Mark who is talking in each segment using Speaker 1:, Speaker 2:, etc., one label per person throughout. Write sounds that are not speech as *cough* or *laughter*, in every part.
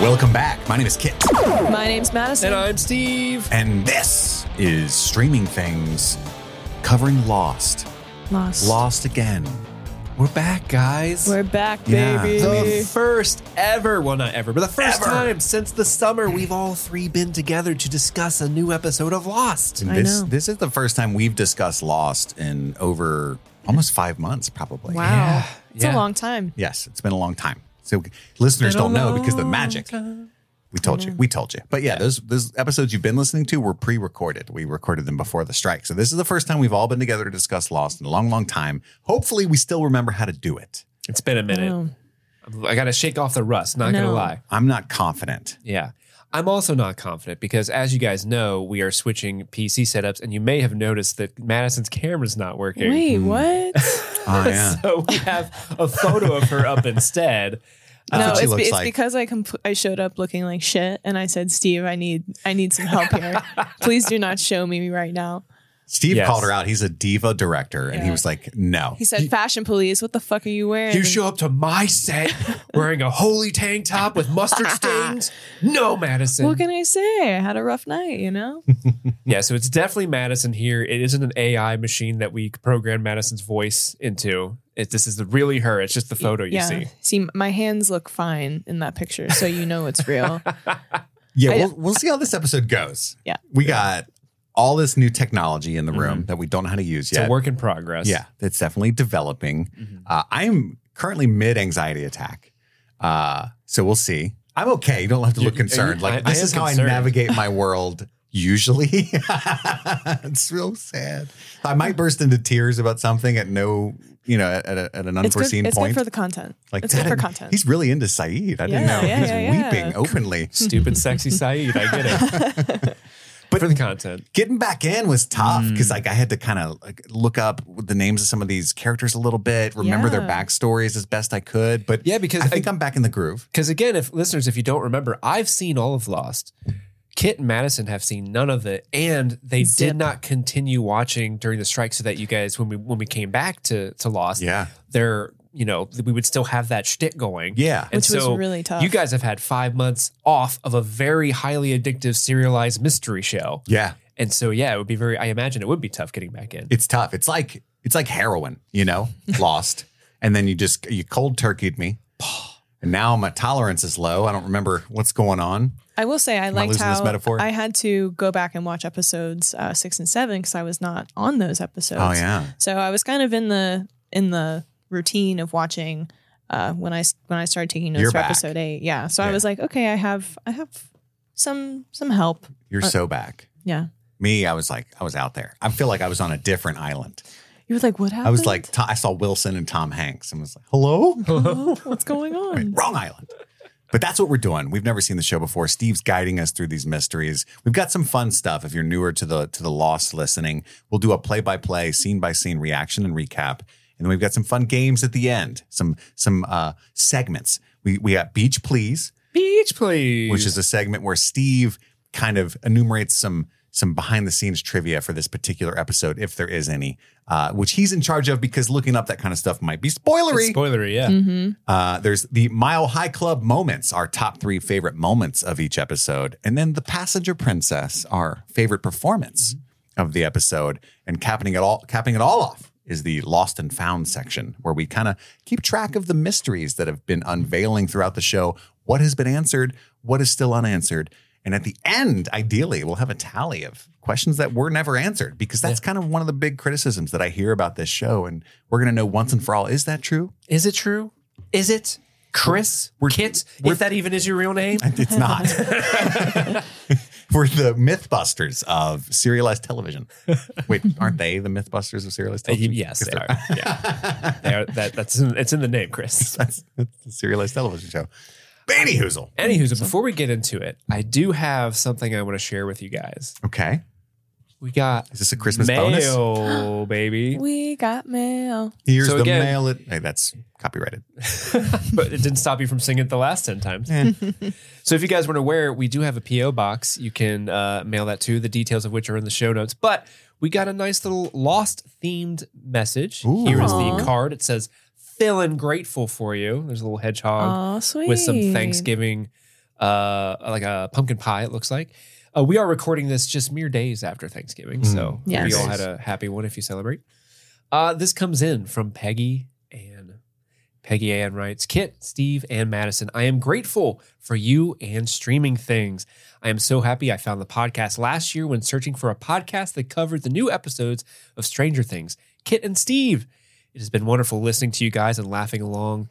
Speaker 1: Welcome back. My name is Kit,
Speaker 2: My name's Madison.
Speaker 3: And uh, I'm Steve.
Speaker 1: and this is Streaming Things covering Lost.
Speaker 2: Lost.
Speaker 1: Lost again.
Speaker 3: We're back, guys.
Speaker 2: We're back,
Speaker 1: Yeah.
Speaker 2: baby.
Speaker 3: the first ever, well, not ever, but the first
Speaker 1: Ever.
Speaker 3: time since the summer we've all three been together to discuss a new episode of Lost.
Speaker 1: And
Speaker 2: I
Speaker 1: this
Speaker 2: know.
Speaker 1: this is the first time we've discussed Lost in over almost five months, probably.
Speaker 2: wow.
Speaker 3: Yeah,
Speaker 2: It's
Speaker 3: yeah.
Speaker 2: a long time.
Speaker 1: Yes, it's been a long time. So listeners don't know because of the magic. We told you. We told you. But yeah, those those episodes you've been listening to were pre-recorded. We recorded them before the strike. So this is the first time we've all been together to discuss Lost in a long, long time. Hopefully we still remember how to do it.
Speaker 3: It's been a minute.
Speaker 2: Oh.
Speaker 3: I got to shake off the rust, not going to
Speaker 2: No.
Speaker 3: lie.
Speaker 1: I'm not confident.
Speaker 3: Yeah. I'm also not confident because, as you guys know, we are switching PC setups, and you may have noticed that Madison's camera's not working.
Speaker 2: Wait,
Speaker 1: Mm-hmm.
Speaker 2: what?
Speaker 1: I am.
Speaker 3: *laughs* So we have a photo of her
Speaker 2: *laughs*
Speaker 3: up instead.
Speaker 2: no,
Speaker 1: what she
Speaker 2: it's,
Speaker 1: looks
Speaker 2: be- it's
Speaker 1: like.
Speaker 2: because I compl- I showed up looking like shit, and I said, "Steve, I need I need some help
Speaker 3: *laughs*
Speaker 2: here. Please do not show me right now."
Speaker 1: Steve
Speaker 3: Yes.
Speaker 1: called her out. He's a diva director. And he
Speaker 2: Yeah.
Speaker 1: was like, no.
Speaker 2: He said, "Fashion police, what the fuck are you wearing?"
Speaker 3: You
Speaker 2: And-
Speaker 3: show up to my set wearing a holy tank top with
Speaker 2: *laughs*
Speaker 3: mustard stains. No, Madison.
Speaker 2: What can I say? I had a rough night, you know.
Speaker 3: yeah, so it's definitely Madison here. It isn't an AI machine that we program Madison's voice into. It, this is really her. It's just the photo you
Speaker 2: yeah.
Speaker 3: see.
Speaker 2: See, my hands look fine in that picture, so you know
Speaker 1: *laughs*
Speaker 2: it's real.
Speaker 1: Yeah,
Speaker 2: I-
Speaker 1: we'll, we'll see how this episode goes.
Speaker 2: Yeah.
Speaker 1: We got all this new technology in the room that we don't know how to use
Speaker 3: It's
Speaker 1: yet.
Speaker 3: a work in progress.
Speaker 1: Yeah, it's definitely developing.
Speaker 3: Mm-hmm.
Speaker 1: Uh, I'm currently mid anxiety attack. Uh, so we'll see. I'm okay. You don't have to
Speaker 3: You-
Speaker 1: look concerned.
Speaker 3: you- I-
Speaker 1: Like,
Speaker 3: I
Speaker 1: this
Speaker 3: am
Speaker 1: is how
Speaker 3: concerned.
Speaker 1: I navigate
Speaker 3: *laughs*
Speaker 1: my world usually. *laughs* it's real sad. I might burst into tears about something at no, you know, at, a, at an
Speaker 2: it's good.
Speaker 1: unforeseen
Speaker 2: It's
Speaker 1: point.
Speaker 2: good for the content.
Speaker 1: like
Speaker 2: it's good
Speaker 1: that-
Speaker 2: for content.
Speaker 1: He's really into Saeed. I didn't
Speaker 2: Yeah,
Speaker 1: know.
Speaker 2: yeah,
Speaker 1: he's
Speaker 2: yeah, yeah.
Speaker 1: weeping openly.
Speaker 3: Stupid,
Speaker 2: *laughs*
Speaker 3: sexy Saeed. I get it. but for the content.
Speaker 1: Getting back in was tough because like I had to kind of like look up the names of some of these characters a little bit, remember their
Speaker 2: Yeah.
Speaker 1: backstories as best I could. But
Speaker 3: Yeah, because
Speaker 1: I think I'm back in the groove.
Speaker 3: Because again, if listeners, if you don't remember, I've seen all of Lost. Kit and Madison have seen none of it, and they
Speaker 2: Zip.
Speaker 3: did not continue watching during the strike, so that you guys, when we when we came back to to Lost,
Speaker 1: Yeah.
Speaker 3: they're you know we would still have that shtick going.
Speaker 1: Yeah.
Speaker 3: And
Speaker 2: Which was really tough.
Speaker 3: You guys have had five months off of a very highly addictive serialized mystery show,
Speaker 1: Yeah.
Speaker 3: and so yeah, it would be very. I imagine it would be tough getting back in.
Speaker 1: It's tough. It's like it's like heroin, you know, lost. And then you just you cold turkeyed me. And now my tolerance is low. I don't remember what's going on.
Speaker 2: I will say I
Speaker 1: I
Speaker 2: liked
Speaker 1: losing
Speaker 2: how
Speaker 1: this metaphor?
Speaker 2: I had to go back and watch episodes uh, six and seven because I was not on those episodes.
Speaker 1: Oh yeah.
Speaker 2: So I was kind of in the in the routine of watching uh, when I when I started taking notes
Speaker 1: You're
Speaker 2: for
Speaker 1: back.
Speaker 2: episode eight. Yeah. So
Speaker 1: Yeah.
Speaker 2: I was like, okay, I have I have some some help.
Speaker 1: You're so back.
Speaker 2: Yeah.
Speaker 1: Me, I was like, I was out there. I feel like I was on a different island.
Speaker 2: You were like, what happened?
Speaker 1: I was like, I saw Wilson and Tom Hanks and was like, hello?
Speaker 2: oh, what's
Speaker 1: *laughs*
Speaker 2: going on?
Speaker 1: Wrong island. But that's what we're doing. We've never seen the show before. Steve's guiding us through these mysteries. We've got some fun stuff. If you're newer to the to the lost listening, we'll do a play by play, scene by scene reaction and recap. And then we've got some fun games at the end. Some some uh, segments. We we got Beach Please,
Speaker 3: Beach, please.
Speaker 1: which is a segment where Steve kind of enumerates some some behind the scenes trivia for this particular episode, if there is any, uh, which he's in charge of because looking up that kind of stuff might be spoilery.
Speaker 3: It's spoilery, yeah.
Speaker 1: Uh, there's the Mile High Club moments, our top three favorite moments of each episode. And then the Passenger Princess, our favorite performance of the episode. And capping it all capping it all off is the Lost and Found section, where we kind of keep track of the mysteries that have been unveiling throughout the show. What has been answered, what is still unanswered. And at the end, ideally, we'll have a tally of questions that were never answered because that's kind of one of the big criticisms that I hear about this show. And we're going to know once and for all is that true?
Speaker 3: Is it true? Is it Chris? Kit? if that even is your real name?
Speaker 1: *laughs* It's
Speaker 3: *laughs*
Speaker 1: not. We're the Mythbusters of serialized television. Wait, aren't they the Mythbusters of serialized
Speaker 3: Uh, y-
Speaker 1: television?
Speaker 3: yes, they are. Yeah. They are- that, that's in, it's in the name, Chris.
Speaker 1: *laughs* That's, that's the serialized television show. Banny Hoozle.
Speaker 3: Anywho, so before we get into it, I do have something I want to share with you guys.
Speaker 1: Okay.
Speaker 3: We got
Speaker 1: Is this a Christmas bonus?
Speaker 3: mail, baby,
Speaker 2: We got mail.
Speaker 1: Here's
Speaker 3: So
Speaker 1: the
Speaker 3: again-
Speaker 1: mail. It, hey, that's copyrighted.
Speaker 3: *laughs* but it didn't stop you from singing it the last ten times. *laughs* so if you guys weren't aware, we do have a PO box. You can uh, mail that to the details of which are in the show notes. But we got a nice little lost themed message.
Speaker 1: Ooh.
Speaker 3: Here is
Speaker 2: Aw.
Speaker 3: the card. It says "Feeling grateful for you." There's a little hedgehog.
Speaker 2: Oh, sweet.
Speaker 3: with some Thanksgiving uh, like a pumpkin pie. It looks like. Uh, we are recording this just mere days after Thanksgiving, so
Speaker 2: Mm.
Speaker 3: we
Speaker 2: Yes.
Speaker 3: all had a happy one if you celebrate. Uh, this comes in from Peggy Ann. Peggy Ann writes, Kit, Steve, and Madison, I am grateful for you and streaming things. I am so happy I found the podcast last year when searching for a podcast that covered the new episodes of Stranger Things. Kit and Steve, it has been wonderful listening to you guys and laughing along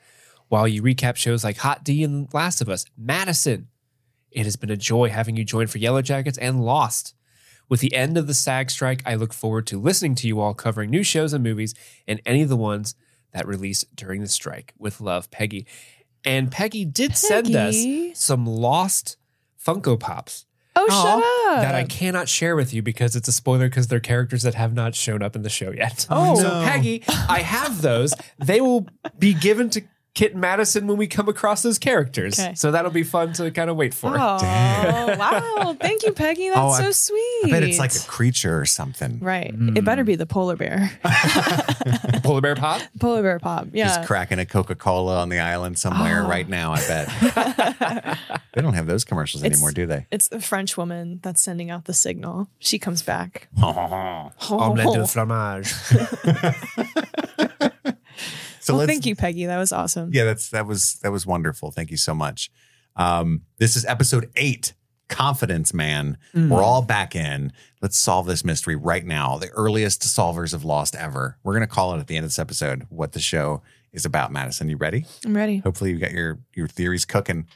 Speaker 3: while you recap shows like Hot D and Last of Us. Madison, it has been a joy having you join for Yellow Jackets and Lost. With the end of the SAG strike, I look forward to listening to you all covering new shows and movies and any of the ones that release during the strike. With love, Peggy. And Peggy did send us
Speaker 2: Peggy?
Speaker 3: some lost Funko Pops
Speaker 2: Oh,
Speaker 1: Aw,
Speaker 2: shut up.
Speaker 3: that I cannot share with you because it's a spoiler because they're characters that have not shown up in the show yet.
Speaker 1: Oh,
Speaker 3: so
Speaker 1: no.
Speaker 3: Peggy, I have those. They will be given to Kit Madison when we come across those characters.
Speaker 2: Okay.
Speaker 3: So that'll be fun to kind of wait for.
Speaker 2: Oh, wow. Thank you, Peggy. That's
Speaker 1: *laughs* Oh, I-
Speaker 2: so sweet.
Speaker 1: I bet it's like a creature or something.
Speaker 2: Right.
Speaker 3: Mm.
Speaker 2: It better be the polar
Speaker 3: *laughs*
Speaker 2: bear.
Speaker 3: Polar
Speaker 2: *laughs*
Speaker 3: Bear Pop.
Speaker 2: polar bear pop. Yeah. Oh.
Speaker 1: He's cracking a Coca Cola on the island somewhere right now. I
Speaker 2: *laughs*
Speaker 1: bet they don't have those commercials
Speaker 2: It's-
Speaker 1: anymore, do
Speaker 3: *laughs*
Speaker 1: they?
Speaker 2: It's a French woman that's sending out the signal. She comes back. Oh.
Speaker 3: Omelette de fromage.
Speaker 1: so
Speaker 3: *laughs*
Speaker 2: well, Oh, thank you, Peggy. That was awesome.
Speaker 1: Yeah, that's that was that was wonderful. Thank you so much. Um, this is episode eight. Confidence, man. We're all back in. Let's solve this mystery right now. The earliest solvers of Lost ever. We're gonna call it at the end of this episode what the show is about. Madison, you ready?
Speaker 2: I'm ready.
Speaker 1: Hopefully, you got your your theories cooking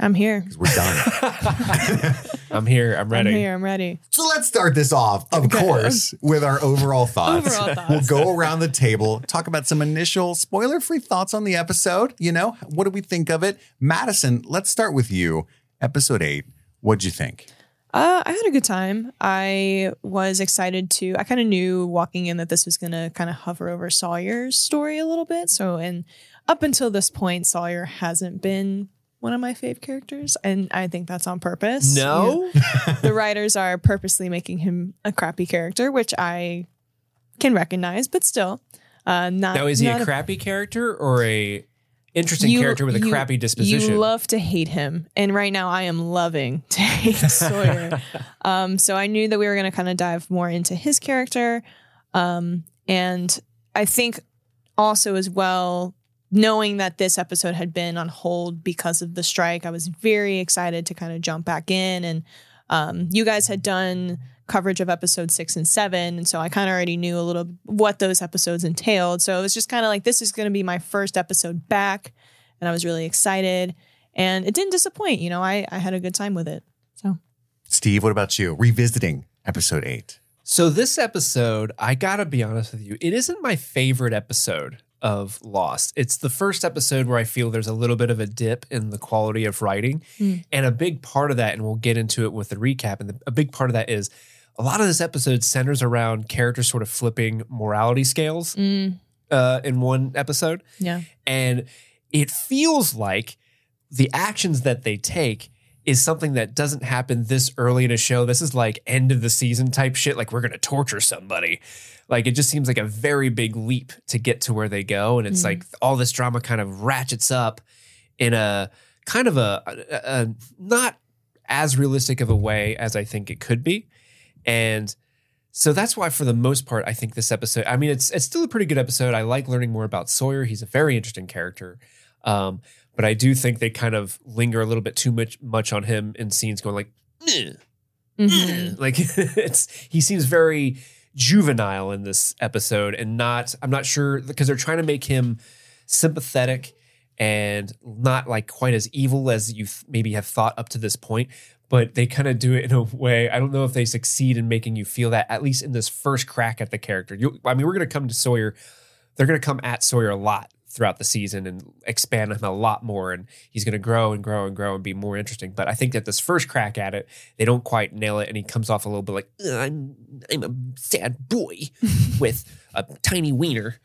Speaker 2: I'm here.
Speaker 1: 'cause we're done.
Speaker 3: I'm here. I'm ready.
Speaker 2: I'm here. I'm ready.
Speaker 1: so let's start this off, of course, with our *laughs* overall thoughts.
Speaker 2: Overall
Speaker 1: We'll
Speaker 2: thoughts.
Speaker 1: go around the table, talk about some initial spoiler free thoughts on the episode. You know, what do we think of it? Madison, let's start with you. Episode eight. What'd you think?
Speaker 2: Uh, I had a good time. I was excited to. I kind of knew walking in that this was going to kind of hover over Sawyer's story a little bit. So, and up until this point, Sawyer hasn't been one of my fave characters, and I think that's on purpose. You
Speaker 3: No?
Speaker 2: know, the writers are purposely making him a crappy character, which I can recognize, but still, uh, not.
Speaker 3: Now, is he
Speaker 2: not
Speaker 3: a crappy character or a interesting
Speaker 2: you-
Speaker 3: character with a
Speaker 2: you-
Speaker 3: crappy disposition?
Speaker 2: You love to hate him, and right now I am loving *laughs* to
Speaker 3: *laughs*
Speaker 2: hate Sawyer. um, so I knew that we were going to kind of dive more into his character, um, and I think also as well knowing that this episode had been on hold because of the strike. I was very excited to kind of jump back in, and um, you guys had done coverage of episode six and seven. And so I kind of already knew a little what those episodes entailed. So it was just kind of like, this is going to be my first episode back. And I was really excited. And it didn't disappoint. You know, I, I had a good time with it. So
Speaker 1: Steve, what about you? Revisiting episode eight.
Speaker 3: So this episode, I gotta be honest with you, it isn't my favorite episode of Lost. It's the first episode where I feel there's a little bit of a dip in the quality of writing,
Speaker 2: Mm.
Speaker 3: and a big part of that, and we'll get into it with the recap. And the, a big part of that is a lot of this episode centers around characters sort of flipping morality scales uh, in one episode
Speaker 2: Mm, yeah.
Speaker 3: and it feels like the actions that they take is something that doesn't happen this early in a show. This is like end of the season type shit. Like we're gonna torture somebody. Like it just seems like a very big leap to get to where they go, and it's
Speaker 2: Mhm.
Speaker 3: like all this drama kind of ratchets up in a kind of a, a, a not as realistic of a way as I think it could be, and. So that's why, for the most part, I think this episode. I mean, it's it's still a pretty good episode. I like learning more about Sawyer. He's a very interesting character, um, but I do think they kind of linger a little bit too much much on him in scenes going like, "Eh,
Speaker 2: Mm-hmm.
Speaker 3: eh." *laughs* like it's he seems very juvenile in this episode and not. I'm not sure because they're trying to make him sympathetic and not like quite as evil as you th- maybe have thought up to this point but they kind of do it in a way i don't know if they succeed in making you feel that at least in this first crack at the character you, i mean we're going to come to sawyer they're going to come at sawyer a lot throughout the season and expand him a lot more and he's going to grow and grow and grow and be more interesting but i think that this first crack at it they don't quite nail it and he comes off a little bit like "Ugh, i'm i'm a sad *laughs* boy with a tiny wiener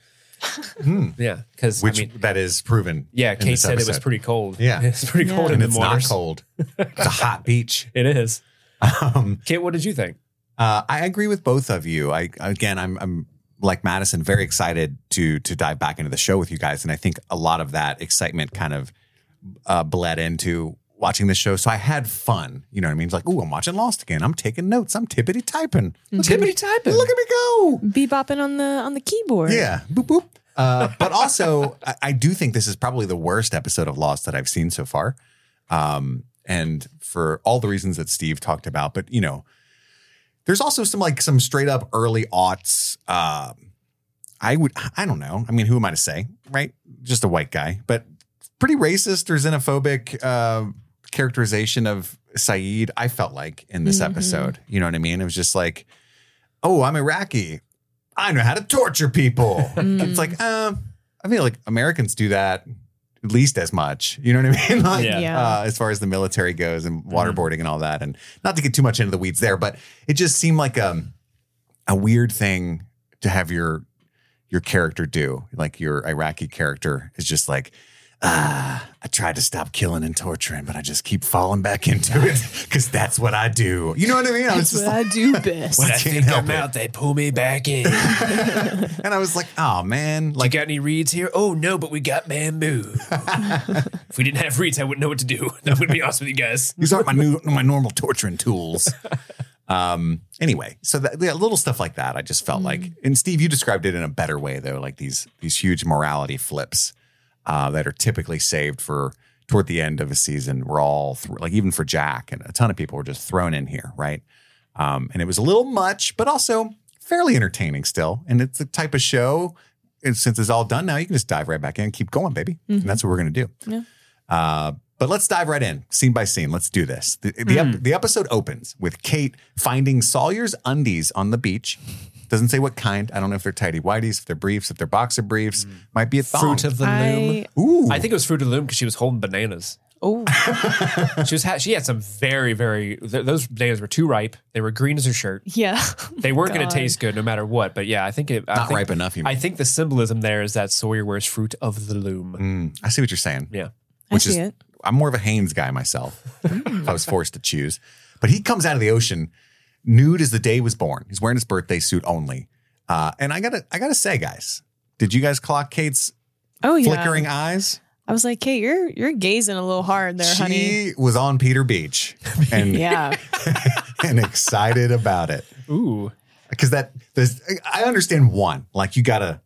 Speaker 1: Hmm.
Speaker 3: yeah because i
Speaker 1: Which
Speaker 3: mean
Speaker 1: that is proven.
Speaker 3: yeah,
Speaker 1: in
Speaker 3: Kate
Speaker 1: this
Speaker 3: said it was
Speaker 1: episode.
Speaker 3: pretty cold.
Speaker 1: Yeah.
Speaker 3: *laughs* it's pretty
Speaker 2: Yeah.
Speaker 3: cold in
Speaker 1: And
Speaker 3: the
Speaker 1: it's not
Speaker 3: morning. *laughs*
Speaker 1: cold. It's a hot beach.
Speaker 3: It is.
Speaker 1: *laughs* Um,
Speaker 3: Kate, what did you think?
Speaker 1: Uh, I agree with both of you. I again, I'm I'm like Madison, very excited to to dive back into the show with you guys, and I think a lot of that excitement kind of uh, bled into watching this show. So I had fun. You know what I mean? It's like, ooh, I'm watching Lost again. I'm taking notes. I'm tippity typing.
Speaker 3: Tippity typing.
Speaker 1: Look at me go.
Speaker 2: Bebopping on the on the keyboard.
Speaker 1: Yeah. Boop boop. Uh, but also, I, I do think this is probably the worst episode of Lost that I've seen so far. Um, and for all the reasons that Steve talked about, but you know, there's also some like some straight up early aughts. Um, I would, I don't know. I mean, who am I to say, right? Just a white guy, but pretty racist or xenophobic uh, characterization of Saeed. I felt like in this
Speaker 2: Mhm.
Speaker 1: episode, you know what I mean? It was just like, oh, I'm Iraqi. I know how to torture
Speaker 2: *laughs*
Speaker 1: people.
Speaker 2: Mm.
Speaker 1: It's like, um, I feel like Americans do that at least as much. You know what I mean? *laughs* Like,
Speaker 3: Yeah.
Speaker 2: Yeah.
Speaker 1: uh, as far as the military goes and waterboarding and all that. And not to get too much into the weeds there, but it just seemed like um, a weird thing to have your your character do. Like your Iraqi character is just like, ah, I tried to stop killing and torturing, but I just keep falling back into
Speaker 2: *laughs*
Speaker 1: it *laughs* because that's what I do. You know what I mean? I was
Speaker 2: That's
Speaker 1: just
Speaker 2: what
Speaker 1: like, *laughs*
Speaker 2: I do best.
Speaker 1: What? I can't help it.
Speaker 3: they pull me back in.
Speaker 1: and I was like, oh man, like
Speaker 3: got any reeds here? Oh no, but we
Speaker 1: *laughs*
Speaker 3: got bamboo. if we didn't have reeds, I wouldn't know what to do. *laughs* I'm gonna be honest with you guys.
Speaker 1: These aren't my new my normal torturing tools. Um. Anyway, so that yeah, little stuff like that, I just felt like. And Steve, you described it in a better way though, like these these huge morality flips uh, that are typically saved for toward the end of a season. We're all thr- like even for Jack and a ton of people were just thrown in here, right? Um, and it was a little much, but also fairly entertaining still. And it's the type of show. And since it's all done now, you can just dive right back in and keep going, baby. And that's what we're gonna do.
Speaker 2: Yeah.
Speaker 1: Uh, but let's dive right in, scene by scene. Let's do this. The, the, ep- the episode opens with Kate finding Sawyer's undies on the beach. Doesn't say what kind. I don't know if they're tidy whities, if they're briefs, if they're boxer briefs. Might be a thong.
Speaker 3: Mm. Fruit of the loom.
Speaker 2: I
Speaker 1: Ooh,
Speaker 3: I think it was fruit of the loom because she was holding bananas.
Speaker 2: oh
Speaker 3: She was ha- she had some very very th- those bananas were too ripe. They were green as her shirt.
Speaker 2: yeah. *laughs*
Speaker 3: They weren't going
Speaker 2: God.
Speaker 3: to taste good no matter what. But yeah, I think it I
Speaker 1: not
Speaker 3: think-
Speaker 1: ripe enough. You
Speaker 3: I
Speaker 1: mean.
Speaker 3: think the symbolism there is that Sawyer wears fruit of the loom.
Speaker 1: Mm, I see what you're saying.
Speaker 3: Yeah.
Speaker 2: I
Speaker 1: Which
Speaker 2: see
Speaker 1: is-
Speaker 2: it.
Speaker 1: I'm more of a Haynes guy myself. if I was forced to choose. But he comes out of the ocean nude as the day was born. He's wearing his birthday suit only. Uh, and I gotta, I gotta say, guys, did you guys clock Kate's
Speaker 2: Oh yeah.
Speaker 1: flickering eyes?
Speaker 2: I was like, Kate, you're you're gazing a little hard there,
Speaker 1: she
Speaker 2: honey.
Speaker 1: was on Peter
Speaker 2: *laughs*
Speaker 1: Beach and
Speaker 2: Yeah.
Speaker 1: *laughs* and excited about it
Speaker 3: Ooh.
Speaker 1: because that there's I understand one like you gotta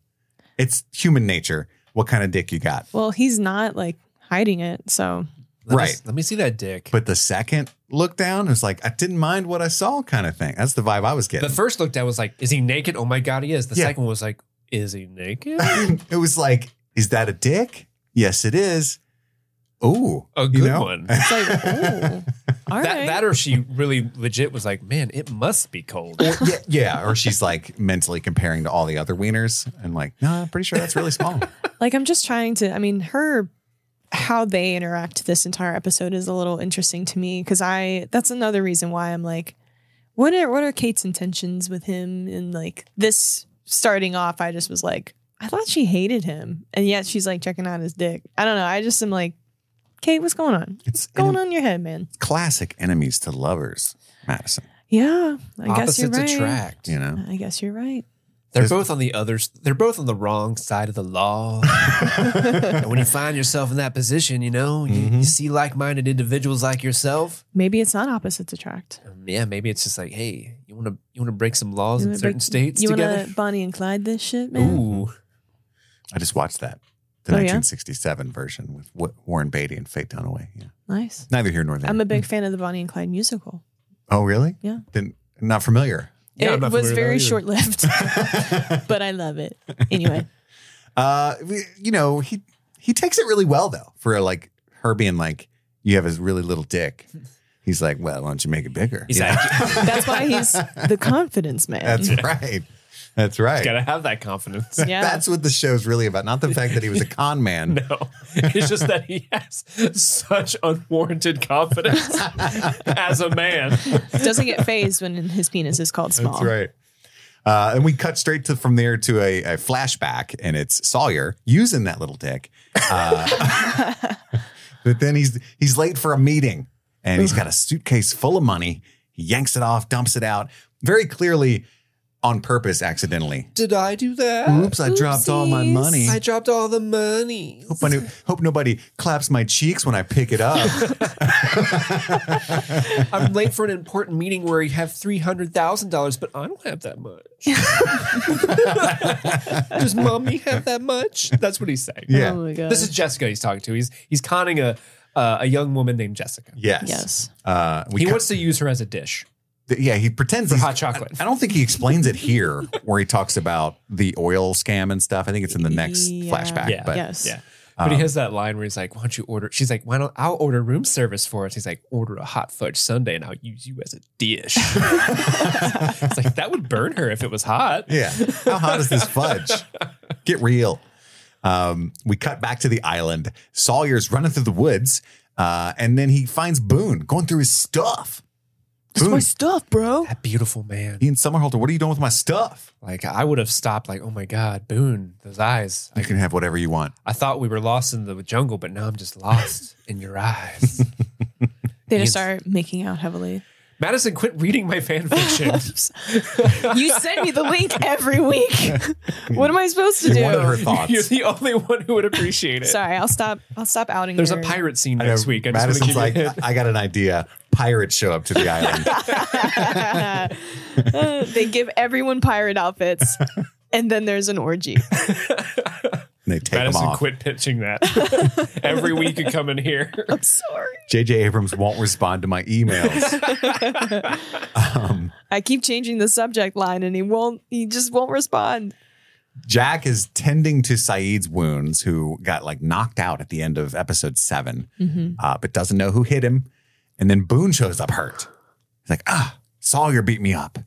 Speaker 1: it's human nature what kind of dick you got
Speaker 2: well, he's not like hiding it, so
Speaker 3: Let me-
Speaker 1: Right.
Speaker 3: let me see that dick.
Speaker 1: but the second look down is like I didn't mind what I saw kind of thing that's the vibe I was
Speaker 3: the
Speaker 1: getting
Speaker 3: first look down was like, is he naked? Oh my god, he is. The
Speaker 1: Yeah.
Speaker 3: second one was like, is he
Speaker 1: *laughs*
Speaker 3: naked?
Speaker 1: *clears throat* it was like is that a dick yes it is oh
Speaker 3: A good one.
Speaker 2: it's like, oh, all right.
Speaker 3: that, that or she really legit was like, man, it must be cold.
Speaker 1: or, *laughs* yeah, yeah, or she's like mentally comparing to all the other wieners and like, no, I'm pretty sure that's really
Speaker 3: *laughs*
Speaker 1: small.
Speaker 2: like I'm just trying to I mean her how they interact this entire episode is a little interesting to me because I that's another reason why I'm like what are what are Kate's intentions with him and like this starting off I just was like I thought she hated him and yet she's like checking out his dick. I don't know. I just am like Kate, what's going on?
Speaker 1: It's
Speaker 2: What's going on in your head, man?
Speaker 1: classic enemies to lovers, Madison.
Speaker 2: Yeah, I guess you're
Speaker 3: Opposites
Speaker 2: right.
Speaker 3: attract.
Speaker 1: you
Speaker 3: *laughs*
Speaker 1: know
Speaker 2: I guess you're right.
Speaker 3: They're both on the others. They're both on the wrong side of the law. and *laughs* when you find yourself in that position, you know, you, you see like-minded individuals like yourself.
Speaker 2: Maybe it's not opposites attract.
Speaker 3: um, yeah, maybe it's just like, hey, you want to you want to break some laws
Speaker 2: You
Speaker 3: in
Speaker 2: wanna
Speaker 3: certain
Speaker 2: break-
Speaker 3: states
Speaker 2: You
Speaker 3: together.
Speaker 2: wanna Bonnie and Clyde this shit, man?
Speaker 3: Ooh,
Speaker 1: i just watched that the
Speaker 2: Oh, yeah?
Speaker 1: 1967 version with Wa- warren beatty and faye dunaway yeah
Speaker 2: Nice.
Speaker 1: neither here nor there
Speaker 2: I'm a
Speaker 3: Hmm.
Speaker 2: big fan of the Bonnie and Clyde musical.
Speaker 1: oh really
Speaker 2: Yeah.
Speaker 1: then not
Speaker 3: *laughs*
Speaker 1: familiar
Speaker 3: Yeah, I'm
Speaker 2: it
Speaker 3: not
Speaker 2: was
Speaker 3: familiar with that
Speaker 2: very short
Speaker 3: either.
Speaker 2: lived,
Speaker 3: *laughs*
Speaker 2: but I love it. Anyway,
Speaker 1: uh you know he he takes it really well though for like her being like you have a really little dick he's like well why don't you make it bigger
Speaker 3: he's
Speaker 1: You know?
Speaker 2: *laughs*
Speaker 3: like, *laughs*
Speaker 2: that's why he's the confidence man.
Speaker 1: that's right that's right
Speaker 3: gotta have that confidence. *laughs*
Speaker 2: yeah.
Speaker 1: that's what the show's really about not the fact that he was a con man
Speaker 3: No, it's just that he has such unwarranted *laughs* confidence as a man.
Speaker 2: Doesn't get phased when his penis is called small.
Speaker 1: That's right. Uh, and we cut straight to from there to a, a flashback, and it's Sawyer using that little dick. Uh, *laughs* but then he's he's late for a meeting, and he's got a suitcase full of money. He yanks it off, dumps it out. Very clearly, on purpose accidentally.
Speaker 3: Did I do that?
Speaker 1: Oops, I dropped all my
Speaker 2: Oopsies.
Speaker 1: money.
Speaker 3: I dropped all the money.
Speaker 1: Hope, I- hope nobody claps my cheeks when I pick it
Speaker 2: *laughs*
Speaker 1: up.
Speaker 3: I'm
Speaker 1: *laughs*
Speaker 3: late for an important meeting where you have three hundred thousand dollars, but I don't have that much. Does mommy have that much? That's what he's saying.
Speaker 1: Yeah.
Speaker 2: Oh my god.
Speaker 3: This is Jessica he's talking to. He's he's conning a uh, a young woman named Jessica.
Speaker 1: Yes.
Speaker 2: yes.
Speaker 1: Uh, we
Speaker 3: He
Speaker 1: cut-
Speaker 3: wants to use her as a dish.
Speaker 1: th- yeah, he pretends
Speaker 3: For
Speaker 1: he's-
Speaker 3: hot chocolate.
Speaker 1: I, I don't think he explains it here where he talks about the oil scam and stuff. I think it's in the next
Speaker 2: Yeah.
Speaker 1: flashback.
Speaker 3: Yeah.
Speaker 1: But Um,
Speaker 2: yes.
Speaker 3: Yeah. But he has that line where he's like, "Why don't you order?" She's like, "Why don't I'll order room service for us?" He's like, "Order a hot fudge sundae, and I'll use you as a
Speaker 1: *laughs*
Speaker 3: dish." it's like that would burn her if it was hot.
Speaker 1: Yeah. How hot is this fudge? Get real. Um, we cut back to the island. Sawyer's running through the woods, uh, and then he finds Boone going through his stuff.
Speaker 2: It's my
Speaker 1: Boone,
Speaker 2: stuff, bro.
Speaker 3: That beautiful man.
Speaker 1: Ian Summerhalter, what are you doing with my stuff?
Speaker 3: Like I would have stopped. Like, oh my God, Boone, those eyes.
Speaker 1: You
Speaker 3: Like,
Speaker 1: can have whatever you want.
Speaker 3: I thought we were lost in the jungle, but now I'm
Speaker 1: *laughs*
Speaker 3: just lost in your eyes.
Speaker 2: They
Speaker 3: Yes.
Speaker 2: just start making out heavily.
Speaker 3: *laughs* Madison, quit reading my fan fiction.
Speaker 2: you send me the link every
Speaker 3: *laughs*
Speaker 2: week. what am I supposed to
Speaker 1: You
Speaker 2: do?
Speaker 1: wanted *laughs* her thoughts.
Speaker 3: You're the only one who would appreciate it.
Speaker 2: Sorry, I'll stop. I'll stop outing.
Speaker 3: There's a
Speaker 2: your-
Speaker 3: pirate scene
Speaker 1: I know
Speaker 3: next week. I just
Speaker 1: Madison's
Speaker 3: want
Speaker 1: like,
Speaker 3: to give
Speaker 1: I
Speaker 3: like,
Speaker 1: I got an idea. Pirates show up to the island.
Speaker 2: they give everyone pirate
Speaker 3: *laughs*
Speaker 2: outfits, and then there's an orgy. *laughs*
Speaker 1: and they take them
Speaker 3: Madison,
Speaker 1: off.
Speaker 3: quit pitching that.
Speaker 1: *laughs*
Speaker 3: Every week you come in here.
Speaker 2: I'm sorry.
Speaker 1: J.J. Abrams won't respond to my emails.
Speaker 2: I keep changing the subject line, and he won't. He just won't respond.
Speaker 1: Jack is tending to Saeed's wounds, who got like knocked out at the end of episode 7 uh, but doesn't know who hit him. And then Boone shows up hurt. He's like, ah, Sawyer beat me up.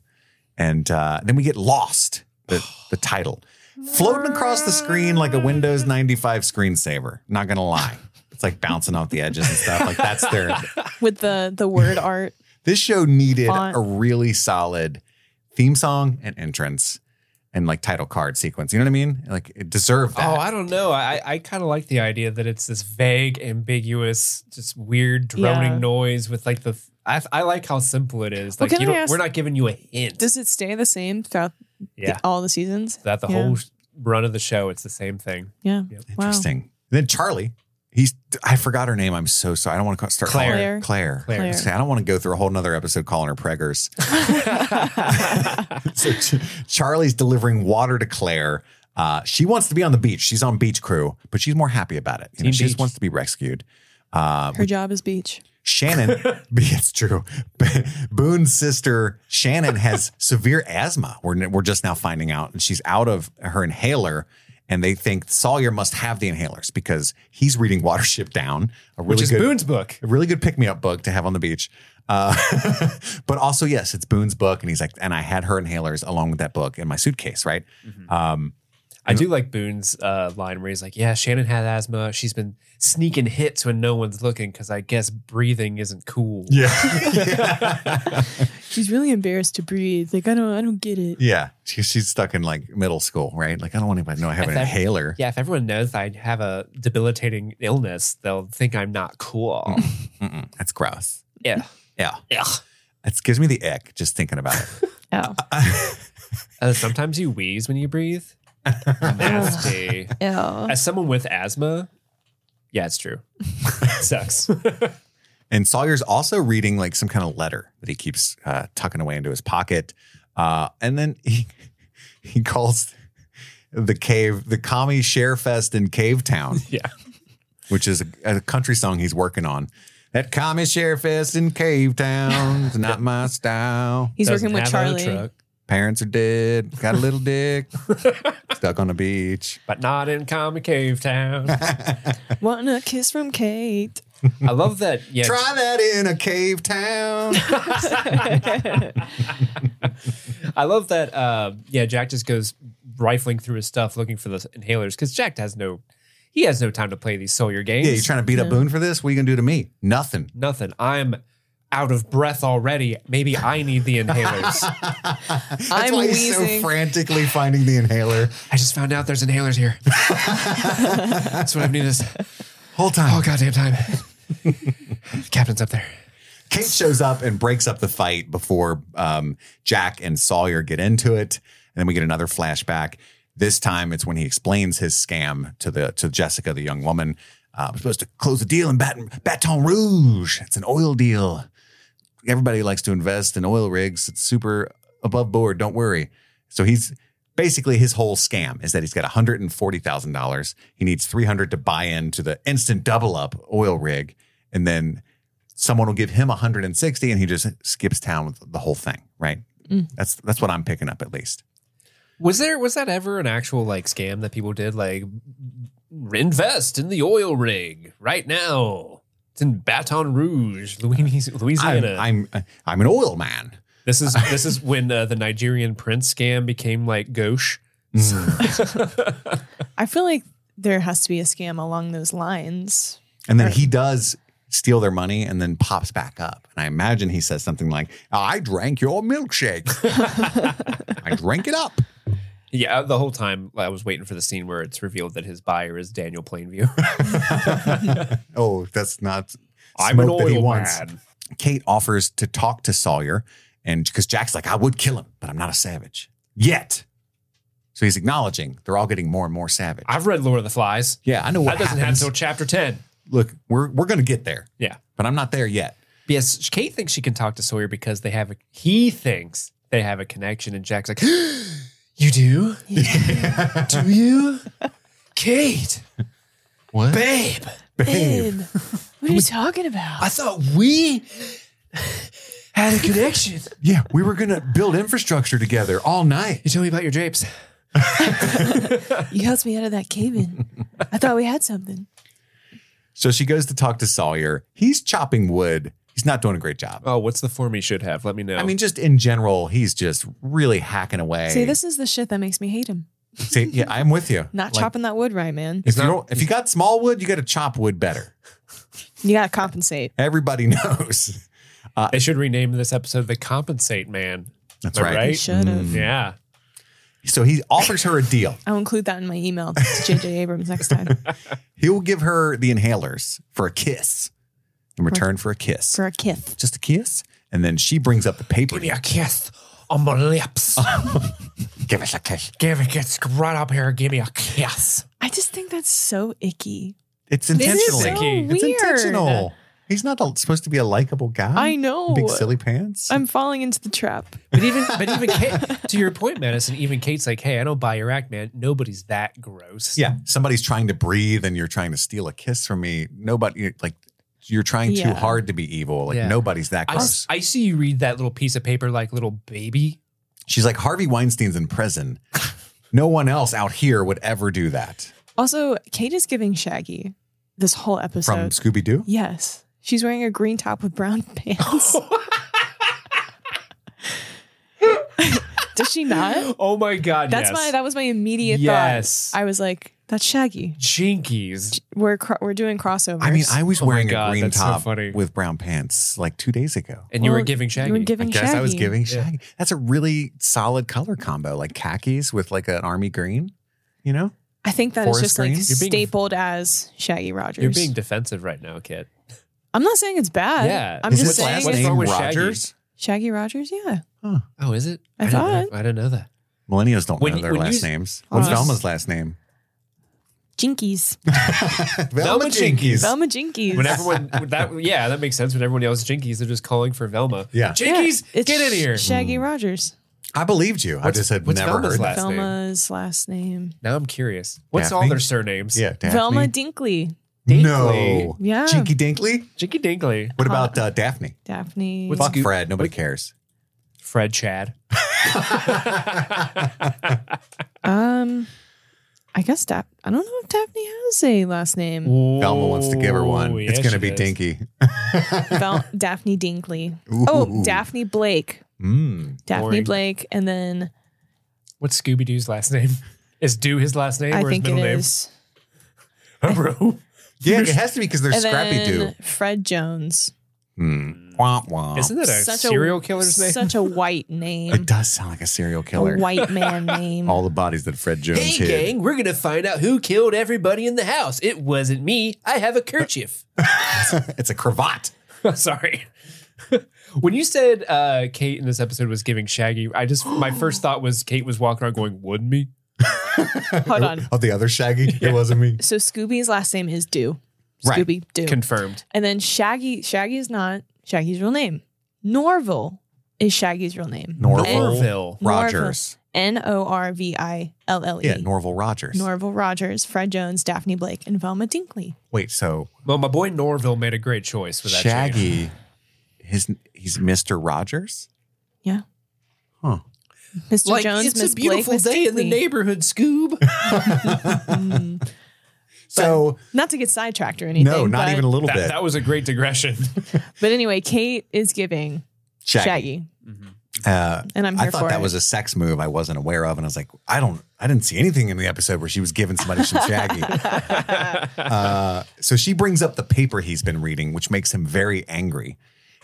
Speaker 1: And uh, then we get lost, the, the title. Floating across the screen like a Windows 95 screensaver. Not going to lie. It's like bouncing off the edges and stuff. Like that's their,
Speaker 2: With the the
Speaker 3: *laughs*
Speaker 2: word art,
Speaker 1: this show needed
Speaker 2: Font.
Speaker 1: a really solid theme song and entrance and like title card sequence. You know what I mean? Like it deserved that.
Speaker 3: Oh, I don't know. I, I kind of like the idea that it's this vague, ambiguous, just weird droning
Speaker 2: Yeah.
Speaker 3: noise with like the. I, I like how simple it is.
Speaker 2: Well,
Speaker 3: Like
Speaker 2: can
Speaker 3: you
Speaker 2: I
Speaker 3: don't,
Speaker 2: ask-
Speaker 3: we're not giving you a hint.
Speaker 2: does it stay the same throughout the-
Speaker 3: yeah,
Speaker 2: all the seasons?
Speaker 3: that the
Speaker 2: Yeah.
Speaker 3: whole run of the show, it's the same thing.
Speaker 2: Yeah.
Speaker 1: Interesting. Then Charlie, he's I forgot her name. I'm so sorry. I don't want to start calling her
Speaker 2: Claire.
Speaker 1: Claire.
Speaker 3: Claire.
Speaker 2: Claire.
Speaker 1: Say, I don't want to go through a whole nother episode calling her preggers. *laughs* so Ch- Charlie's delivering water to Claire. Uh, she wants to be on the beach. She's on beach crew, but she's more happy about it. You know,
Speaker 3: Team
Speaker 1: she just
Speaker 3: beach.
Speaker 1: wants to be rescued. Uh,
Speaker 2: *laughs* Her job is beach.
Speaker 3: *laughs*
Speaker 1: Shannon, it's true. Boone's sister Shannon
Speaker 3: *laughs*
Speaker 1: has severe asthma. We're we're just now finding out, and she's out of her inhaler. And they think Sawyer must have the inhalers because he's reading Watership Down, a really
Speaker 3: Which is
Speaker 1: good
Speaker 3: Boone's book.
Speaker 1: a really good pick me up book to have on the beach. Uh, *laughs* but also, yes, it's Boone's book, and he's like, and I had her inhalers along with that book in my suitcase, right?
Speaker 3: Mm-hmm.
Speaker 1: Um,
Speaker 3: I do like Boone's uh, line where he's like, "Yeah, Shannon had asthma. She's been sneaking hits when no one's looking because I guess breathing isn't cool."
Speaker 1: yeah,
Speaker 2: She's really embarrassed to breathe. Like I don't. I don't get it.
Speaker 1: *laughs* yeah. She, she's stuck in like middle school, right? Like I don't want anybody to know I have an
Speaker 3: If ev- *laughs*
Speaker 1: inhaler.
Speaker 3: Yeah, if everyone knows I have a debilitating illness, they'll think I'm not *laughs* cool.
Speaker 1: Mm-mm, that's gross.
Speaker 3: yeah.
Speaker 1: Yeah.
Speaker 3: Yeah.
Speaker 1: It gives me the ick just thinking about it.
Speaker 2: Oh.
Speaker 3: Uh, sometimes you wheeze when you breathe. *laughs* Nasty.
Speaker 2: Ew.
Speaker 3: As someone with asthma, yeah, it's *laughs* true. sucks.
Speaker 1: *laughs* and Sawyer's also reading like some kind of letter that he keeps uh, tucking away into his pocket, uh, and then he *laughs* he calls the cave the commie share fest in Cave Town,
Speaker 3: yeah.
Speaker 1: which is a, a country song he's working on. That commie share fest in Cave Town is not my style.
Speaker 2: He's
Speaker 3: Doesn't
Speaker 2: working with
Speaker 3: have a
Speaker 2: Charlie.
Speaker 3: truck,
Speaker 1: Parents are dead. Got a little dick. Stuck on the beach. *laughs*
Speaker 3: but not in Comic Cave Town.
Speaker 2: Want a kiss from Kate?
Speaker 3: I love that. Yeah.
Speaker 1: Try that in a cave town.
Speaker 3: I love that. Uh, yeah, Jack just goes rifling through his stuff looking for the inhalers because Jack has no, he has no time to play these Sawyer games.
Speaker 1: Yeah, you trying to beat up Boone for this? What are you gonna do to me? Nothing.
Speaker 3: Nothing. I'm out of breath already. Maybe I need
Speaker 1: *laughs*
Speaker 3: the inhalers.
Speaker 1: That's
Speaker 2: I'm
Speaker 1: why he's so
Speaker 2: wheezing.
Speaker 1: frantically finding the inhaler.
Speaker 3: I just found out there's inhalers here.
Speaker 1: *laughs*
Speaker 3: That's what I've needed this
Speaker 1: Whole time. *laughs*
Speaker 3: whole goddamn time. Oh, Captain's up there.
Speaker 1: Kate shows up and breaks up the fight before um, Jack and Sawyer get into it, and then we get another flashback. This time, it's when he explains his scam to the to Jessica, the young woman. Uh, I'm supposed to close a deal in Baton, Baton Rouge. It's an oil deal. Everybody likes to invest in oil rigs. It's super above board. Don't worry. So he's basically his whole scam is that he's got $140,000. He needs 300 to buy into the instant double up oil rig. And then someone will give him 160 and he just skips town with the whole thing, right?
Speaker 2: Mm.
Speaker 1: That's that's what I'm picking up at least.
Speaker 3: Was there was that ever an actual like scam that people did like invest in the oil rig right now? It's in Baton Rouge, Louis-
Speaker 1: I'm,
Speaker 3: Louisiana.
Speaker 1: I'm I'm an oil man.
Speaker 3: this is
Speaker 1: *laughs*
Speaker 3: this is when uh, the Nigerian prince scam became like gauche.
Speaker 1: Mm.
Speaker 2: I feel like there has to be a scam along those lines.
Speaker 1: And then he does steal their money and then pops back up. And I imagine he says something like, "I drank your milkshake. I drank it up."
Speaker 3: *laughs* Yeah, the whole time I was waiting for the scene where it's revealed that his buyer is Daniel Plainview. *laughs*
Speaker 1: Oh, that's not smoke that he wants. Kate offers to talk to Sawyer, and because Jack's like, I would kill him, but I'm not a savage yet. So he's acknowledging they're all getting more and more savage.
Speaker 3: I've read Lord of the Flies.
Speaker 1: yeah, I know what
Speaker 3: That doesn't
Speaker 1: happens.
Speaker 3: happen until chapter ten.
Speaker 1: Look, we're we're gonna get there,
Speaker 3: Yeah.
Speaker 1: but I'm not there yet.
Speaker 3: Yes, Kate thinks she can talk to Sawyer because they have a he thinks they have a connection, and Jack's like, *gasps* You do? do you? Kate,
Speaker 1: What,
Speaker 3: babe,
Speaker 2: Babe, what are you talking about?
Speaker 3: I thought we had a connection.
Speaker 1: Yeah, we were gonna build infrastructure together all night.
Speaker 3: you told me about your drapes.
Speaker 2: You helped me out of that cave in. I thought we had something.
Speaker 1: So she goes to talk to Sawyer. He's chopping wood. He's not doing a great job.
Speaker 3: Oh, what's the form he should have? Let me know.
Speaker 1: I mean, just in general, he's just really hacking away.
Speaker 2: See, this is the shit that makes me hate him.
Speaker 1: See, yeah, I'm with you.
Speaker 2: *laughs* Not
Speaker 1: Like,
Speaker 2: chopping that wood right, man.
Speaker 1: If you don't, if you got small wood, you got to chop wood better.
Speaker 2: You gotta compensate.
Speaker 1: Everybody *laughs* knows.
Speaker 3: they should rename this episode "The Compensate Man."
Speaker 1: That's
Speaker 3: Am I
Speaker 1: right.
Speaker 2: You should have.
Speaker 3: Yeah.
Speaker 1: So he offers her a deal.
Speaker 2: I'll include that in my email
Speaker 1: *laughs*
Speaker 2: to JJ Abrams next time
Speaker 1: He will give her the inhalers for a kiss in return for a kiss.
Speaker 2: for a kiff.
Speaker 1: Just a kiss. And then she brings up the paper.
Speaker 3: a kiss on
Speaker 1: *laughs*
Speaker 3: my lips.
Speaker 1: Give us a kiss.
Speaker 3: give it, gets right up here. Give me a kiss.
Speaker 2: I just think that's so icky.
Speaker 1: It's
Speaker 3: is
Speaker 1: intentional.
Speaker 2: So
Speaker 3: icky.
Speaker 2: weird.
Speaker 1: It's intentional. He's not a, supposed to be a likable guy.
Speaker 2: I know.
Speaker 1: Big silly pants.
Speaker 2: I'm falling into the trap.
Speaker 3: But even, but even Kate, to your point, Madison. Even Kate's like, "Hey, I don't buy your act, man. Nobody's that gross."
Speaker 1: yeah. Somebody's trying to breathe and you're trying to steal a kiss from me. Nobody, like, you're trying too
Speaker 2: Yeah.
Speaker 1: hard to be evil. Like,
Speaker 3: Yeah.
Speaker 1: nobody's that
Speaker 3: I,
Speaker 1: gross.
Speaker 3: s- I see you read that little piece of paper like little baby.
Speaker 1: She's like, Harvey Weinstein's in
Speaker 3: *laughs*
Speaker 1: prison. No one else out here would ever do that.
Speaker 2: Also, Kate is giving Shaggy this whole
Speaker 1: From
Speaker 2: episode.
Speaker 1: Scooby Doo?
Speaker 2: yes. She's wearing a green top with brown *laughs*
Speaker 1: *laughs*
Speaker 2: pants. Does she not?
Speaker 3: *laughs* Oh my god!
Speaker 2: That's
Speaker 3: yes.
Speaker 2: my that was my immediate
Speaker 3: Yes.
Speaker 2: thought. I was like, that's Shaggy.
Speaker 3: Jinkies.
Speaker 2: We're cro- we're doing crossovers.
Speaker 1: I mean, I was
Speaker 3: Oh my
Speaker 1: wearing a
Speaker 3: God,
Speaker 1: green
Speaker 3: that's so
Speaker 1: top
Speaker 3: funny.
Speaker 1: with brown pants like two days ago.
Speaker 3: And you were
Speaker 2: Well,
Speaker 3: giving Shaggy.
Speaker 2: you were
Speaker 1: I
Speaker 2: giving
Speaker 1: guess I was
Speaker 2: Shaggy.
Speaker 1: giving
Speaker 3: Yeah.
Speaker 1: Shaggy. That's a really solid color combo, like khakis with like an army green. You know,
Speaker 2: I think that is
Speaker 1: Forest
Speaker 2: just like
Speaker 1: green?
Speaker 3: You're being-
Speaker 2: stapled as Shaggy Rogers.
Speaker 3: You're being defensive right now, kid.
Speaker 2: I'm not saying it's bad.
Speaker 3: Yeah.
Speaker 2: I'm
Speaker 1: is
Speaker 2: just
Speaker 1: his last
Speaker 2: saying
Speaker 3: What's
Speaker 2: it's-
Speaker 1: name
Speaker 3: wrong with Shaggy?
Speaker 1: Rogers?
Speaker 2: Shaggy Rogers, yeah.
Speaker 3: Oh, is it?
Speaker 2: I
Speaker 3: didn't
Speaker 2: thought.
Speaker 3: know- I didn't know that.
Speaker 1: Millennials don't
Speaker 3: When-
Speaker 1: know their
Speaker 3: when
Speaker 1: last
Speaker 3: you-
Speaker 1: names.
Speaker 2: Hold
Speaker 1: What's
Speaker 2: on.
Speaker 1: Velma's last
Speaker 3: *laughs*
Speaker 1: name?
Speaker 2: Jinkies.
Speaker 1: Velma Jinkies.
Speaker 2: Velma Jinkies.
Speaker 3: When everyone that yeah, that makes sense. When everyone yells Jinkies, they're just calling for Velma.
Speaker 1: Yeah.
Speaker 2: Yeah,
Speaker 3: Jinkies,
Speaker 2: it's
Speaker 3: get in here.
Speaker 2: Shaggy Rogers.
Speaker 1: I believed you. I
Speaker 3: What's-
Speaker 1: just had
Speaker 3: what's
Speaker 1: never
Speaker 3: Velma's
Speaker 1: heard
Speaker 3: last-
Speaker 1: that.
Speaker 3: name.
Speaker 2: Velma's last name.
Speaker 3: Now I'm curious. What's
Speaker 1: Daphne?
Speaker 3: all their surnames?
Speaker 1: Yeah, Daphne.
Speaker 2: Velma Dinkley.
Speaker 1: No.
Speaker 2: Dinkley. Yeah.
Speaker 1: Jinky Dinkley.
Speaker 3: Jinky Dinkley.
Speaker 1: What about uh, Daphne?
Speaker 2: Daphne.
Speaker 3: What's-
Speaker 1: Fuck
Speaker 3: Scoop-
Speaker 1: Fred. Nobody cares.
Speaker 3: Fred Chad. *laughs*
Speaker 2: um I guess Dap I don't know if Daphne has a last name.
Speaker 1: Velma wants to give
Speaker 2: Oh,
Speaker 1: her one.
Speaker 3: Ooh,
Speaker 1: it's
Speaker 3: yeah,
Speaker 1: going to
Speaker 3: she
Speaker 1: be
Speaker 3: does.
Speaker 1: Dinky.
Speaker 2: Vel- Daphne Dinkley.
Speaker 1: Ooh.
Speaker 2: Oh, Daphne Blake.
Speaker 1: Mm.
Speaker 2: Daphne
Speaker 3: Boring.
Speaker 2: Blake. And then
Speaker 3: What's Scooby Doo's last name? *laughs* Is Doo his last name
Speaker 2: I
Speaker 3: or his
Speaker 2: think it
Speaker 3: middle name? *laughs* Oh,
Speaker 2: is.
Speaker 3: Hello.
Speaker 1: Oh, Yeah, it has to be because they're
Speaker 2: And
Speaker 1: Scrappy Doo.
Speaker 2: then Fred Jones.
Speaker 1: Mm. Womp womp.
Speaker 3: Isn't that a serial killer's name?
Speaker 2: Such
Speaker 1: *laughs*
Speaker 2: a white name.
Speaker 1: It does sound like a serial
Speaker 2: a
Speaker 1: killer. *laughs*
Speaker 2: white man name.
Speaker 1: All the bodies that Fred Jones hid. *laughs*
Speaker 3: we're gonna find out who killed everybody in the house. It wasn't me. I have a kerchief.
Speaker 1: it's a cravat.
Speaker 3: *laughs* Sorry. *laughs* When you said uh, Kate in this episode was giving Shaggy, I
Speaker 2: *gasps*
Speaker 3: just my first thought was Kate was walking around going, "Would me?"
Speaker 2: Hold on.
Speaker 1: Oh, the other Shaggy? It wasn't me.
Speaker 2: So Scooby's last name is Doo.
Speaker 1: Right.
Speaker 2: Scooby Doo.
Speaker 3: Confirmed.
Speaker 2: and then Shaggy. Shaggy is not Shaggy's real name. Norville is Shaggy's real name.
Speaker 1: Norville.
Speaker 3: Orville.
Speaker 1: Rogers.
Speaker 2: N O R V I L L E.
Speaker 1: Yeah, Norval Rogers.
Speaker 2: Norville Rogers, Fred Jones, Daphne Blake, and Velma Dinkley.
Speaker 1: Wait, so
Speaker 3: Well, my boy Norville made a great choice with that. change.
Speaker 1: Shaggy, his he's Mr. Rogers?
Speaker 2: Yeah.
Speaker 1: Huh.
Speaker 2: Mr.
Speaker 3: Like
Speaker 2: Jones,
Speaker 3: it's
Speaker 2: Miss
Speaker 3: a beautiful
Speaker 2: Blake, Miss
Speaker 3: day in the
Speaker 2: Dinkley.
Speaker 3: neighborhood, Scoob.
Speaker 2: Mm.
Speaker 1: So
Speaker 2: Not to get sidetracked or anything.
Speaker 1: no, not
Speaker 2: but,
Speaker 1: even a little
Speaker 3: that,
Speaker 1: bit.
Speaker 3: that was a great digression.
Speaker 2: But anyway, Kate is giving Shaggy,
Speaker 1: Uh,
Speaker 2: and I'm here
Speaker 1: I thought
Speaker 2: for
Speaker 1: that
Speaker 2: it.
Speaker 1: was a sex move I wasn't aware of, and I was like, I don't, I didn't see anything in the episode where she was giving somebody some
Speaker 2: *laughs*
Speaker 1: shaggy. uh, so she brings up the paper he's been reading, which makes him very angry,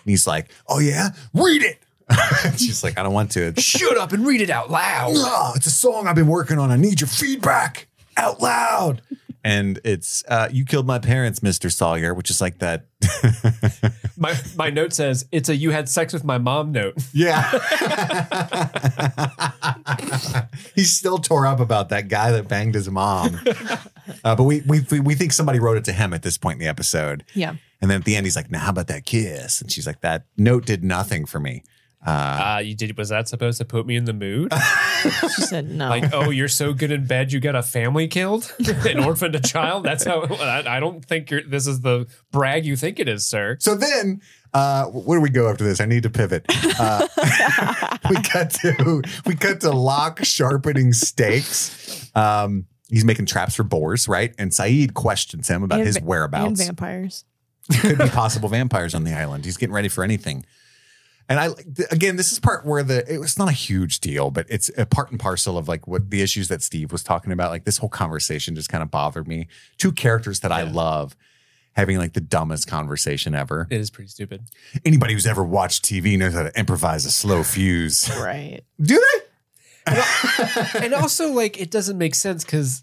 Speaker 1: and he's like, "Oh yeah, read it." *laughs* She's like, "I don't want to." It's,
Speaker 3: *laughs* Shut up and read it out loud.
Speaker 1: "No, it's a song I've been working on. I need your feedback out loud. And it's uh, "You Killed My Parents, Mister Sawyer," which is like that.
Speaker 3: *laughs* My my note says it's a you had sex with my mom note.
Speaker 1: *laughs* Yeah. He's still tore up about that guy that banged his mom. Uh, but we, we we think somebody wrote it to him at this point in the episode.
Speaker 2: yeah.
Speaker 1: And then at the end, he's like, nah, how about that kiss? And she's like, that note did nothing for me.
Speaker 3: Ah, you did. Was that supposed to put me in the mood?
Speaker 2: She
Speaker 1: *laughs*
Speaker 2: said no.
Speaker 3: like, oh, you're so good in bed, you got a family *laughs* killed, an orphaned a child. That's how. I, I don't think you're. This is the brag you think it is, sir.
Speaker 1: So then, uh, where do we go after this? I need to pivot. Uh, *laughs* we cut to we cut to Locke sharpening stakes. Um, he's making traps for boars, right? And Saeed questions him about
Speaker 2: And
Speaker 1: his
Speaker 2: va- and
Speaker 1: whereabouts.
Speaker 2: vampires.
Speaker 1: could be possible vampires on the island. He's getting ready for anything. And I th- again, this is part where the it was not a huge deal, but it's a part and parcel of like what the issues that Steve was talking about. Like this whole conversation just kind of bothered me. Two characters that I
Speaker 3: Yeah.
Speaker 1: love having like the dumbest conversation ever.
Speaker 3: It is pretty stupid.
Speaker 1: Anybody who's ever watched TV knows how to improvise a slow fuse.
Speaker 2: Right.
Speaker 1: Do they?
Speaker 3: and also, like, it doesn't make sense because,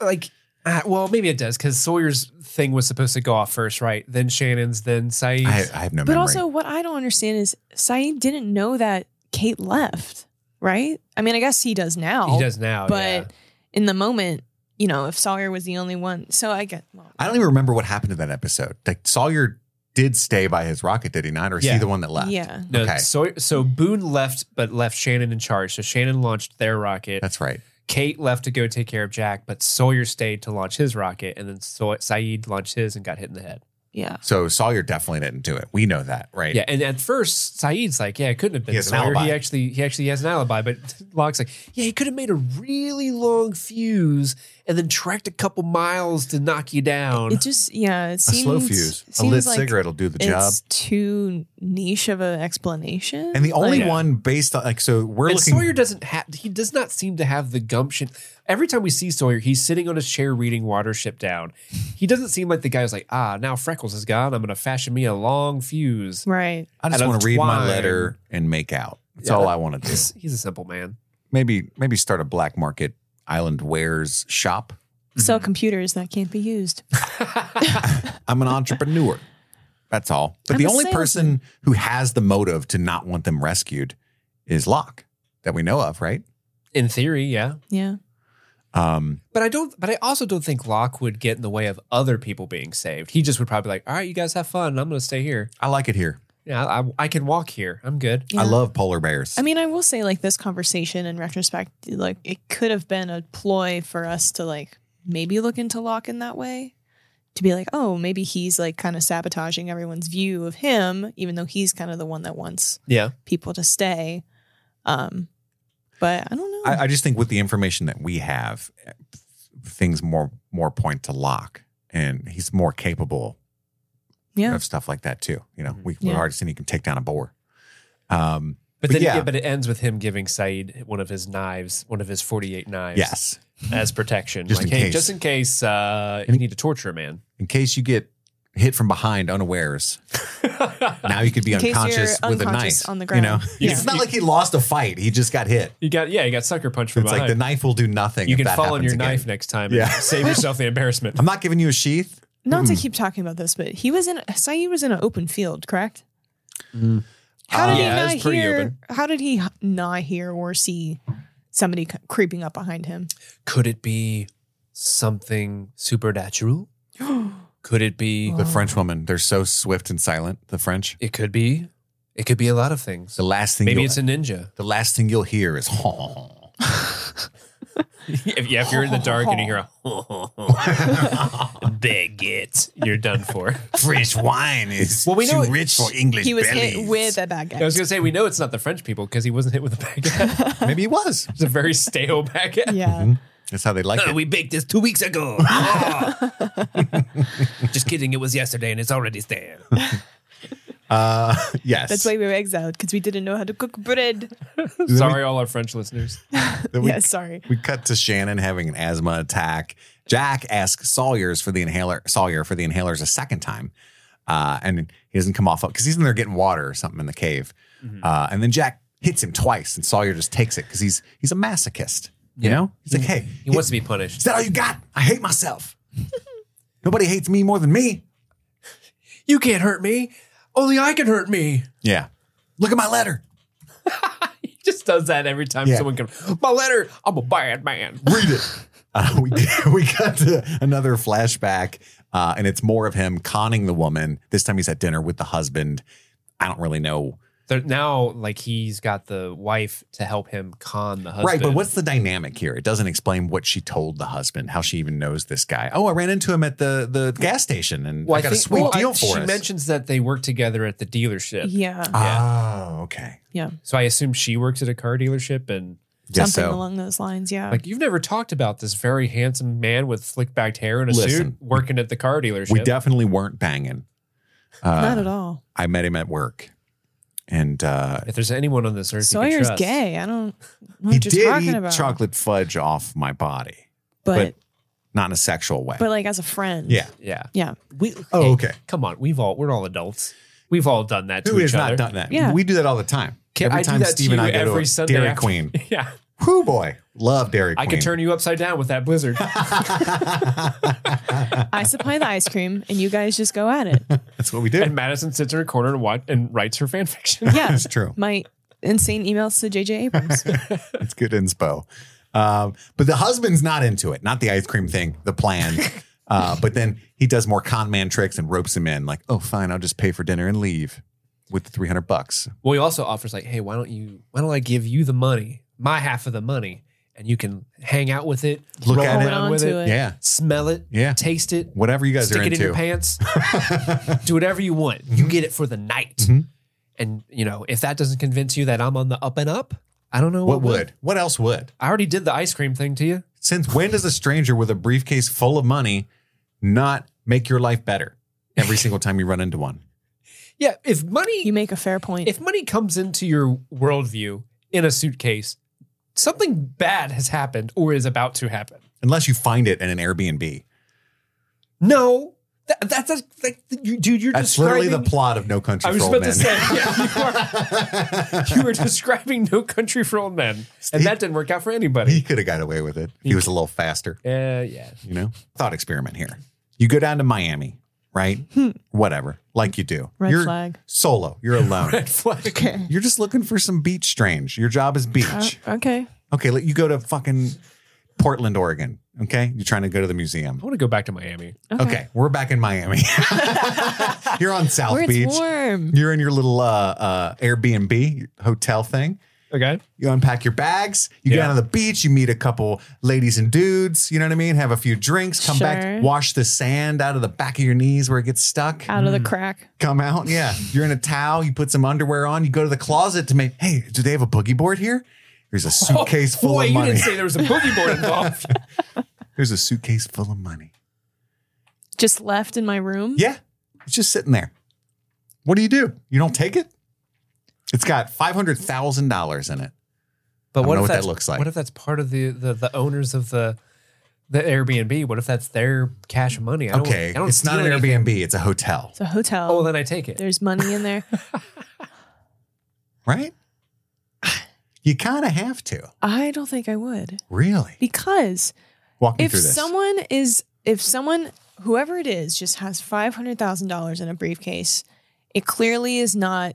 Speaker 3: like, ah, well, maybe it does because Sawyer's thing was supposed to go off first, right? Then Shannon's, then
Speaker 1: *laughs*
Speaker 3: Saeed's.
Speaker 1: I, I have no
Speaker 2: But
Speaker 1: memory.
Speaker 2: also, what I don't understand is Saeed didn't know that Kate left, right? I mean, I guess he does now.
Speaker 3: he does now,
Speaker 2: Oh, But
Speaker 3: yeah.
Speaker 2: in the moment, you know, if Sawyer was the only one, so I get. Well,
Speaker 1: I don't even remember what happened to that episode. Like Sawyer did stay by his rocket, did he not? Or is he
Speaker 3: Yeah.
Speaker 1: the one that left?
Speaker 2: Yeah.
Speaker 3: No,
Speaker 1: Okay.
Speaker 3: so so Boone left, but left Shannon in charge. So Shannon launched their rocket.
Speaker 1: That's right.
Speaker 3: Kate left to go take care of Jack, but Sawyer stayed to launch his rocket, and then Saw Saeed launched his and got hit in the head.
Speaker 2: Yeah.
Speaker 1: So Sawyer definitely didn't do it. We know that, right?
Speaker 3: Yeah, and at first Saeed's like, "Yeah, it couldn't have been
Speaker 1: He has an
Speaker 3: Sawyer. He
Speaker 1: alibi.
Speaker 3: actually he actually has an alibi." But *laughs* Locke's like, "Yeah, he could have made a really long fuse and then tracked a couple miles to knock you down."
Speaker 2: It just yeah. It
Speaker 1: A
Speaker 2: seems
Speaker 1: slow fuse. A
Speaker 2: seems
Speaker 1: lit
Speaker 2: like
Speaker 1: cigarette will do the job.
Speaker 2: It's too niche of an explanation.
Speaker 1: And the only
Speaker 3: Yeah.
Speaker 1: one based on like so we're
Speaker 3: and
Speaker 1: looking
Speaker 3: Sawyer doesn't have. He does not seem to have the gumption. Every time we see Sawyer, he's sitting on his chair reading Watership Down. He doesn't seem like the guy who's like, "Ah, now Freckles is gone. I'm going to fashion me a long fuse."
Speaker 2: right.
Speaker 1: I just
Speaker 3: out of
Speaker 1: want to read my
Speaker 3: twine.
Speaker 1: letter and make out. That's
Speaker 3: Yeah,
Speaker 1: all
Speaker 3: that-
Speaker 1: I want to do.
Speaker 3: He's, he's a simple
Speaker 1: *laughs*
Speaker 3: man.
Speaker 1: Maybe maybe start a black market island wares shop.
Speaker 2: Sell computers that can't be used.
Speaker 1: I'm an entrepreneur. That's all. But
Speaker 2: I'm
Speaker 1: the
Speaker 2: a
Speaker 1: only
Speaker 2: salesman.
Speaker 1: person who has the motive to not want them rescued is Locke that we know of, right?
Speaker 3: In theory, yeah.
Speaker 2: Yeah.
Speaker 1: Um,
Speaker 3: But I don't. But I also don't think Locke would get in the way of other people being saved. He just would probably be like, "All right, you guys have fun. I'm going to stay here.
Speaker 1: I like it here.
Speaker 3: Yeah, I, I, I can walk here. I'm good."
Speaker 2: Yeah.
Speaker 1: I love polar bears.
Speaker 2: I mean, I will say, like, this conversation in retrospect, like, it could have been a ploy for us to, like, maybe look into Locke in that way. To be like, oh, maybe he's, like, kind of sabotaging everyone's view of him, even though he's kind of the one that wants
Speaker 3: Yeah,
Speaker 2: people to stay. Um, but I don't know.
Speaker 1: I, I just think with the information that we have, things more more point to Locke, and he's more capable
Speaker 2: yeah.
Speaker 1: of stuff like that too. You
Speaker 3: Mm-hmm.
Speaker 1: know, we,
Speaker 2: Yeah.
Speaker 1: we've already seen he can take down a boar. Um,
Speaker 3: but
Speaker 1: But
Speaker 3: then
Speaker 1: yeah.
Speaker 3: yeah. but it ends with him giving Saeed one of his knives, one of his forty-eight knives,
Speaker 1: yes.
Speaker 3: as protection,
Speaker 1: Just
Speaker 3: like
Speaker 1: in
Speaker 3: hey,
Speaker 1: case.
Speaker 3: just in case uh, you need to torture a man. *laughs*
Speaker 1: In case you get hit from behind unawares, now you could be
Speaker 2: In case you're
Speaker 1: unconscious with
Speaker 2: unconscious
Speaker 1: a knife
Speaker 2: on the
Speaker 1: You know,
Speaker 2: ground. Yeah.
Speaker 1: it's not like he lost a fight; he just got hit.
Speaker 3: you got yeah, you got sucker punched from
Speaker 1: It's like the
Speaker 3: behind.
Speaker 1: knife will do nothing.
Speaker 3: you
Speaker 1: if
Speaker 3: can
Speaker 1: that
Speaker 3: fall on
Speaker 1: happens
Speaker 3: your
Speaker 1: again.
Speaker 3: knife next time.
Speaker 1: Yeah. *laughs*
Speaker 3: and *laughs* save yourself the embarrassment.
Speaker 1: I'm not giving you a sheath.
Speaker 3: Hmm.
Speaker 2: Not to keep talking about this, but he was in, Saeed was in an open field, correct? How did
Speaker 3: Uh, Yeah, it was
Speaker 2: he not
Speaker 3: pretty
Speaker 2: hear?
Speaker 3: open.
Speaker 2: How did he h- not hear or see somebody c- creeping up behind him?
Speaker 3: Could it be something
Speaker 1: *gasps*
Speaker 3: supernatural? Could it be?
Speaker 2: Oh.
Speaker 1: The French woman, they're so swift and silent, the French.
Speaker 3: It could be. It could be a lot of things.
Speaker 1: The last thing
Speaker 3: Maybe
Speaker 1: you'll,
Speaker 3: it's a ninja. *laughs*
Speaker 1: the last thing you'll hear is *laughs*
Speaker 3: if, yeah, if you're in the dark and you hear a *laughs* baguette, you're done for.
Speaker 1: *laughs* French wine is
Speaker 3: Well, we know
Speaker 1: too
Speaker 3: it-
Speaker 1: rich for English
Speaker 2: He was
Speaker 1: bellies.
Speaker 2: hit with a bad
Speaker 3: I
Speaker 2: guy.
Speaker 3: was gonna say we know it's not the French people because he wasn't hit with a baguette.
Speaker 1: Maybe he was.
Speaker 3: *laughs* It's a very stale *laughs* baguette.
Speaker 1: Mm-hmm.
Speaker 2: Yeah.
Speaker 1: That's how they like it.
Speaker 3: *laughs* we baked this two weeks ago. Ah. Just kidding. It was yesterday and it's already *laughs* stale.
Speaker 1: Uh, *laughs* yes.
Speaker 2: That's why we were exiled because we didn't know how to cook bread.
Speaker 3: Sorry, all our French listeners.
Speaker 1: Then we
Speaker 2: yeah, sorry.
Speaker 1: We cut to Shannon having an asthma attack. Jack asks Sawyer's for the inhaler, Sawyer for the inhalers a second time. Uh, and he doesn't come off because he's in there getting water or something in the cave.
Speaker 3: Mm-hmm.
Speaker 1: Uh, and then Jack hits him twice and Sawyer just takes it because he's he's a masochist. You
Speaker 3: Yeah.
Speaker 1: know? He's like, hey,
Speaker 3: He wants to be punished.
Speaker 1: is that all you got? I hate myself. Nobody hates me more than me.
Speaker 3: *laughs* You can't hurt me. Only I can hurt me.
Speaker 1: Yeah. Look at my letter.
Speaker 3: He just does that every time
Speaker 1: Yeah.
Speaker 3: someone comes. My letter. I'm a bad man.
Speaker 1: read it. *laughs* Uh, we we got to another flashback, uh, and it's more of him conning the woman. This time he's at dinner with the husband. I don't really know,
Speaker 3: They're now, like he's got the wife to help him con the husband.
Speaker 1: right? But what's the dynamic here? It doesn't explain what she told the husband, how she even knows this guy. Oh, I ran into him at the the gas station, and I got a sweet
Speaker 3: well,
Speaker 1: deal
Speaker 3: I-
Speaker 1: for
Speaker 3: She
Speaker 1: us.
Speaker 3: mentions that they work together at the dealership.
Speaker 2: Yeah.
Speaker 1: Oh, okay.
Speaker 2: Yeah.
Speaker 3: So I assume she works at a car dealership and
Speaker 1: Guess
Speaker 2: Something
Speaker 1: so.
Speaker 2: along those lines. Yeah.
Speaker 3: like you've never talked about this very handsome man with slick backed hair and a
Speaker 1: Listen,
Speaker 3: suit working at the car dealership.
Speaker 1: We definitely weren't banging. Uh,
Speaker 2: Not at all.
Speaker 1: I met him at work, and uh,
Speaker 3: if there's anyone on this earth, you can
Speaker 2: Sawyer's
Speaker 3: trust.
Speaker 2: gay. I don't know
Speaker 1: he
Speaker 2: what you're
Speaker 1: did
Speaker 2: talking
Speaker 1: eat
Speaker 2: about.
Speaker 1: chocolate fudge off my body,
Speaker 2: but,
Speaker 1: not in a sexual way.
Speaker 2: but like as a friend.
Speaker 1: yeah.
Speaker 3: Yeah.
Speaker 2: Yeah.
Speaker 3: We,
Speaker 1: Oh,
Speaker 3: hey,
Speaker 1: okay.
Speaker 3: Come on, we've all we're all adults. We've all done that to
Speaker 1: Who
Speaker 3: each
Speaker 1: has
Speaker 3: other.
Speaker 1: not done that?
Speaker 2: Yeah.
Speaker 1: We do that all the time.
Speaker 3: Can-
Speaker 1: every
Speaker 3: I do
Speaker 1: time
Speaker 3: that to
Speaker 1: Steve and
Speaker 3: you
Speaker 1: I go
Speaker 3: every
Speaker 1: to a
Speaker 3: Sunday
Speaker 1: Dairy
Speaker 3: after-
Speaker 1: *laughs* Queen.
Speaker 3: *laughs* yeah.
Speaker 1: Whoo boy, love Dairy
Speaker 3: I
Speaker 1: Queen.
Speaker 3: could turn you upside down with that *laughs* blizzard.
Speaker 2: I supply the ice cream and you guys just go at it.
Speaker 1: *laughs* That's what we do.
Speaker 3: and Madison sits in her corner and watch, and writes her fan fiction.
Speaker 2: Yeah.
Speaker 1: That's true.
Speaker 2: My insane emails to JJ Abrams.
Speaker 1: It's good inspo. Um, but the husband's not into it. Not the ice cream thing. The *laughs* plan. Uh, but then he does more con man tricks and ropes him in. Like, oh, fine, I'll just pay for dinner and leave with the three hundred bucks.
Speaker 3: *laughs* Well, he also offers like, hey, why don't you? Why don't I give you the money, my half of the money, and you can hang out with it,
Speaker 1: Look
Speaker 3: roll
Speaker 1: at it.
Speaker 3: around with
Speaker 2: Hold
Speaker 3: it,
Speaker 2: on to it.
Speaker 1: Yeah,
Speaker 3: smell it,
Speaker 1: Yeah.
Speaker 3: taste it,
Speaker 1: whatever you guys
Speaker 3: stick
Speaker 1: are
Speaker 3: it in your
Speaker 1: into.
Speaker 3: pants,
Speaker 1: *laughs*
Speaker 3: do whatever you want. You get it for the night,
Speaker 1: Mm-hmm.
Speaker 3: and you know if that doesn't convince you that I'm on the up and up, I don't know
Speaker 1: what
Speaker 3: what,
Speaker 1: would? What else would?
Speaker 3: I already did the ice cream thing to you.
Speaker 1: Since when does a stranger with a briefcase full of money not make your life better *laughs* every single time you run into one?
Speaker 3: Yeah, if money
Speaker 2: You make a fair point.
Speaker 3: if money comes into your worldview in a suitcase, something bad has happened or is about to happen.
Speaker 1: unless you find it in an Airbnb.
Speaker 3: No, that, that's a, that, you, dude. You're
Speaker 1: That's
Speaker 3: describing.
Speaker 1: literally the plot of No Country
Speaker 3: I was
Speaker 1: for Old
Speaker 3: about
Speaker 1: Men.
Speaker 3: to say,
Speaker 1: *laughs*
Speaker 3: yeah, you, are, you were describing No Country for Old Men, and that didn't work out for
Speaker 1: he
Speaker 3: anybody.
Speaker 1: could have got away with it. He was a little faster, *laughs*
Speaker 3: Yeah, yeah.
Speaker 1: you know. Thought experiment here. You go down to Miami, right? Whatever, like you do.
Speaker 2: Red
Speaker 1: you're
Speaker 2: flag.
Speaker 1: Solo. You're alone.
Speaker 3: Red flag.
Speaker 2: Okay.
Speaker 1: You're just looking for some beach strange. Your job is beach.
Speaker 2: Okay.
Speaker 1: Okay, let you go to fucking Portland, Oregon. Okay, you're trying to go to the museum.
Speaker 3: I want to go back to Miami.
Speaker 1: Okay, we're back in Miami. *laughs* you're on South
Speaker 2: Where it's
Speaker 1: Beach.
Speaker 2: warm.
Speaker 1: You're in your little uh, uh, Airbnb hotel thing.
Speaker 3: Okay.
Speaker 1: You unpack your bags, you go
Speaker 3: Yeah.
Speaker 1: down to the beach, you meet a couple ladies and dudes, you know what I mean? Have a few drinks, come
Speaker 2: Sure. Uh,
Speaker 1: back, wash the sand out of the back of your knees where it gets stuck,
Speaker 2: Out of the crack.
Speaker 1: come out. Yeah. You're in a towel, you put some underwear on, you go to the closet to make, hey, do they have a boogie board here? Here's a suitcase full
Speaker 3: Boy,
Speaker 1: of
Speaker 3: Oh, you
Speaker 1: money.
Speaker 3: didn't say there was a boogie *laughs* board involved.
Speaker 1: Here's a suitcase full of money.
Speaker 2: Just left in my room.
Speaker 1: Yeah. It's just sitting there. What do you do? You don't take it? It's got $500,000 in it.
Speaker 3: But
Speaker 1: don't
Speaker 3: what
Speaker 1: know
Speaker 3: if
Speaker 1: what that
Speaker 3: that's-
Speaker 1: looks like.
Speaker 3: What if that's part of the the, the owners of the the Airbnb? What if that's their cash money? I don't,
Speaker 1: Okay.
Speaker 3: I don't
Speaker 1: It's not an
Speaker 3: steal anything.
Speaker 1: Airbnb, it's a hotel,
Speaker 2: It's a hotel.
Speaker 3: Oh, well, then I take it.
Speaker 2: There's money
Speaker 1: *laughs*
Speaker 2: in there.
Speaker 1: right? You kind of have to.
Speaker 2: I don't think I would
Speaker 1: Really?
Speaker 2: because
Speaker 1: Walk me
Speaker 2: if
Speaker 1: through this.
Speaker 2: someone is, if someone, whoever it is, just has five hundred thousand dollars in a briefcase, it clearly is not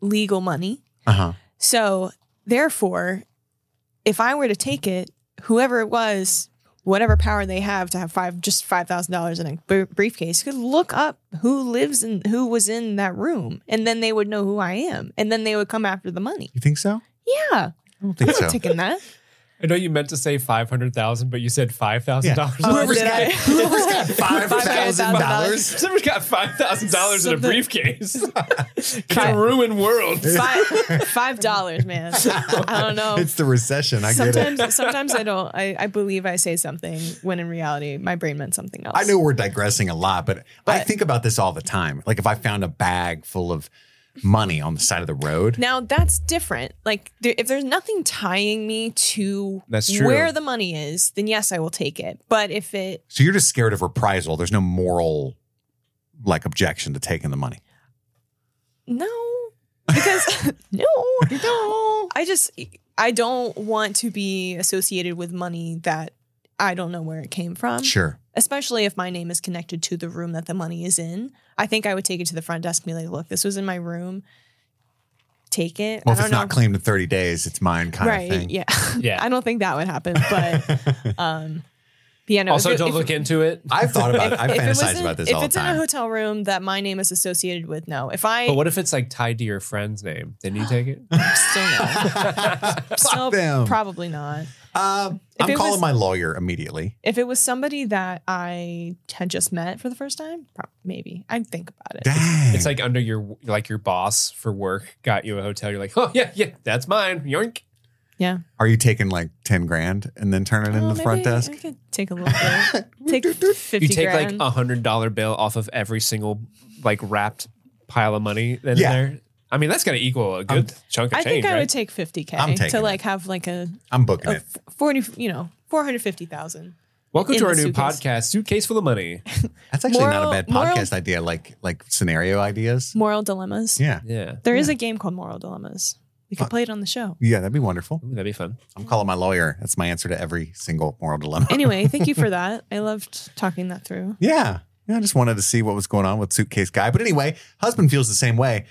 Speaker 2: legal money.
Speaker 1: Uh huh.
Speaker 2: So, therefore, if I were to take it, whoever it was, whatever power they have to have five just five thousand dollars in a br- briefcase, could look up who lives in who was in that room, and then they would know who I am, and then they would come after the money.
Speaker 1: You think so?
Speaker 2: Yeah,
Speaker 1: I don't
Speaker 2: I'm
Speaker 1: think
Speaker 2: not
Speaker 1: so.
Speaker 2: taking that.
Speaker 3: I know you meant to say five hundred thousand, but you said five thousand
Speaker 2: Oh,
Speaker 3: dollars.
Speaker 1: Whoever's
Speaker 2: did
Speaker 1: got,
Speaker 2: I?
Speaker 1: whoever's
Speaker 2: *laughs*
Speaker 1: got five thousand
Speaker 2: $5,000.
Speaker 1: dollars.
Speaker 3: Someone's got five thousand dollars in a
Speaker 2: Something-
Speaker 3: *laughs* briefcase. Can ruin worlds.
Speaker 1: *laughs*
Speaker 2: Five five dollars, man. I don't know.
Speaker 1: It's the recession. I get it.
Speaker 2: sometimes sometimes I don't I, I believe I say something when in reality my brain meant something else.
Speaker 1: I know we're digressing a lot, but, I
Speaker 2: But-
Speaker 1: think about this all the time. Like if I found a bag full of money on the side of the road,
Speaker 2: Now that's different. Like there, if there's nothing tying me to
Speaker 3: That's true.
Speaker 2: where the money is, then yes, I will take it. But if it
Speaker 1: so you're just scared of reprisal. There's no moral like objection to taking the money.
Speaker 2: no,
Speaker 1: *laughs*
Speaker 2: because *laughs* no, no, I just I don't want to be associated with money that I don't know where it came from.
Speaker 1: Sure.
Speaker 2: Especially if my name is connected to the room that the money is in. I think I would take it to the front desk and be like, "Look, this was in my room. Take it."
Speaker 1: Well,
Speaker 2: I
Speaker 1: if
Speaker 2: don't
Speaker 1: it's
Speaker 2: know.
Speaker 1: not claimed in 30 days, it's mine kind
Speaker 2: right?
Speaker 1: of thing.
Speaker 2: Yeah. *laughs*
Speaker 3: Yeah.
Speaker 2: I don't think that would happen,
Speaker 1: *laughs*
Speaker 2: but um, yeah. No,
Speaker 3: Also,
Speaker 2: if it-
Speaker 3: don't
Speaker 2: if-
Speaker 3: look into it.
Speaker 1: I've thought about it. I
Speaker 2: if it was
Speaker 1: fantasize
Speaker 2: in-
Speaker 1: about this
Speaker 2: if
Speaker 1: all the
Speaker 2: it's in a
Speaker 1: time.
Speaker 2: hotel room that my name is associated with, no. If I
Speaker 3: But what if it's like tied to your friend's name? Then you take it.
Speaker 2: still
Speaker 1: *laughs*
Speaker 2: no, still
Speaker 1: them.
Speaker 2: probably not.
Speaker 1: Um,
Speaker 2: If
Speaker 1: I'm
Speaker 2: it
Speaker 1: calling
Speaker 2: was-
Speaker 1: my lawyer immediately.
Speaker 2: If it was somebody that I had just met for the first time, prob- maybe I'd think about it.
Speaker 1: Dang.
Speaker 3: It's like under your like your boss for work got you a hotel. You're like, oh yeah, yeah, that's mine. Yoink.
Speaker 2: Yeah,
Speaker 1: Are you taking like 10 grand and then turning it in
Speaker 2: Well,
Speaker 1: the front
Speaker 2: maybe
Speaker 1: desk?
Speaker 2: I could take a little
Speaker 3: *laughs*
Speaker 2: bit. take fifty.
Speaker 3: You take like
Speaker 2: grand.
Speaker 3: a hundred dollar bill off of every single like wrapped pile of money in
Speaker 1: Yeah.
Speaker 3: there. I mean, that's gonna equal a good chunk of
Speaker 2: Um, I
Speaker 3: change,
Speaker 2: think I
Speaker 3: right?
Speaker 2: would take fifty k
Speaker 1: I'm
Speaker 2: to
Speaker 1: taking
Speaker 2: like have like a,
Speaker 1: I'm booking
Speaker 2: a
Speaker 1: it.
Speaker 2: f- forty, you know, four hundred fifty thousand.
Speaker 3: Welcome
Speaker 2: in
Speaker 3: to
Speaker 2: the
Speaker 3: our new
Speaker 2: suitcase.
Speaker 3: podcast, Suitcase Full of
Speaker 2: *laughs*
Speaker 3: Money.
Speaker 1: That's actually not a
Speaker 2: moral-
Speaker 1: bad
Speaker 2: moral-
Speaker 1: podcast idea, like like scenario ideas.
Speaker 2: Moral dilemmas.
Speaker 1: Yeah.
Speaker 3: Yeah,
Speaker 2: There is a game called Moral Dilemmas. We could play it on the show.
Speaker 1: Yeah, that'd be wonderful.
Speaker 3: Ooh, that'd be fun.
Speaker 1: I'm calling my lawyer. That's my answer to every single moral dilemma.
Speaker 2: Anyway, thank
Speaker 1: *laughs*
Speaker 2: you for that. I loved talking that through.
Speaker 1: yeah. Yeah, I just wanted to see what was going on with suitcase guy. But anyway, husband feels the same way.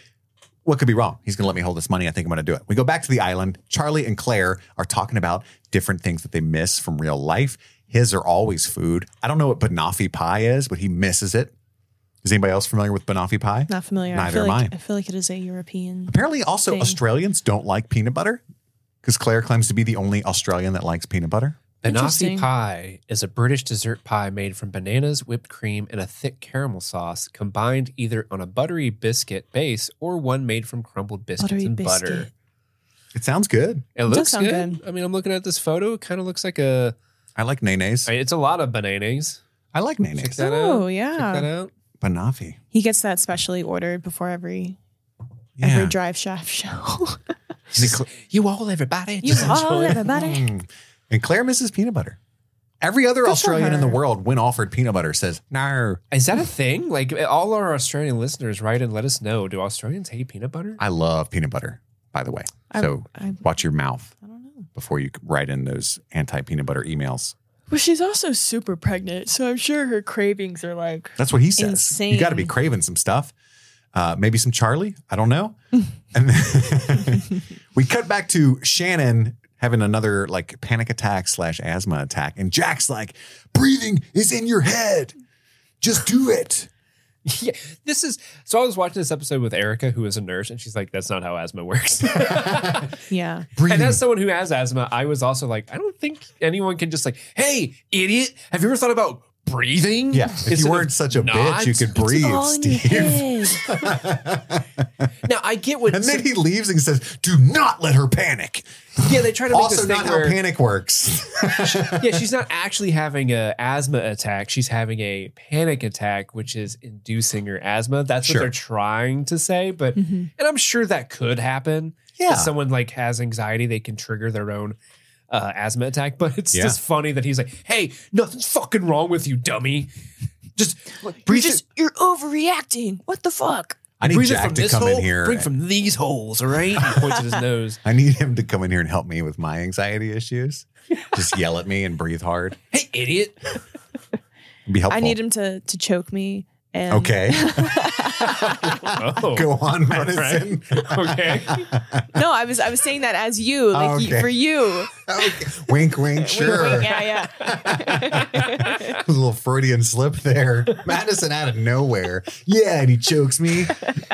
Speaker 1: What could be wrong? He's going to let me hold this money. I think I'm going to do it. We go back to the island. Charlie and Claire are talking about different things that they miss from real life. His are always food. I don't know what banoffee pie is, but he misses it. Is anybody else familiar with banoffee pie?
Speaker 2: Not familiar. I
Speaker 1: Neither
Speaker 2: feel
Speaker 1: am
Speaker 2: like,
Speaker 1: I.
Speaker 2: feel like it is a European.
Speaker 1: Apparently, also
Speaker 2: thing.
Speaker 1: Australians don't like peanut butter because Claire claims to be the only Australian that likes peanut butter.
Speaker 3: Banoffee
Speaker 2: Interesting.
Speaker 3: pie is a British dessert pie made from bananas, whipped cream, and a thick caramel sauce, combined either on a buttery biscuit base or one made from crumbled biscuits
Speaker 2: Buttery
Speaker 3: and
Speaker 2: biscuit.
Speaker 3: butter.
Speaker 1: It sounds good.
Speaker 3: It
Speaker 2: does
Speaker 3: looks
Speaker 2: sound
Speaker 3: good. I mean, I'm looking at this photo. It kind of looks like a.
Speaker 1: I like
Speaker 3: I
Speaker 1: nenes.
Speaker 3: mean, It's a lot of bananas.
Speaker 1: I like
Speaker 3: Check
Speaker 1: nenes.
Speaker 3: that
Speaker 2: Oh,
Speaker 3: out.
Speaker 2: yeah.
Speaker 3: Check that out.
Speaker 1: Banoffee.
Speaker 2: He gets that specially ordered before every every drive shaft show. *laughs*
Speaker 1: Is it cl-
Speaker 3: You all, everybody.
Speaker 2: you all everybody.
Speaker 1: Mm. And Claire misses peanut butter. Every other
Speaker 2: for
Speaker 1: Australian in
Speaker 2: her.
Speaker 1: the world, when offered peanut butter, says, no,
Speaker 3: Is that a thing? Like eh, all our Australian listeners, write and let us know. Do Australians hate peanut butter?
Speaker 1: I love peanut butter, by the way.
Speaker 2: I-
Speaker 1: so
Speaker 2: I-
Speaker 1: watch your mouth
Speaker 2: I don't know.
Speaker 1: before you write in those anti peanut butter emails.
Speaker 2: Well, she's also super pregnant, so I'm sure her cravings are like.
Speaker 1: That's what he says. You
Speaker 2: Insane.
Speaker 1: got to be craving some stuff. Uh, maybe some Charlie. I don't know. *laughs* and then *laughs* we cut back to Shannon having another like panic attack slash asthma attack, and Jack's like, "Breathing is in your head. Just do it."
Speaker 3: *laughs* yeah. This is so. I was watching this episode with Erica, who is a nurse, and she's like, "That's not how asthma works." *laughs*
Speaker 2: Yeah.
Speaker 1: Breathing.
Speaker 3: And as someone who has asthma, I was also like, I don't think anyone can just like, hey, idiot, have you ever thought about breathing? *laughs*
Speaker 1: yeah, if
Speaker 3: Instead
Speaker 1: you
Speaker 3: of
Speaker 1: weren't such a
Speaker 3: not?"
Speaker 1: bitch, you could breathe,
Speaker 2: all in your
Speaker 1: Steve.
Speaker 2: head.
Speaker 3: Now I get
Speaker 1: *laughs*
Speaker 3: what.
Speaker 1: And then he leaves and says, "Do not let her panic."
Speaker 3: yeah, they try to make
Speaker 1: Also,
Speaker 3: this thing
Speaker 1: not how
Speaker 3: where
Speaker 1: panic works. *laughs*
Speaker 3: yeah, she's not actually having a asthma attack. She's having a panic attack, which is inducing her asthma. That's
Speaker 1: Sure.
Speaker 3: what they're trying to say. But
Speaker 2: Hmm.
Speaker 3: and I'm sure that could happen.
Speaker 1: Yeah.
Speaker 3: if someone like has anxiety, they can trigger their own uh, asthma attack. But it's
Speaker 1: Yeah.
Speaker 3: just funny that he's like, "Hey, nothing's fucking wrong with you, dummy. Just like, breathe
Speaker 2: You're just you're overreacting. What the fuck?
Speaker 1: I need
Speaker 3: breathe it
Speaker 1: Jack
Speaker 3: from
Speaker 1: to
Speaker 3: this
Speaker 1: come
Speaker 3: hole.
Speaker 1: in here.
Speaker 3: Breathe from these holes, all right?" He points
Speaker 1: *laughs*
Speaker 3: at his nose.
Speaker 1: I need him to come in here and help me with my anxiety issues. Just yell at me and breathe hard.
Speaker 3: Hey,
Speaker 1: *laughs*
Speaker 3: idiot!
Speaker 1: It'd be helpful.
Speaker 2: I need him to to choke me and
Speaker 1: Okay. *laughs*
Speaker 3: Oh,
Speaker 1: Go on,
Speaker 3: *laughs*
Speaker 1: medicine.
Speaker 3: okay.
Speaker 2: *laughs*
Speaker 1: *laughs*
Speaker 2: No, I was I was saying that as you, like y-
Speaker 1: Okay.
Speaker 2: for
Speaker 3: *laughs*
Speaker 2: you.
Speaker 1: *laughs* Okay. Wink, wink. Sure.
Speaker 2: *laughs* Yeah, yeah.
Speaker 1: a *laughs* little Freudian slip there. Madison out of nowhere. Yeah, and he chokes me. *laughs*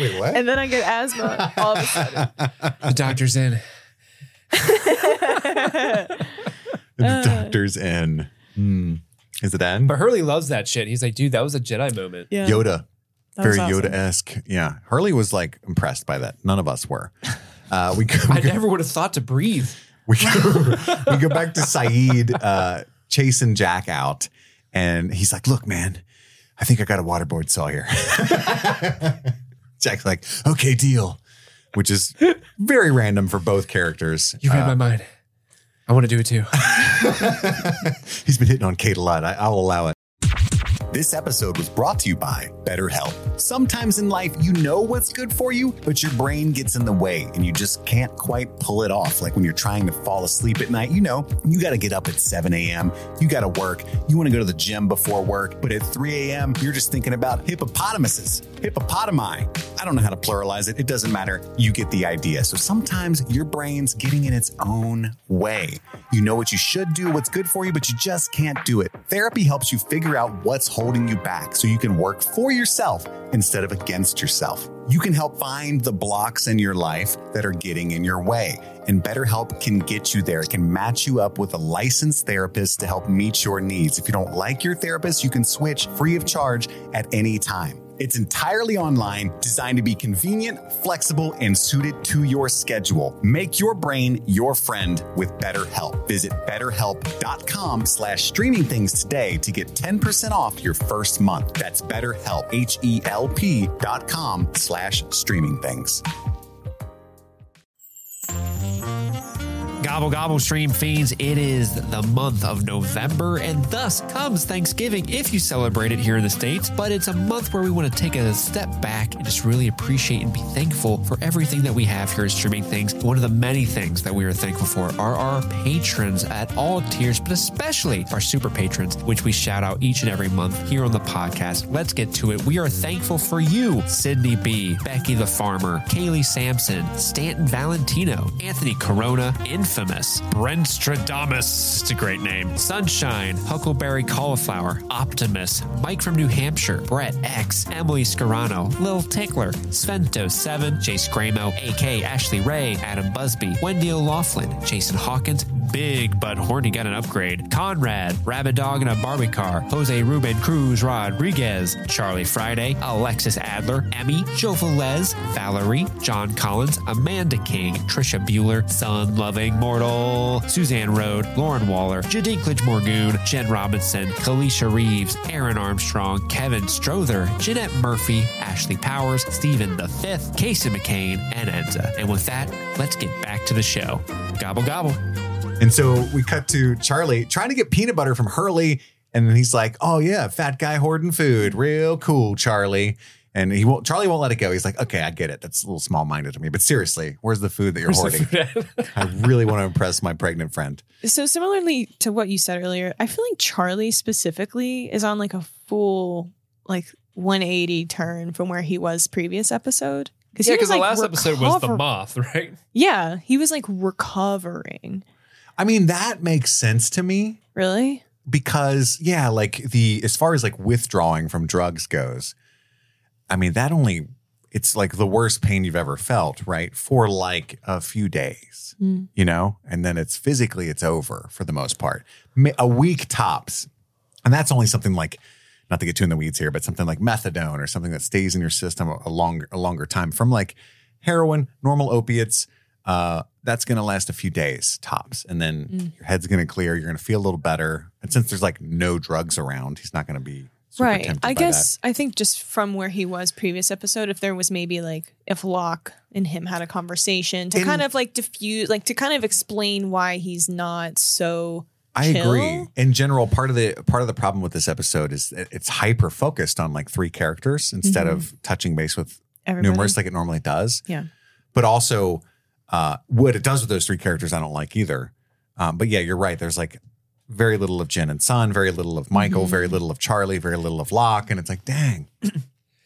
Speaker 1: Wait, what?
Speaker 2: And then I get asthma all of a sudden.
Speaker 3: The doctor's in.
Speaker 1: the doctor's in. Hmm. Is it N?
Speaker 3: But Hurley loves that shit. He's like, dude, that was a Jedi moment.
Speaker 2: Yeah.
Speaker 1: Yoda.
Speaker 2: That was
Speaker 1: Very
Speaker 2: awesome.
Speaker 1: Yoda esque. Yeah. Hurley was like impressed by that. None of us
Speaker 2: *laughs*
Speaker 1: were. Uh, we go,
Speaker 3: I
Speaker 1: we, go,
Speaker 3: never would have thought to breathe.
Speaker 1: we, go, *laughs* we go back to Saeed uh, chasing Jack out. And he's like, look, man, I think I got a waterboard saw here. *laughs* Jack's like, okay, deal. Which is very random for both characters.
Speaker 3: You read my mind. I want to do it too.
Speaker 1: He's been hitting on Kate a lot. I, I'll allow it. This episode was brought to you by BetterHelp. Sometimes in life, you know what's good for you, but your brain gets in the way and you just can't quite pull it off. Like when you're trying to fall asleep at night, you know, you got to get up at 7 a.m., you got to work, you want to go to the gym before work, but at 3 a.m., you're just thinking about hippopotamuses, hippopotami. I don't know how to pluralize it, it doesn't matter. You get the idea. So sometimes your brain's getting in its own way. You know what you should do, what's good for you, but you just can't do it. Therapy helps you figure out what's holding you back so you can work for yourself instead of against yourself. You can help find the blocks in your life that are getting in your way. And BetterHelp can get you there. It can match you up with a licensed therapist to help meet your needs. If you don't like your therapist, you can switch free of charge at any time. It's entirely online, designed to be convenient, flexible, and suited to your schedule. Make your brain your friend with BetterHelp. Visit betterhelp.com slash streaming things today to get 10% off your first month. That's betterhelp, H-E-L-P dot com slash streaming things.
Speaker 3: Gobble gobble stream fiends, it is the month of November and thus comes Thanksgiving if you celebrate it here in the States. But it's a month where we want to take a step back and just really appreciate and be thankful for everything that we have here at Streaming Things. One of the many things that we are thankful for are our patrons at all tiers, but especially our super patrons, which we shout out each and every month here on the podcast. Let's get to it. We are thankful for you, Sydney B, Becky the Farmer, Kaylee Sampson, Stanton Valentino, Anthony Corona, Infamous, Brenstradamus, it's a great name, Sunshine, Huckleberry Cauliflower, Optimus, Mike from New Hampshire, Brett X, Emily Scarano, Lil Tickler, Svento7, Jay Scramo, AK Ashley Ray, Adam Busby, Wendy O'Laughlin, Jason Hawkins, Big Bud Horny got an upgrade, Conrad, Rabid Dog in a Barbie Car, Jose Ruben Cruz Rodriguez, Charlie Friday, Alexis Adler, Emmy, Joe Velez, Valerie, John Collins, Amanda King, Trisha Bueller, Sun Loving Mortal, Suzanne Rode, Lauren Waller, Jadinklage Morgoon, Jen Robinson, Kalisha Reeves, Aaron Armstrong, Kevin Strother, Jeanette Murphy, Ashley Powers, Stephen the Fifth, Casey McCain, and Enza. And with that, let's get back to the show. Gobble gobble.
Speaker 1: And so we cut to Charlie trying to get peanut butter from Hurley. And then he's like, oh, yeah, fat guy hoarding food. Real cool, Charlie. And he won't, Charlie won't let it go. He's like, okay, I get it. That's a little small minded of me. But seriously, where's the food that you're
Speaker 3: *laughs*
Speaker 1: hoarding? I really want to impress my pregnant friend.
Speaker 2: So similarly to what you said earlier, I feel like Charlie specifically is on like a full like 180 turn from where he was previous episode. he
Speaker 3: Yeah,
Speaker 2: was,
Speaker 3: because the
Speaker 2: like,
Speaker 3: last episode was the
Speaker 2: recover-
Speaker 3: moth, right?
Speaker 2: Yeah, he was like recovering.
Speaker 1: I mean, that makes sense to me
Speaker 2: Really?
Speaker 1: because, yeah, like the, as far as like withdrawing from drugs goes, I mean, that only, it's like the worst pain you've ever felt, right? For like a few days.
Speaker 2: Mm.
Speaker 1: you know, and then it's physically it's over for the most part. Ma- A week tops, and that's only something like not to get too in the weeds here, but something like methadone or something that stays in your system a a longer a longer time from like heroin, normal opiates. Uh, that's gonna last a few days tops, and then
Speaker 2: Mm.
Speaker 1: your head's gonna clear. You're gonna feel a little better, and since there's like no drugs around, he's not gonna be super
Speaker 2: right.
Speaker 1: tempted
Speaker 2: I
Speaker 1: by
Speaker 2: guess I think just from where he was previous episode, if there was maybe like if Locke and him had a conversation to
Speaker 1: In-
Speaker 2: kind of like diffuse, like to kind of explain why he's not so.
Speaker 1: that. I agree.
Speaker 2: chill.
Speaker 1: In general, part of the part of the problem with this episode is it- it's hyper focused on like three characters instead of touching base with
Speaker 2: Mm-hmm. Everybody.
Speaker 1: numerous like it normally does.
Speaker 2: Yeah.
Speaker 1: But also, uh, what it does with those three characters, I don't like either. Um, but yeah, you're right. There's like very little of
Speaker 2: Mm-hmm.
Speaker 1: Jen and Son, very little of Michael, very little of Charlie, very little of Locke. And it's like, dang,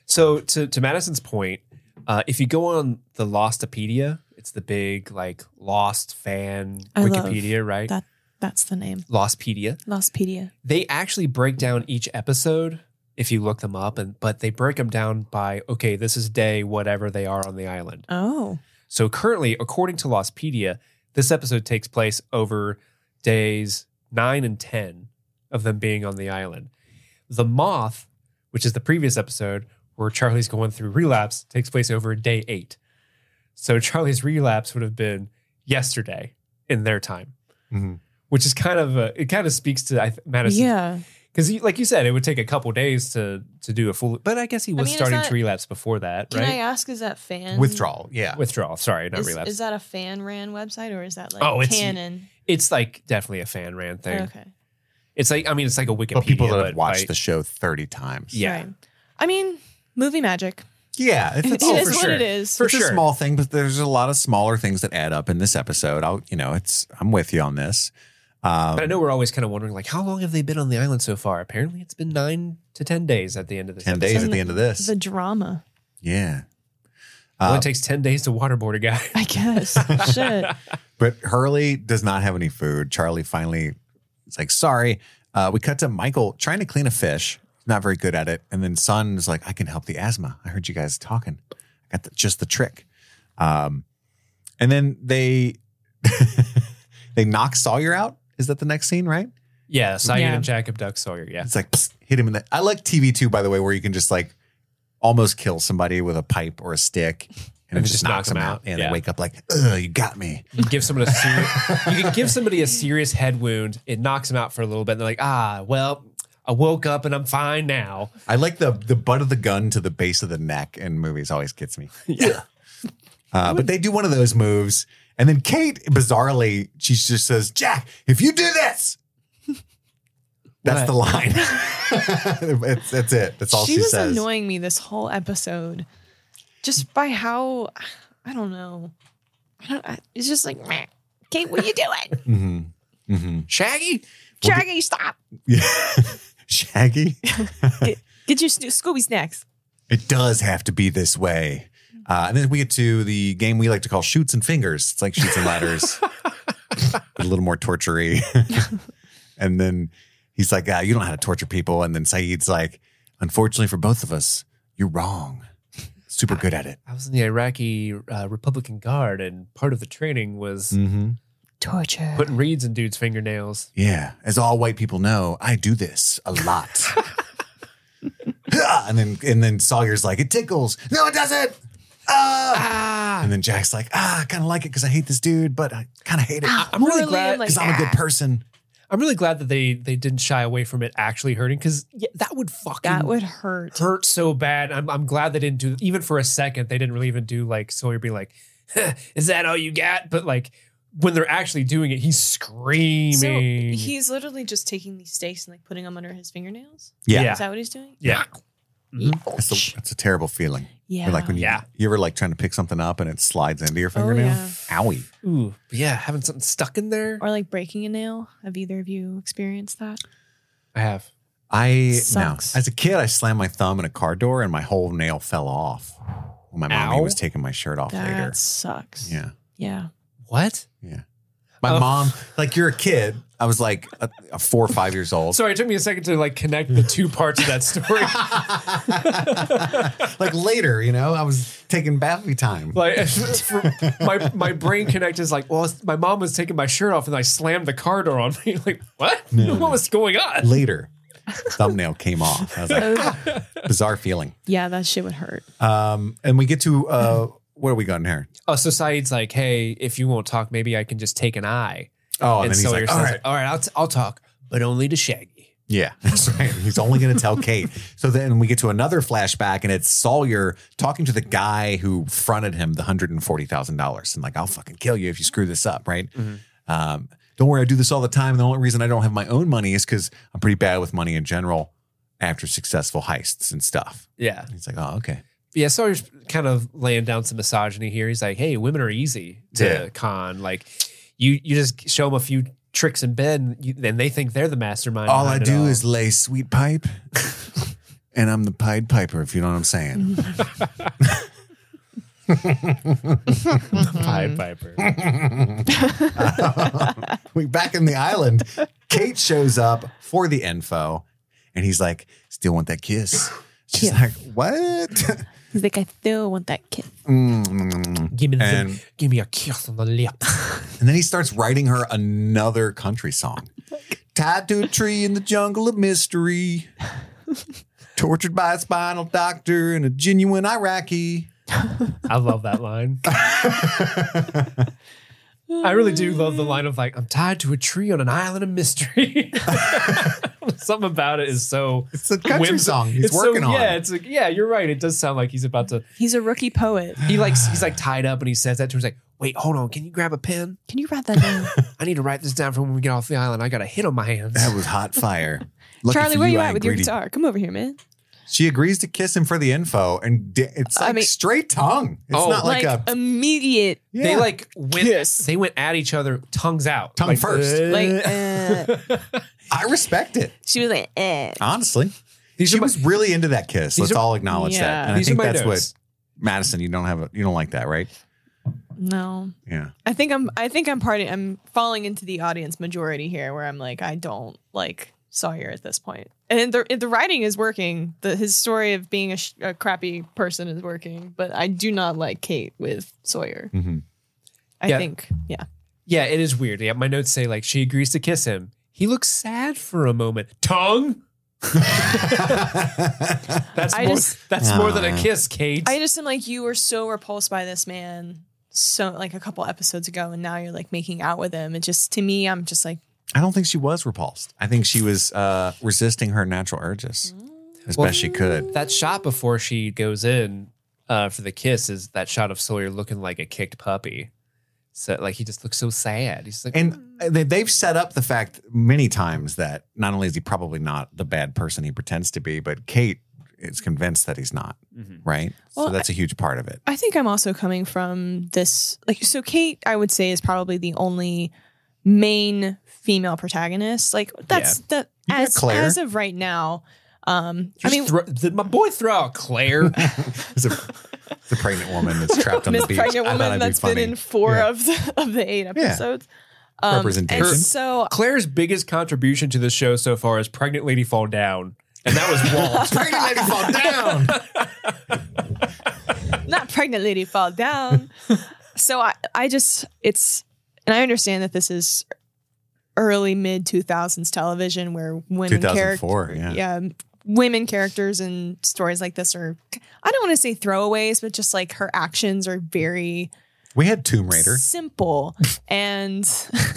Speaker 3: So to to Madison's point, uh, if you go on the Lostopedia, it's the big like Lost fan
Speaker 2: I love
Speaker 3: Wikipedia, right?
Speaker 2: that. That's the name.
Speaker 3: Lostpedia.
Speaker 2: Lostpedia.
Speaker 3: They actually break down each episode if you look them up, and but they break them down by okay, this is day whatever they are on the island.
Speaker 2: Oh.
Speaker 3: So currently, according to Lostpedia, this episode takes place over days nine and ten of them being on the island. The Moth, which is the previous episode where Charlie's going through relapse, takes place over day eight. So Charlie's relapse would have been yesterday in their time,
Speaker 1: Mhm.
Speaker 3: which is kind of a, it. Kind of speaks to I th- Madison
Speaker 2: Yeah.
Speaker 3: because, like you said, it would take a couple days to to do a full. But I guess he was
Speaker 2: mean, it's
Speaker 3: starting
Speaker 2: not-
Speaker 3: to relapse before that,
Speaker 2: Can I
Speaker 3: right?
Speaker 2: ask? Is that fan
Speaker 1: Withdrawal. Yeah.
Speaker 3: Withdrawal. Sorry, not
Speaker 2: Is,
Speaker 3: relapse.
Speaker 2: is that a fan ran website or is that like
Speaker 3: Oh, it's-
Speaker 2: canon?
Speaker 3: It's like definitely a fan ran thing.
Speaker 2: Okay.
Speaker 3: It's like I mean, it's like a Wikipedia.
Speaker 1: but people that have
Speaker 3: but
Speaker 1: watched
Speaker 3: by-
Speaker 1: the show 30 times.
Speaker 3: yeah,
Speaker 2: Right. I mean, movie magic.
Speaker 1: Yeah. It's,
Speaker 2: *laughs* It
Speaker 1: it's,
Speaker 2: is
Speaker 3: oh, for
Speaker 2: what
Speaker 3: sure.
Speaker 2: it is.
Speaker 3: For
Speaker 1: it's
Speaker 3: sure.
Speaker 1: a small thing, but there's a lot of smaller things that add up in this episode. I'll, you know, it's, I'm with you on this. Um,
Speaker 3: But I know we're always kind of wondering, like, how long have they been on the island so far? Apparently, it's been nine to ten days at the end of this.
Speaker 1: 10
Speaker 3: episode.
Speaker 1: days at the end of this.
Speaker 2: the drama,
Speaker 1: yeah.
Speaker 3: It only
Speaker 1: Uh,
Speaker 3: takes ten days to waterboard a guy. *laughs*
Speaker 1: *laughs*
Speaker 2: I guess. Shit.
Speaker 1: But Hurley does not have any food. Charlie finally is like, sorry. Uh, we cut to Michael trying to clean a fish. He's not very good at it. And then Son is like, I can help the asthma. I heard you guys talking. I got the, just the trick. Um, and then they *laughs* they knock Sawyer out. Is that the next scene, right?
Speaker 3: yeah, Simon
Speaker 2: Yeah.
Speaker 3: and Jack abduct Sawyer. Yeah,
Speaker 1: It's like psst, hit him in the. I like TV two, by the way, where you can just like almost kill somebody with a pipe or a stick, and, it just, knocks them out, and
Speaker 3: Yeah.
Speaker 1: they wake up like, "Ugh, you got me."
Speaker 3: you give someone a serious, you can give somebody a serious head wound. It knocks them out for a little bit. And they're like, ah, well, I woke up and I'm fine now.
Speaker 1: I like the the butt of the gun to the base of the neck in movies always gets me. *laughs* Yeah. Uh, but they do one of those moves, and then Kate bizarrely she just says, "Jack, if you do *laughs* this." That's the line. *laughs* it's, that's it. That's all she,
Speaker 2: she was
Speaker 1: says.
Speaker 2: annoying me this whole episode just by how I don't know. I don't, I, it's just like, meh. Kate,
Speaker 1: *laughs*
Speaker 2: will you do it?
Speaker 1: Mm-hmm. Mm-hmm.
Speaker 3: Shaggy,
Speaker 2: Shaggy, stop.
Speaker 1: Yeah. Shaggy.
Speaker 2: Get your Sno- Scooby snacks.
Speaker 1: It does have to be this way. Uh, and then we get to the game we like to call shoots and fingers. It's like shoots and ladders, but a little more tortury. *laughs* and then he's like, ah, "You don't know how to torture people." And then Saeed's like, "Unfortunately for both of us, you're wrong. Super good at it."
Speaker 3: I was in the Iraqi uh, Republican Guard, and part of the training was
Speaker 1: Mm-hmm.
Speaker 2: Torture.
Speaker 3: putting reeds in dudes' fingernails.
Speaker 1: Yeah, as all white people know, I do this a lot. *laughs* and then and then Sawyer's like, "It tickles." No, it doesn't. Ah. And then Jack's like, "Ah, I kind of like it because I hate this dude, but I kind of hate it
Speaker 2: Ow,
Speaker 3: I'm really
Speaker 2: poor
Speaker 3: glad-
Speaker 2: Liam, like,
Speaker 1: because I'm a good
Speaker 2: ah.
Speaker 1: person."
Speaker 3: I'm really glad that they they didn't shy away from it actually hurting because yeah, that would fucking
Speaker 2: That would hurt.
Speaker 3: hurt so bad. I'm I'm glad they didn't do even for a second. They didn't really even do like Sawyer be like, *laughs* "Huh, "Is that all you got?" But like when they're actually doing it, he's
Speaker 2: So
Speaker 3: screaming.
Speaker 2: he's literally just taking these stakes and like putting them under his fingernails.
Speaker 3: Yeah.
Speaker 2: Is that what he's doing?
Speaker 3: yeah,
Speaker 1: Mm-hmm. That's a, that's a terrible feeling.
Speaker 2: Yeah. Oh,
Speaker 1: Or Like when you
Speaker 3: Yeah.
Speaker 1: you ever like trying to pick something up and it slides into your fingernail.
Speaker 2: yeah.
Speaker 1: Owie.
Speaker 3: ooh, but yeah, having something stuck in there.
Speaker 2: or like breaking a nail. Have either of you experienced that?
Speaker 3: I have.
Speaker 1: I no.
Speaker 2: Sucks.
Speaker 1: As a kid, I slammed my thumb in a car door and my whole nail fell off. When my mommy
Speaker 3: Ow.
Speaker 1: was taking my shirt off
Speaker 2: That
Speaker 1: later.
Speaker 2: sucks.
Speaker 1: Yeah.
Speaker 2: Yeah.
Speaker 3: What?
Speaker 1: My
Speaker 3: Oh.
Speaker 1: mom, like you're a kid. I was like a, a four or five years
Speaker 2: *laughs*
Speaker 1: old.
Speaker 3: Sorry, it took me a second to like connect the two parts of that *laughs* story.
Speaker 1: *laughs* like later, you know, I was taking bathroom time. *laughs*
Speaker 3: Like *laughs* for- my my brain connect is like, well, my mom was taking my shirt off and I slammed the car door on me. *laughs* Like, what?
Speaker 1: No,
Speaker 3: what
Speaker 1: no.
Speaker 3: was going on?
Speaker 1: Later, *laughs* thumbnail came off. I was like, "Ah, bizarre feeling.
Speaker 2: Yeah, that shit would hurt.
Speaker 1: Um, and we get to uh, where are we going here?
Speaker 3: Oh, so Saeed's like, hey, if you won't talk, maybe I can just take an eye.
Speaker 1: Oh, and,
Speaker 3: and
Speaker 1: then he's
Speaker 3: so
Speaker 1: like,
Speaker 3: you're
Speaker 1: all right,
Speaker 3: all right, I'll, t- I'll talk, but only to Shaggy.
Speaker 1: Yeah, *laughs* that's right. He's only going to tell Kate. So then we get to another flashback, and it's Sawyer talking to the guy who fronted him the hundred and forty thousand dollars, and like, "I'll fucking kill you if you screw this up." Right? Um, don't worry, I do this all the time. The only reason I don't have my own money is because I'm pretty bad with money in general. After successful heists and stuff,
Speaker 3: Yeah.
Speaker 1: he's like, "Oh, okay,
Speaker 3: Yeah. Sawyer's kind of laying down some misogyny here. He's like, hey, women are easy to
Speaker 1: Yeah.
Speaker 3: con. Like, you, you just show them a few *laughs* tricks in bed and, you, and they think they're the mastermind.
Speaker 1: all I
Speaker 3: behind it *laughs*
Speaker 1: do
Speaker 3: all.
Speaker 1: is lay sweet pipe and I'm the Pied Piper, if you know what I'm
Speaker 3: *laughs*
Speaker 1: saying.
Speaker 3: Pied Piper.
Speaker 1: we back in the island. Kate shows up for the info, and he's like, "Still want that kiss?" She's
Speaker 2: Yeah.
Speaker 1: like, "What?" *laughs*
Speaker 2: He's like, I still want that kiss.
Speaker 1: Mm.
Speaker 3: Give me the
Speaker 1: And-
Speaker 3: give me a kiss on the *laughs* lips.
Speaker 1: and then he starts writing her another country song, "Tied to a tree in the jungle of mystery, tortured by a spinal doctor and a genuine Iraqi."
Speaker 3: I love that line. I really do love the line of like, I'm tied to a tree on an island of mystery. *laughs* Something about it is so
Speaker 1: It's a country song he's
Speaker 3: it's so-
Speaker 1: working on.
Speaker 3: Yeah, it's like, yeah, you're right. It does sound like he's about to
Speaker 2: He's a rookie poet.
Speaker 3: he likes he's like tied up and he says that to her. He's like, wait, hold on, can you grab a pen?
Speaker 2: Can you write that
Speaker 1: *laughs*
Speaker 2: down?
Speaker 3: I need to write this down for when we get off the island. I got a hit on my *laughs* hands.
Speaker 1: That was hot
Speaker 3: *laughs*
Speaker 1: fire. Lucky
Speaker 2: Charlie,
Speaker 1: for
Speaker 2: where you,
Speaker 1: I
Speaker 2: at
Speaker 1: ain't
Speaker 2: with your
Speaker 1: greedy.
Speaker 2: guitar? Come over here, man.
Speaker 1: She agrees to kiss him for the info, and di- it's
Speaker 2: I
Speaker 1: like
Speaker 2: mean-
Speaker 1: straight tongue. It's
Speaker 3: Oh.
Speaker 1: not like, uh, a
Speaker 2: immediate,
Speaker 3: They
Speaker 1: Yeah.
Speaker 3: like went
Speaker 2: Yes.
Speaker 3: they went at each other tongues out.
Speaker 1: Tongue
Speaker 3: Like,
Speaker 1: first.
Speaker 3: "Uh."
Speaker 2: like
Speaker 1: *laughs*
Speaker 2: uh,
Speaker 1: I respect it,
Speaker 2: she was like, eh.
Speaker 1: honestly.
Speaker 3: these
Speaker 1: She
Speaker 3: are my,
Speaker 1: was really into that kiss.
Speaker 3: These
Speaker 1: Let's
Speaker 3: are-
Speaker 1: all acknowledge
Speaker 2: Yeah.
Speaker 1: that. And I
Speaker 3: these are
Speaker 1: think
Speaker 3: my
Speaker 1: that's
Speaker 3: notes.
Speaker 1: what Madison. You don't have a, you don't like that, right?
Speaker 2: no.
Speaker 1: Yeah.
Speaker 2: I think I'm. I think I'm party. I'm falling into the audience majority here, where I'm like, I don't like Sawyer at this point, and the the writing is working. The his story of being a, sh- a crappy person is working, but I do not like Kate with Sawyer.
Speaker 1: hmm
Speaker 2: I
Speaker 3: Yeah.
Speaker 2: think, yeah,
Speaker 3: Yeah, it is weird. Yeah, my notes say like she agrees to kiss him. He looks sad for a moment. Tongue? That's
Speaker 2: I
Speaker 3: more
Speaker 2: just-
Speaker 3: that's more than a
Speaker 1: Aw.
Speaker 3: kiss, Kate.
Speaker 2: I just am like, you were so repulsed by this man, so like a couple episodes ago, and now you're like making out with him. It just to me, I'm just like,
Speaker 1: *laughs* I don't think she was repulsed. I think she was uh, resisting her natural urges as
Speaker 3: Well-
Speaker 1: best she could.
Speaker 3: that shot before she goes in uh, for the kiss is that shot of Sawyer looking like a kicked puppy. So like he just looks so sad. He's like
Speaker 1: And
Speaker 2: Hmm.
Speaker 1: they- they've set up the fact many times that not only is he probably not the bad person he pretends to be, but Kate is convinced that he's not,
Speaker 3: Mhm.
Speaker 1: right?
Speaker 2: Well,
Speaker 1: so that's a huge part of it. *laughs*
Speaker 2: I think I'm also coming from this like so Kate I would say is probably the only main female protagonist. Like that's the
Speaker 1: You got
Speaker 2: as
Speaker 1: Claire.
Speaker 2: as of right now. Um I
Speaker 3: Just
Speaker 2: mean
Speaker 3: thro- th- my boy throw
Speaker 2: *laughs*
Speaker 3: out Claire.
Speaker 1: It's a, it's a pregnant woman that's trapped on
Speaker 2: Miss
Speaker 1: the beach. I
Speaker 2: Pregnant
Speaker 1: thought
Speaker 2: Woman
Speaker 1: I'd be
Speaker 2: that's been
Speaker 1: funny.
Speaker 2: in four
Speaker 1: Yeah.
Speaker 2: of the of the eight episodes. Um,
Speaker 1: Representation.
Speaker 2: And so
Speaker 3: Claire's biggest contribution to the show so far is pregnant lady fall down. And that was
Speaker 1: *laughs* *laughs*
Speaker 3: Walt.
Speaker 1: Pregnant lady
Speaker 2: *laughs*
Speaker 1: fall down.
Speaker 2: not pregnant lady fall down. so I, I just it's and I understand that this is early mid two thousands television where women characters
Speaker 1: 2004. Yeah.
Speaker 2: yeah, women characters and stories like this are I don't want to say throwaways, but just like her actions are very
Speaker 1: We had Tomb Raider.
Speaker 2: simple, and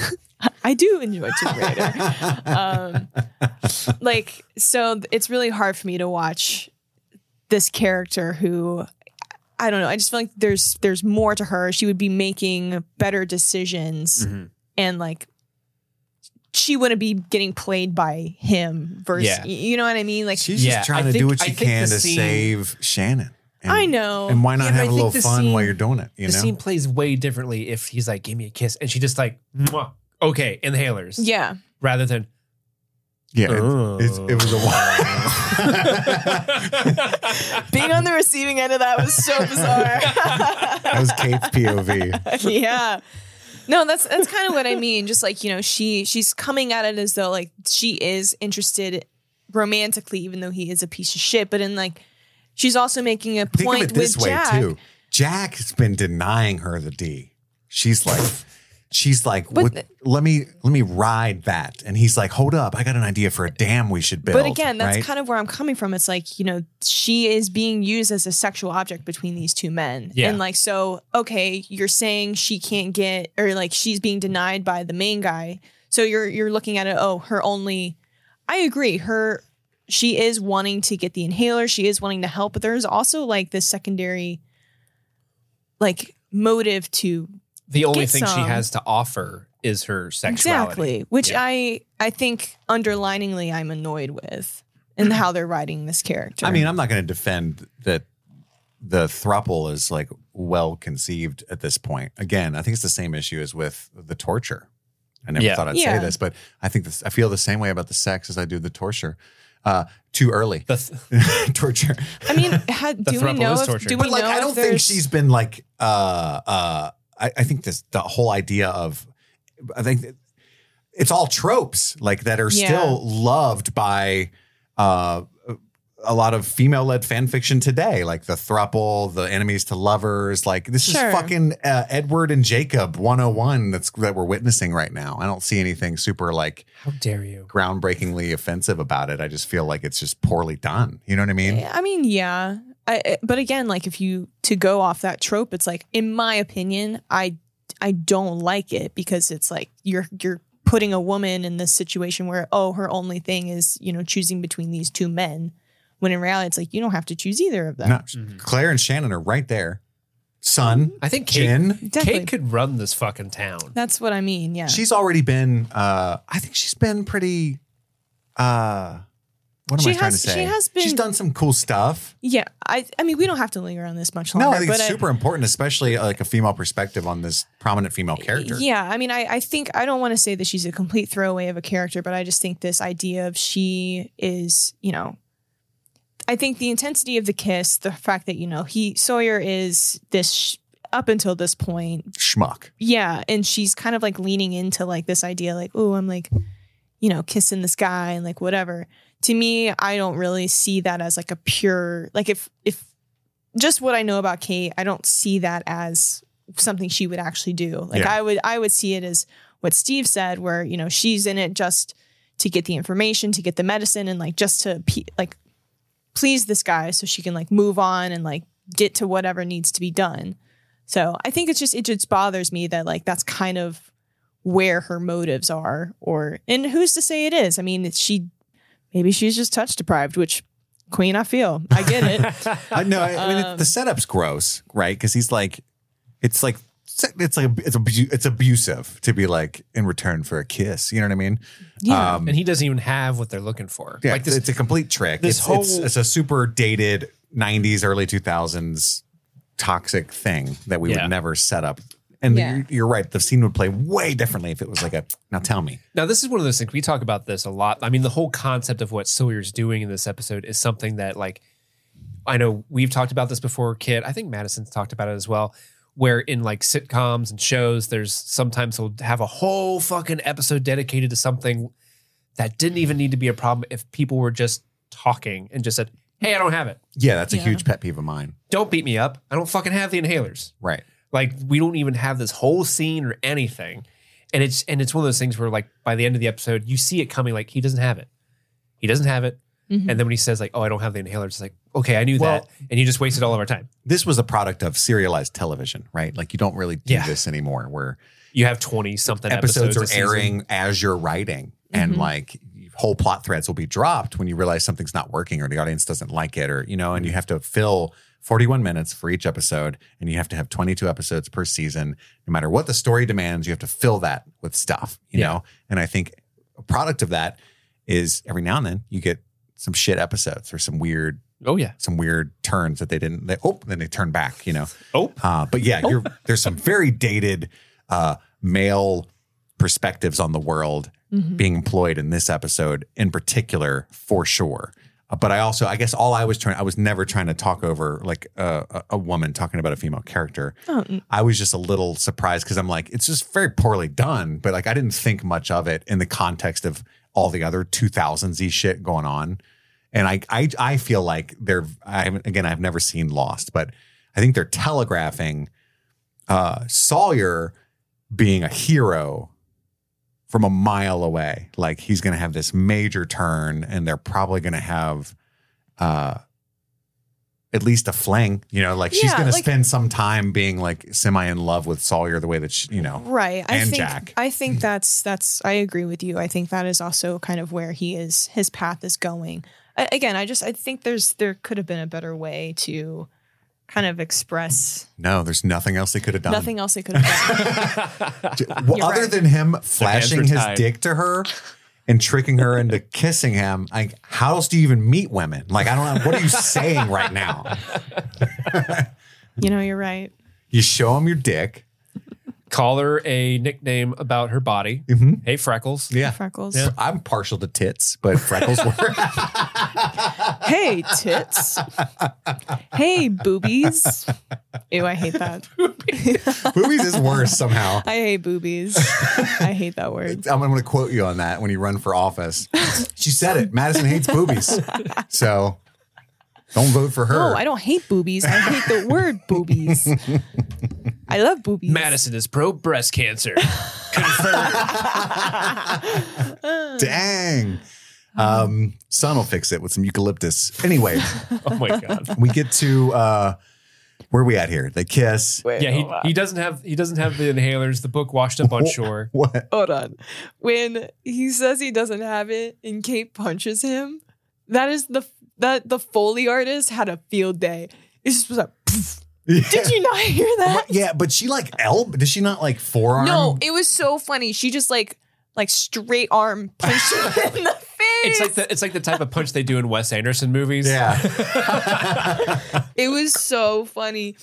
Speaker 2: *laughs* I do enjoy Tomb Raider. um, like so, it's really hard for me to watch this character who. I don't know. I just feel like there's there's more to her. She would be making better decisions
Speaker 3: Mhm.
Speaker 2: and like she wouldn't be getting played by him versus
Speaker 3: Yeah.
Speaker 2: y- you know what I mean? Like
Speaker 1: She's
Speaker 3: Yeah,
Speaker 1: just trying
Speaker 3: I
Speaker 1: to do
Speaker 3: think-
Speaker 1: what
Speaker 3: I
Speaker 1: she
Speaker 3: think
Speaker 1: can
Speaker 3: the
Speaker 1: to
Speaker 3: scene-
Speaker 1: save Shannon. And,
Speaker 2: I know.
Speaker 1: And why not
Speaker 3: Yeah, but I
Speaker 1: have a
Speaker 3: think
Speaker 1: little
Speaker 3: the
Speaker 1: fun while
Speaker 3: scene-
Speaker 1: you're doing it? You
Speaker 3: the
Speaker 1: know,
Speaker 3: scene plays way differently if he's like, give me a kiss. And she just like, "Mwah." okay, inhalers.
Speaker 2: yeah.
Speaker 3: Rather than,
Speaker 1: yeah, it,
Speaker 3: Oh.
Speaker 1: it's- it was a *laughs* while.
Speaker 2: Being on the receiving end of that was so
Speaker 1: that
Speaker 2: bizarre. *laughs*
Speaker 1: was Kate's POV.
Speaker 2: yeah. No, that's that's kind of what I mean. Just like, you know, she she's coming at it as though like she is interested romantically, even though he is a piece of shit. But in like she's also making a
Speaker 1: Think
Speaker 2: point
Speaker 1: of it this
Speaker 2: with
Speaker 1: way
Speaker 2: Jack.
Speaker 1: too. Jack has been denying her the D. She's like, she's like,
Speaker 2: But
Speaker 1: "What-
Speaker 2: the-
Speaker 1: let me let me ride that. And he's like, hold up, I got an idea for a dam we should build.
Speaker 2: But again, that's
Speaker 1: right?
Speaker 2: kind of where I'm coming from. It's like, you know, she is being used as a sexual object between these two men.
Speaker 3: Yeah.
Speaker 2: And like, so, okay, you're saying she can't get or like she's being denied by the main guy. So you're you're looking at it, oh, her only I agree, her she is wanting to get the inhaler, she is wanting to help, but there's also like this secondary like motive to
Speaker 3: the only
Speaker 2: Get
Speaker 3: thing she
Speaker 2: some.
Speaker 3: has to offer is her sexuality.
Speaker 2: Exactly, which
Speaker 3: Yeah.
Speaker 2: I I think underliningly I'm annoyed with in how they're writing this character.
Speaker 1: I mean, I'm not going to defend that the thruple is like well conceived at this point. Again, I think it's the same issue as with the torture. I never
Speaker 3: Yeah.
Speaker 1: thought I'd
Speaker 2: Yeah.
Speaker 1: say this, but I think this, I feel the same way about the sex as I do the torture. uh, too early. *laughs*
Speaker 3: The th-
Speaker 1: torture.
Speaker 2: I mean, had, do we
Speaker 3: throuple
Speaker 2: know?
Speaker 3: is
Speaker 2: If,
Speaker 3: torture.
Speaker 2: do we
Speaker 1: But like,
Speaker 2: know
Speaker 1: I
Speaker 2: if
Speaker 1: don't think
Speaker 2: there's-
Speaker 1: she's been like. Uh, uh, I, I think this the whole idea of, I think that it's all tropes like that are
Speaker 2: Yeah.
Speaker 1: still loved by. Uh, a lot of female-led fan fiction today, like the thruple, the enemies to lovers, like this
Speaker 2: Sure.
Speaker 1: is fucking uh, Edward and Jacob 101 that's that we're witnessing right now. I don't see anything super like
Speaker 3: How dare you?
Speaker 1: groundbreakingly offensive about it. I just feel like it's just poorly done. You know what I mean?
Speaker 2: I mean, yeah. I, I- but again, like if you to go off that trope, it's like in my opinion, I I don't like it because it's like you're you're putting a woman in this situation where oh her only thing is you know choosing between these two men, when in reality it's like you don't have to choose either of them.
Speaker 1: No, Claire and Shannon are right there.
Speaker 2: Um,
Speaker 1: Son,
Speaker 3: I think Kate,
Speaker 1: Jin.
Speaker 2: Definitely.
Speaker 3: Kate could run this fucking town.
Speaker 2: That's what I mean. Yeah.
Speaker 1: She's already been. Uh, I think she's been pretty. Uh, what am
Speaker 2: She
Speaker 1: I trying
Speaker 2: has-
Speaker 1: to say?
Speaker 2: she has
Speaker 1: She's
Speaker 2: been-
Speaker 1: done some cool stuff.
Speaker 2: yeah. I I mean we don't have to linger on this much longer.
Speaker 1: No, I think
Speaker 2: but
Speaker 1: it's super important, especially uh, like a female perspective on this prominent female character.
Speaker 2: Yeah, I mean, I, I think I don't want to say that she's a complete throwaway of a character, but I just think this idea of she is, you know, I think the intensity of the kiss, the fact that you know he Sawyer is this sh- up until this point,
Speaker 1: Schmuck.
Speaker 2: yeah, and she's kind of like leaning into like this idea, like, oh, I'm like, you know, kissing this guy and like whatever. To me, I don't really see that as like a pure like if if just what I know about Kate, I don't see that as something she would actually do. Like
Speaker 1: Yeah.
Speaker 2: I would I would see it as what Steve said where, you know, she's in it just to get the information, to get the medicine and like just to pe- like please this guy so she can like move on and like get to whatever needs to be done. So, I think it's just it just bothers me that like that's kind of where her motives are or and who's to say it is i mean she maybe she's just touch deprived which queen i feel i get it
Speaker 1: *laughs* I know. I, I mean,
Speaker 2: Um,
Speaker 1: it, the setup's gross, right? Because he's like, it's like, it's like it's abu- it's abusive to be like in return for a kiss. You know what I mean?
Speaker 2: Yeah.
Speaker 1: Um,
Speaker 3: And he doesn't even have what they're looking for.
Speaker 1: yeah.
Speaker 3: like this,
Speaker 1: it's a complete trick. it's,
Speaker 3: this
Speaker 1: it's,
Speaker 3: whole-
Speaker 1: it's a super dated '90s, early 2000s toxic thing that we
Speaker 3: Yeah.
Speaker 1: would never set up. And
Speaker 2: Yeah.
Speaker 1: you're, you're right. The scene would play way differently if it was like a. Now tell me.
Speaker 3: Now, this is one of those things we talk about this a lot. I mean, the whole concept of what Sawyer's doing in this episode is something that, like, I know we've talked about this before, Kit. I think Madison's talked about it as well. Where in like sitcoms and shows, there's sometimes they'll have a whole fucking episode dedicated to something that didn't even need to be a problem if people were just talking and just said, "Hey, I don't have it.
Speaker 1: Yeah, that's a
Speaker 2: Yeah.
Speaker 1: huge pet peeve of mine.
Speaker 3: Don't beat me up. I don't fucking have the inhalers."
Speaker 1: Right.
Speaker 3: like we don't even have this whole scene or anything and it's and it's one of those things where like by the end of the episode you see it coming like he doesn't have it he doesn't have it
Speaker 2: Mhm.
Speaker 3: and then when he says like oh i don't have the inhaler it's like okay i knew
Speaker 1: Well-
Speaker 3: that and you just wasted all of our time
Speaker 1: This was a product of serialized television, right? Like you don't really do
Speaker 3: Yeah.
Speaker 1: this anymore, where
Speaker 3: you have 20 something
Speaker 1: episodes,
Speaker 3: episodes, a
Speaker 1: are
Speaker 3: season.
Speaker 1: airing as you're writing and
Speaker 2: Mhm.
Speaker 1: like whole plot threads will be dropped when you realize something's not working or the audience doesn't like it or you know
Speaker 3: Mm-hmm.
Speaker 1: and you have to fill 41 minutes for each episode and you have to have 22 episodes per season no matter what the story demands you have to fill that with stuff you
Speaker 3: Yeah.
Speaker 1: know and i think a product of that is every now and then you get some shit episodes or some weird
Speaker 3: oh yeah
Speaker 1: some weird turns that they didn't they, oh then they turn back you know
Speaker 3: oh
Speaker 1: uh, but yeah, you're, there's some very dated uh, male perspectives on the world
Speaker 2: Mhm.
Speaker 1: being employed in this episode in particular, for sure. Uh, but I also, I guess, all I was trying, I was never trying to talk over like uh, a a, a woman talking about a female character.
Speaker 2: Oh, n-
Speaker 1: I was just a little surprised because I'm like, it's just very poorly done. But like, I didn't think much of it in the context of all the other 2000s y shit going on. And I, I, I feel like they're, I haven't, again, I've never seen Lost, but I think they're telegraphing uh, Sawyer being a hero from a mile away. Like he's going to have this major turn, and they're probably going to have uh, at least a fling. You know, like she's
Speaker 2: Yeah,
Speaker 1: going to
Speaker 2: like-
Speaker 1: spend some time being like semi in love with Sawyer the way that she, you know.
Speaker 2: right i
Speaker 1: And
Speaker 2: think
Speaker 1: Jack.
Speaker 2: i think that's that's i agree with you i think that is also kind of where he is his path is going I, again i just i think there's there could have been a better way to kind of express
Speaker 1: No, there's nothing else they could have done.
Speaker 2: nothing else it
Speaker 1: *laughs*
Speaker 2: could have been
Speaker 1: J- well,
Speaker 2: You're
Speaker 1: other
Speaker 2: right.
Speaker 1: than him flashing
Speaker 3: were
Speaker 1: his
Speaker 3: tied.
Speaker 1: dick to her and tricking her into kissing him, like how else do you even meet women? Like I don't know. What are you saying right now?
Speaker 2: you know you're right
Speaker 1: You show him your dick.
Speaker 3: Call her a nickname about her body. Hey, Freckles.
Speaker 1: Mm-hmm. Yeah.
Speaker 2: freckles.
Speaker 3: Yeah.
Speaker 1: I'm partial to tits, but freckles *laughs* work.
Speaker 2: Hey, tits. hey, boobies. Ew, I hate that.
Speaker 1: Boobies is worse somehow.
Speaker 2: *laughs* I hate boobies. I hate that
Speaker 1: I'm
Speaker 2: word.
Speaker 1: going to quote you on that when you run for
Speaker 2: *laughs*
Speaker 1: office. She said it. Madison hates boobies. So don't vote for her.
Speaker 2: No, Oh, I don't hate boobies. I hate the word boobies. I love boobies.
Speaker 3: Madison is pro
Speaker 1: *laughs*
Speaker 3: breast cancer.
Speaker 1: *laughs*
Speaker 2: *laughs*
Speaker 1: Dang. Um, sun will fix it with some eucalyptus. Anyway,
Speaker 3: oh my
Speaker 1: *laughs*
Speaker 3: god.
Speaker 1: we get to uh, where are we at here? They kiss.
Speaker 2: Wait,
Speaker 3: Yeah,
Speaker 2: hold on.
Speaker 3: he, he doesn't have he doesn't have the inhalers. The book washed
Speaker 1: *laughs*
Speaker 3: up on shore.
Speaker 1: What?
Speaker 2: Hold on. When he says he doesn't have it and Kate punches him, that is the that the Foley artist had a field day. It just was like, *laughs* poof. did you not hear that?
Speaker 1: Yeah, but she like elb. Does she not like forearm?
Speaker 2: No, it was so funny. She just like like straight arm punched
Speaker 1: *laughs*
Speaker 2: him in the face.
Speaker 3: It's like the it's like the type of punch they do in Wes Anderson movies.
Speaker 1: Yeah. *laughs*
Speaker 2: It was so funny.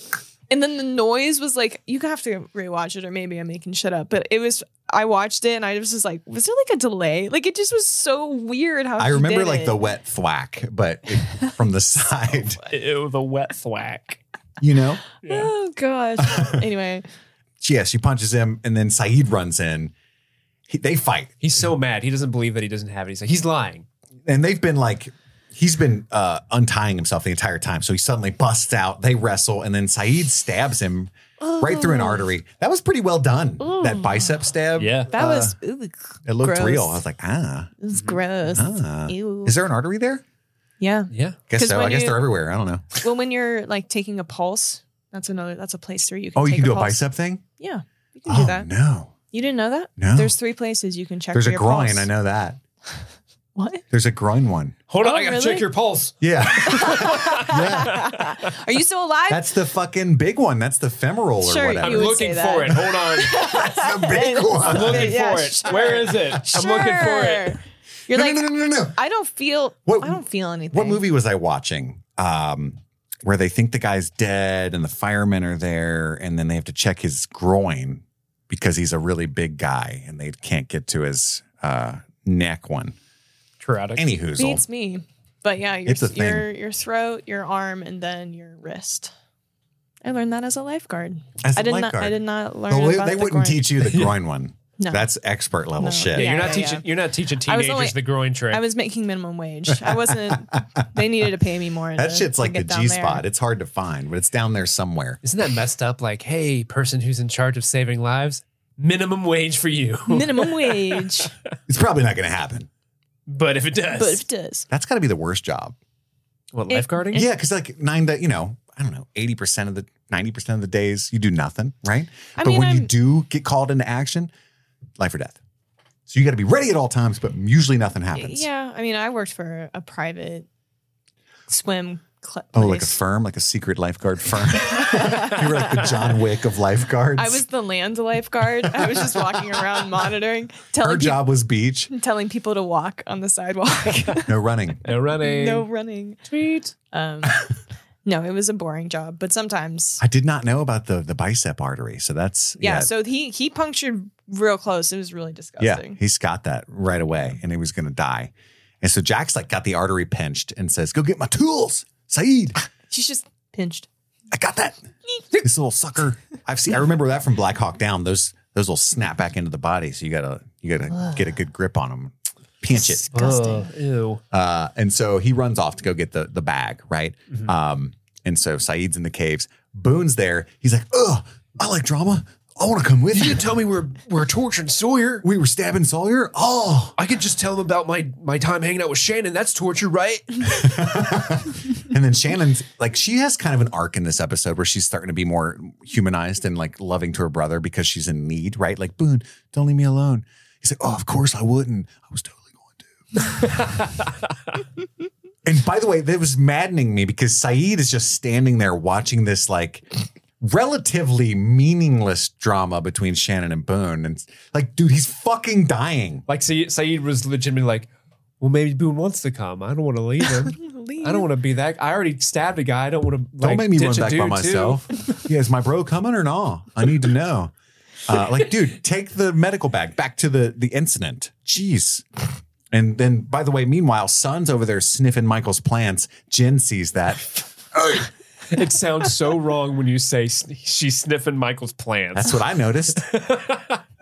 Speaker 2: And then the noise was like, you have to rewatch it, or maybe I'm making shit up. But it was, I watched it and I just was like, was there like a delay? Like it just was so weird how
Speaker 1: I
Speaker 2: he
Speaker 1: remember
Speaker 2: did
Speaker 1: like
Speaker 2: it.
Speaker 1: the wet thwack, but
Speaker 2: *laughs*
Speaker 1: it, from the side,
Speaker 3: Ew, the wet thwack.
Speaker 1: you know?
Speaker 2: oh
Speaker 1: *laughs*
Speaker 2: gosh. anyway,
Speaker 1: Yeah, she punches him and then Saeed runs in. He, they fight.
Speaker 3: He's so mad. He doesn't believe that he doesn't have it. He's like, he's lying.
Speaker 1: and they've been like he's been uh, untying himself the entire time so he suddenly busts out they wrestle and then saeed stabs him right through an artery that was pretty well done that bicep stab
Speaker 3: Yeah.
Speaker 2: that
Speaker 1: Uh,
Speaker 2: was ooh,
Speaker 1: it looked
Speaker 2: gross.
Speaker 1: real i was like ah,
Speaker 2: it was gross.
Speaker 1: ah.
Speaker 2: Ew.
Speaker 1: is there an artery there
Speaker 2: yeah.
Speaker 3: Yeah.
Speaker 1: guess
Speaker 2: 'Cause
Speaker 1: so i
Speaker 2: when
Speaker 1: guess
Speaker 2: you-
Speaker 1: they're everywhere i don't know
Speaker 2: Well, when you're like taking a pulse, that's another. That's a place where you can.
Speaker 1: oh you
Speaker 2: take
Speaker 1: can do a
Speaker 2: pulse.
Speaker 1: bicep thing
Speaker 2: Yeah, you can do
Speaker 1: oh
Speaker 2: that.
Speaker 1: no
Speaker 2: You didn't know that?
Speaker 1: No.
Speaker 2: There's three places you can check.
Speaker 1: there's
Speaker 2: for
Speaker 1: a
Speaker 2: your
Speaker 1: groin
Speaker 2: Pulse.
Speaker 1: i know that
Speaker 2: What?
Speaker 1: there's a groin one
Speaker 3: Hold on,
Speaker 2: Oh,
Speaker 3: I gotta
Speaker 2: really?
Speaker 3: check your pulse.
Speaker 1: yeah yeah
Speaker 2: Are you still alive?
Speaker 1: that's the fucking big one that's the femoral or
Speaker 2: Sure,
Speaker 1: whatever
Speaker 2: You
Speaker 3: I'm
Speaker 2: would say
Speaker 3: looking
Speaker 2: that.
Speaker 3: for it. Hold on.
Speaker 1: that's the
Speaker 2: *laughs*
Speaker 1: big one
Speaker 3: I'm looking
Speaker 2: Yeah,
Speaker 3: for it.
Speaker 2: sure.
Speaker 3: Where is *laughs* it? I'm looking for it.
Speaker 2: Sure. You're
Speaker 1: no,
Speaker 2: like,
Speaker 1: no no no no no
Speaker 2: I don't feel.
Speaker 1: What-
Speaker 2: I don't feel anything.
Speaker 1: What movie was I watching? Um, where they think the guy's dead and the firemen are there, and then they have to check his groin because he's a really big guy and they can't get to his uh, neck one.
Speaker 3: Traumatic.
Speaker 1: Any
Speaker 2: beats
Speaker 1: hoozle.
Speaker 2: me? But yeah, your,
Speaker 1: It's a thing.
Speaker 2: your your throat, your arm, and then your wrist. I learned that as a lifeguard.
Speaker 1: As
Speaker 2: I
Speaker 1: a
Speaker 2: did not. I
Speaker 1: lifeguard.
Speaker 2: did not learn.
Speaker 1: The li-
Speaker 2: about
Speaker 1: they
Speaker 2: the
Speaker 1: wouldn't
Speaker 2: groin.
Speaker 1: teach you
Speaker 2: *laughs*
Speaker 1: the groin one.
Speaker 2: No.
Speaker 1: That's expert level
Speaker 2: No.
Speaker 1: shit.
Speaker 3: Yeah,
Speaker 2: Yeah,
Speaker 3: you're not
Speaker 2: yeah,
Speaker 3: teaching.
Speaker 2: yeah.
Speaker 3: You're not teaching
Speaker 2: I was
Speaker 3: teenagers
Speaker 2: only-
Speaker 3: the groin trick.
Speaker 2: I was making minimum wage.
Speaker 1: *laughs*
Speaker 2: I wasn't. they needed to pay me more.
Speaker 1: That
Speaker 2: to-
Speaker 1: shit's
Speaker 2: to
Speaker 1: like the
Speaker 2: get down
Speaker 1: G spot.
Speaker 2: there.
Speaker 1: It's hard to find, but it's down there somewhere.
Speaker 3: Isn't that messed up? Like, hey, person who's in charge of saving lives, minimum wage for you.
Speaker 2: Minimum
Speaker 1: *laughs*
Speaker 2: wage,
Speaker 1: It's probably not going to happen.
Speaker 3: *laughs* but if it does,
Speaker 2: but if it does.
Speaker 1: That's got to be the worst job.
Speaker 3: what
Speaker 2: It-
Speaker 3: lifeguarding?
Speaker 1: Yeah, because like nine, to, you know, I don't know, eighty percent of the ninety percent of the days you do nothing, right?
Speaker 2: I
Speaker 1: but
Speaker 2: mean,
Speaker 1: when you
Speaker 2: I'm-
Speaker 1: do get called into action, life or death. So you got to be ready at all times, but usually nothing happens.
Speaker 2: Yeah, I mean, I worked for a private swim. Cl-
Speaker 1: Oh, like a
Speaker 2: place.
Speaker 1: firm, like a secret lifeguard
Speaker 2: *laughs*
Speaker 1: firm. you were like the John Wick of lifeguards.
Speaker 2: I was the land lifeguard. I was
Speaker 1: *laughs*
Speaker 2: just walking around monitoring,
Speaker 1: Her
Speaker 2: telling people,
Speaker 1: job was beach,
Speaker 2: telling people to walk on the sidewalk.
Speaker 1: *laughs* no running.
Speaker 3: No running.
Speaker 2: no running.
Speaker 3: tweet.
Speaker 2: Um, no, it was a boring job, but sometimes
Speaker 1: I did not know about the the bicep artery, so that's
Speaker 2: yeah, So he he punctured real close. It was really
Speaker 1: yeah,
Speaker 2: disgusting.
Speaker 1: he's got that right away, and he was gonna die. And so Jack's like got the artery pinched and says, "Go get my tools, Saeed."
Speaker 2: She's just pinched.
Speaker 1: I got that. this little sucker. I've seen. I remember that from Black Hawk Down. Those those will snap back into the body, so you gotta you gotta get a good grip on them, pinch it.
Speaker 2: Disgusting.
Speaker 3: ew.
Speaker 1: Uh, and so he runs off to go get the the bag, right? Um, and so Saeed's in the caves. Boone's there. He's like, "Ugh, I like drama. I want to come with
Speaker 3: *laughs*
Speaker 1: you."
Speaker 3: Tell me we're we're torturing Sawyer.
Speaker 1: We were stabbing Sawyer. Oh,
Speaker 3: I could just tell them about my my time hanging out with Shannon. That's torture, right?
Speaker 1: *laughs* and then Shannon's like, she has kind of an arc in this episode where she's starting to be more humanized and like loving to her brother because she's in need, right? Like, Boone, don't leave me alone. He's like, oh, of course I wouldn't. I was totally going to. and by the way, that was maddening me because Saeed is just standing there watching this like relatively meaningless drama between Shannon and Boone. And like, dude, he's fucking dying.
Speaker 3: Like Saeed, Saeed was legitimately like, well, maybe Boone wants to come. I don't want to
Speaker 2: *laughs*
Speaker 3: leave him. I don't want to be that. I already stabbed a guy. I don't want to.
Speaker 1: Don't
Speaker 3: like,
Speaker 1: make me
Speaker 3: ditch
Speaker 1: run
Speaker 3: a
Speaker 1: back by
Speaker 3: dude, too.
Speaker 1: myself. yeah, is my bro coming or not? I need to know. Uh, like, dude, take the medical bag back to the the incident. Jeez. And then, by the way, meanwhile, Son's over there sniffing Michael's plants. Jen sees that.
Speaker 3: *laughs* It sounds so wrong when you say sn- she's sniffing Michael's plants.
Speaker 1: That's what I noticed. *laughs*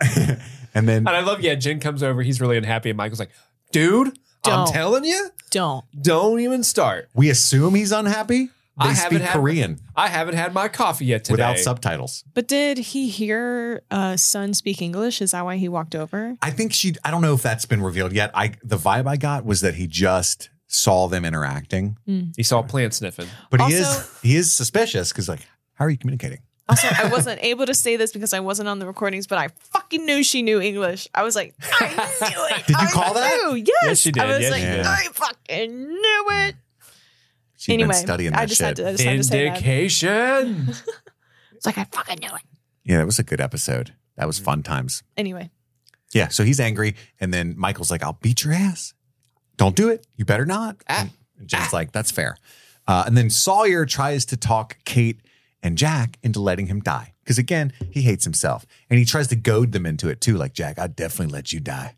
Speaker 1: and then
Speaker 3: and I love, yeah, Jen comes over. He's really unhappy. And Michael's like, dude, I'm
Speaker 2: Don't.
Speaker 3: telling you,
Speaker 2: Don't.
Speaker 3: don't even start.
Speaker 1: we assume he's unhappy. They
Speaker 3: I haven't
Speaker 1: speak
Speaker 3: had-
Speaker 1: Korean
Speaker 3: I haven't had my coffee yet today.
Speaker 1: without subtitles.
Speaker 2: But did he hear uh, son speak English? Is that why he walked over?
Speaker 1: I think she. I don't know if that's been revealed yet. I the vibe I got was that he just saw them interacting,
Speaker 3: He saw plant sniffing.
Speaker 1: but he
Speaker 2: Also-
Speaker 1: is he is suspicious because like, how are you communicating?
Speaker 2: Also, I wasn't able to say this because I wasn't on the recordings, but I fucking knew she knew English. I was like, I knew it.
Speaker 1: Did you
Speaker 2: I
Speaker 1: call that?
Speaker 2: knew. Yes.
Speaker 3: Yes, she did.
Speaker 2: I was
Speaker 3: Yes,
Speaker 2: like,
Speaker 1: she did.
Speaker 2: I fucking knew it.
Speaker 1: She's
Speaker 2: anyway,
Speaker 1: been studying that
Speaker 2: I just
Speaker 1: shit.
Speaker 2: had to. I just had to say that. *laughs*
Speaker 3: Vindication.
Speaker 2: It's like I fucking knew it.
Speaker 1: Yeah, that was a good episode. That
Speaker 2: Mm-hmm.
Speaker 1: was fun times.
Speaker 2: Anyway,
Speaker 1: Yeah, so he's angry, and then Michael's like, "I'll beat your ass. Don't do it. You better not."
Speaker 2: Ah.
Speaker 1: And Jen's like, "That's fair." Uh, and then Sawyer tries to talk Kate and Jack into letting him die because again, he hates himself, and he tries to goad them into it too. Like Jack, I'd definitely let you die.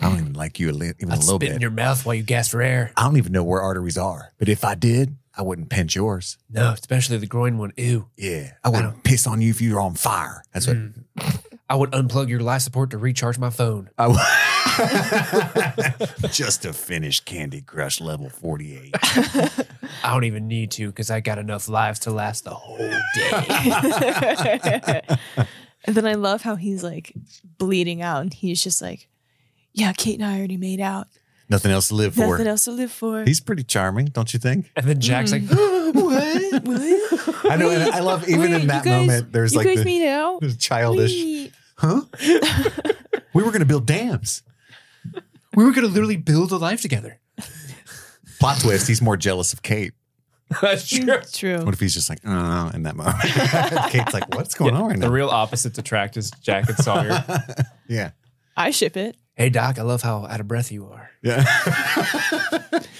Speaker 1: I don't even like you a li- even a little bit.
Speaker 3: mouth while you gasp for air.
Speaker 1: I don't even know where arteries are, but if I did, I wouldn't pinch yours.
Speaker 3: No, especially the groin one. Ew.
Speaker 1: Yeah, I wouldn't piss on you if you were on fire. That's
Speaker 2: Mm.
Speaker 1: what
Speaker 3: I would unplug your life support to recharge my phone.
Speaker 1: I w- just to finish Candy Crush level 48.
Speaker 3: I don't even need to because I got enough lives to last the whole day.
Speaker 2: and then I love how he's like bleeding out, and he's just like, "Yeah, Kate and I already made out.
Speaker 1: *laughs* Nothing else to live for.
Speaker 2: Nothing else to live for."
Speaker 1: He's pretty charming, don't you think?
Speaker 3: and then Jack's like,
Speaker 1: *laughs* Mm. what? I know, and I love even
Speaker 2: Wait,
Speaker 1: in
Speaker 2: you
Speaker 1: that
Speaker 2: guys-
Speaker 1: moment, there's
Speaker 2: you
Speaker 1: like
Speaker 2: guys
Speaker 1: the,
Speaker 2: made
Speaker 1: *laughs*
Speaker 2: out.
Speaker 1: the childish,
Speaker 2: Wait.
Speaker 1: huh?
Speaker 2: *laughs*
Speaker 1: we were going to build dams.
Speaker 3: we were going to literally build a life together.
Speaker 1: Plot twist, he's more jealous of Kate.
Speaker 3: *laughs* That's true.
Speaker 2: Mm, True.
Speaker 1: What if he's just like, uh, in that moment? *laughs* Kate's like, what's going on right
Speaker 3: The
Speaker 1: now?
Speaker 3: real opposites attract is Jack
Speaker 1: *laughs*
Speaker 3: and Sawyer.
Speaker 1: yeah.
Speaker 2: I ship it.
Speaker 3: hey, Doc, I love how out of breath you are.
Speaker 1: Yeah.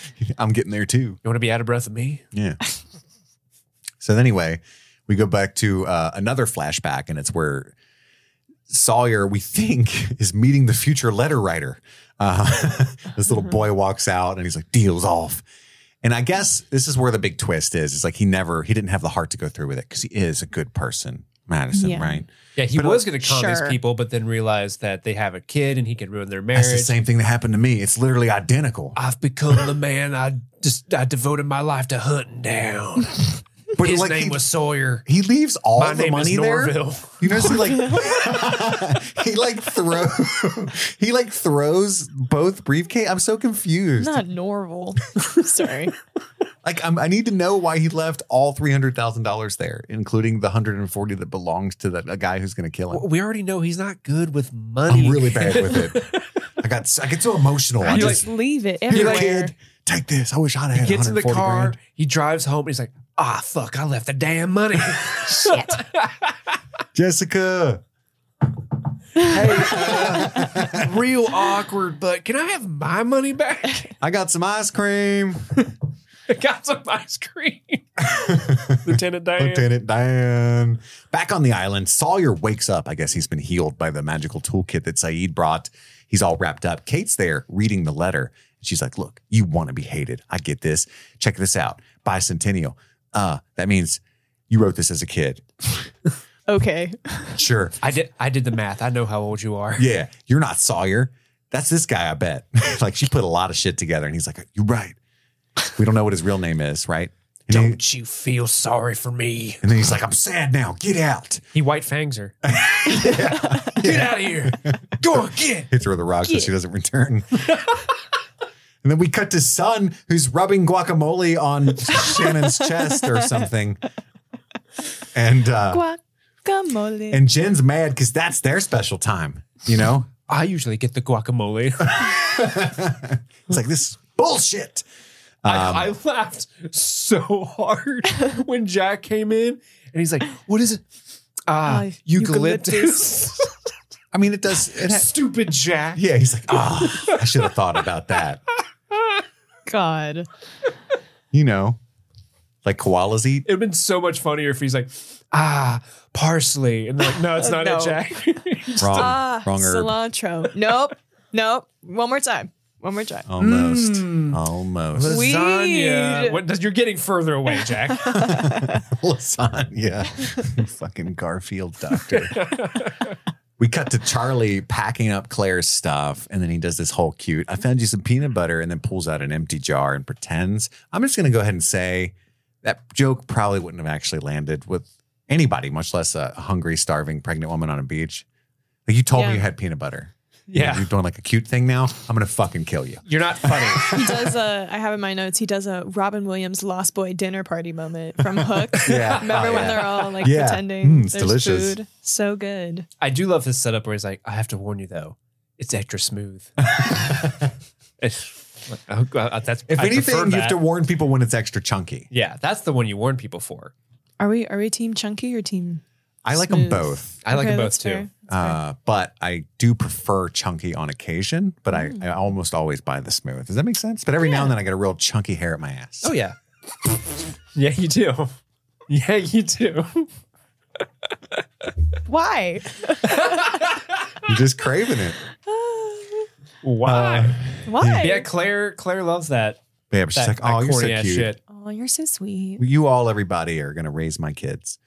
Speaker 1: *laughs* I'm getting there too.
Speaker 3: You want to be out of breath with me?
Speaker 1: Yeah. so anyway, we go back to uh, another flashback, and it's where Sawyer, we think, *laughs* is meeting the future letter writer. Uh, *laughs* this
Speaker 3: Mm-hmm.
Speaker 1: little boy walks out, and he's like, "Deals off." And I guess this is where the big twist is. It's like he never, he didn't have the heart to go through with it because he is a good person, Madison,
Speaker 2: Yeah.
Speaker 1: right?
Speaker 3: Yeah,
Speaker 1: uh,
Speaker 3: he was going to con these
Speaker 2: Sure.
Speaker 3: people, but then realized that they have a kid and he could ruin their
Speaker 1: That's the
Speaker 3: marriage.
Speaker 1: same thing that happened to me. It's literally identical.
Speaker 3: I've become the man I just I devoted my life to hunting down.
Speaker 1: But
Speaker 3: His
Speaker 1: like,
Speaker 3: name
Speaker 1: he,
Speaker 3: was Sawyer.
Speaker 1: he leaves all
Speaker 3: My
Speaker 1: the
Speaker 3: name
Speaker 1: money
Speaker 3: is
Speaker 1: there.
Speaker 3: Norville.
Speaker 1: You notice he like
Speaker 2: *laughs*
Speaker 1: *laughs* he like throw *laughs* he like throws both briefcase. I'm so confused.
Speaker 2: Not
Speaker 1: *laughs*
Speaker 2: normal. Sorry.
Speaker 1: Like I'm, I need to know why he left all three hundred thousand dollars there, including the hundred and forty that belongs to the a guy who's going to kill him.
Speaker 3: We already know he's not good with money.
Speaker 1: I'm really bad with
Speaker 2: *laughs*
Speaker 1: it. I got s- I get so emotional. I
Speaker 3: You're
Speaker 1: just
Speaker 2: Just leave it
Speaker 1: here,
Speaker 2: everywhere.
Speaker 1: kid, take this. I wish I'd had
Speaker 3: Gets in the
Speaker 1: 140
Speaker 3: car.
Speaker 1: grand.
Speaker 3: He drives home. And he's like, ah, fuck, I left the damn money.
Speaker 2: Shit.
Speaker 1: Jessica.
Speaker 3: *laughs* Real awkward. But can I have my
Speaker 1: *laughs*
Speaker 3: money back?
Speaker 1: I got some ice cream.
Speaker 3: I got some ice cream. *laughs* Lieutenant Diane.
Speaker 1: Lieutenant Dan. Back on the island, Sawyer wakes up. I guess he's been healed by the magical toolkit that Saeed brought. He's all wrapped up. Kate's there reading the letter. She's like, Look, you want to be hated. I get this. Check this out. Bicentennial. Uh, that means you wrote this as a kid.
Speaker 2: Okay.
Speaker 1: Sure.
Speaker 3: I did. I did the math. I know how old you are.
Speaker 1: Yeah. You're not Sawyer. That's this guy, I bet. *laughs* like she put a lot of shit together. And he's like, You're right. We don't know what his real name is, right? And, he-
Speaker 3: Don't you feel sorry for me?
Speaker 1: and then he's like, I'm sad now. Get out.
Speaker 3: He white
Speaker 1: *laughs*
Speaker 3: fangs her. Get out of here. Go on,
Speaker 1: *laughs*
Speaker 3: get.
Speaker 1: hits her with a rock so she doesn't return. *laughs* and then we cut to Sun, who's rubbing guacamole on Shannon's chest or something. And uh,
Speaker 2: Guacamole.
Speaker 1: and Jen's mad because that's their special time, you know?
Speaker 3: I usually get the guacamole.
Speaker 1: It's like this is bullshit. Um,
Speaker 3: I, I laughed so hard when Jack came in and he's like, What is it? Ah,
Speaker 2: Ah,
Speaker 3: eucalyptus.
Speaker 1: I mean, it does. It ha-
Speaker 3: *laughs* Stupid Jack.
Speaker 1: yeah, he's like, ah, I should have thought about that.
Speaker 2: God.
Speaker 1: You know, like koalas eat.
Speaker 3: It would have been so much funnier if he's like, ah, parsley. And they're like, no, it's not
Speaker 2: No.
Speaker 3: it, Jack. *laughs*
Speaker 1: Wrong,
Speaker 2: Ah,
Speaker 1: Oh, wrong herb.
Speaker 2: cilantro. Nope. nope. One more time. One more time.
Speaker 1: Almost, almost
Speaker 2: Weed.
Speaker 3: Lasagna. What, you're getting further away, Jack.
Speaker 1: *laughs* lasagna. *laughs* Fucking Garfield doctor. we cut to Charlie packing up Claire's stuff, and then he does this whole cute. I found you some peanut butter, and then pulls out an empty jar and pretends. I'm just gonna go ahead and say that joke probably wouldn't have actually landed with anybody, much less a hungry, starving, pregnant woman on a beach. Like you told
Speaker 2: Yeah.
Speaker 1: me you had peanut butter.
Speaker 3: yeah.
Speaker 1: You're doing like a cute thing now. I'm gonna fucking kill you.
Speaker 3: You're not funny.
Speaker 1: *laughs*
Speaker 2: He does a, I have in my notes, he does a Robin Williams Lost Boy dinner party moment
Speaker 1: *laughs*
Speaker 2: from Hook.
Speaker 1: Yeah.
Speaker 2: Remember
Speaker 1: Oh,
Speaker 2: when
Speaker 1: yeah.
Speaker 2: they're all like
Speaker 1: Yeah.
Speaker 2: pretending
Speaker 1: Mm, it's
Speaker 2: there's
Speaker 1: delicious.
Speaker 2: food? So good.
Speaker 3: I do love his setup where he's like, I have to warn you though, it's
Speaker 1: *laughs*
Speaker 3: extra smooth. It's like, oh, God, that's
Speaker 1: If
Speaker 3: I
Speaker 1: anything,
Speaker 3: prefer
Speaker 1: you have
Speaker 3: that.
Speaker 1: to warn people when it's extra chunky.
Speaker 3: Yeah, that's the one you warn people for.
Speaker 2: Are we are we team chunky or team?
Speaker 1: I like them
Speaker 2: Smooth.
Speaker 1: both.
Speaker 3: I like
Speaker 2: Okay,
Speaker 3: them both
Speaker 2: that's
Speaker 3: too.
Speaker 2: fair. That's fair.
Speaker 1: Uh, but I do prefer chunky on occasion, but
Speaker 3: Mm.
Speaker 1: I, I almost always buy the smooth. Does that make sense? But every now and then I get a real chunky hair at my ass.
Speaker 3: Oh yeah. *laughs* yeah, you do. *laughs* Yeah, you do.
Speaker 2: Why?
Speaker 1: *laughs* You're just craving it.
Speaker 3: Why?
Speaker 2: Why?
Speaker 3: Uh, yeah, Claire Claire loves that.
Speaker 1: Yeah, but she's
Speaker 3: that,
Speaker 1: like,
Speaker 3: that
Speaker 1: oh, you're so
Speaker 3: corny
Speaker 1: cute.
Speaker 3: ass shit.
Speaker 2: Oh, you're so sweet.
Speaker 1: You all, everybody, are going to raise my kids.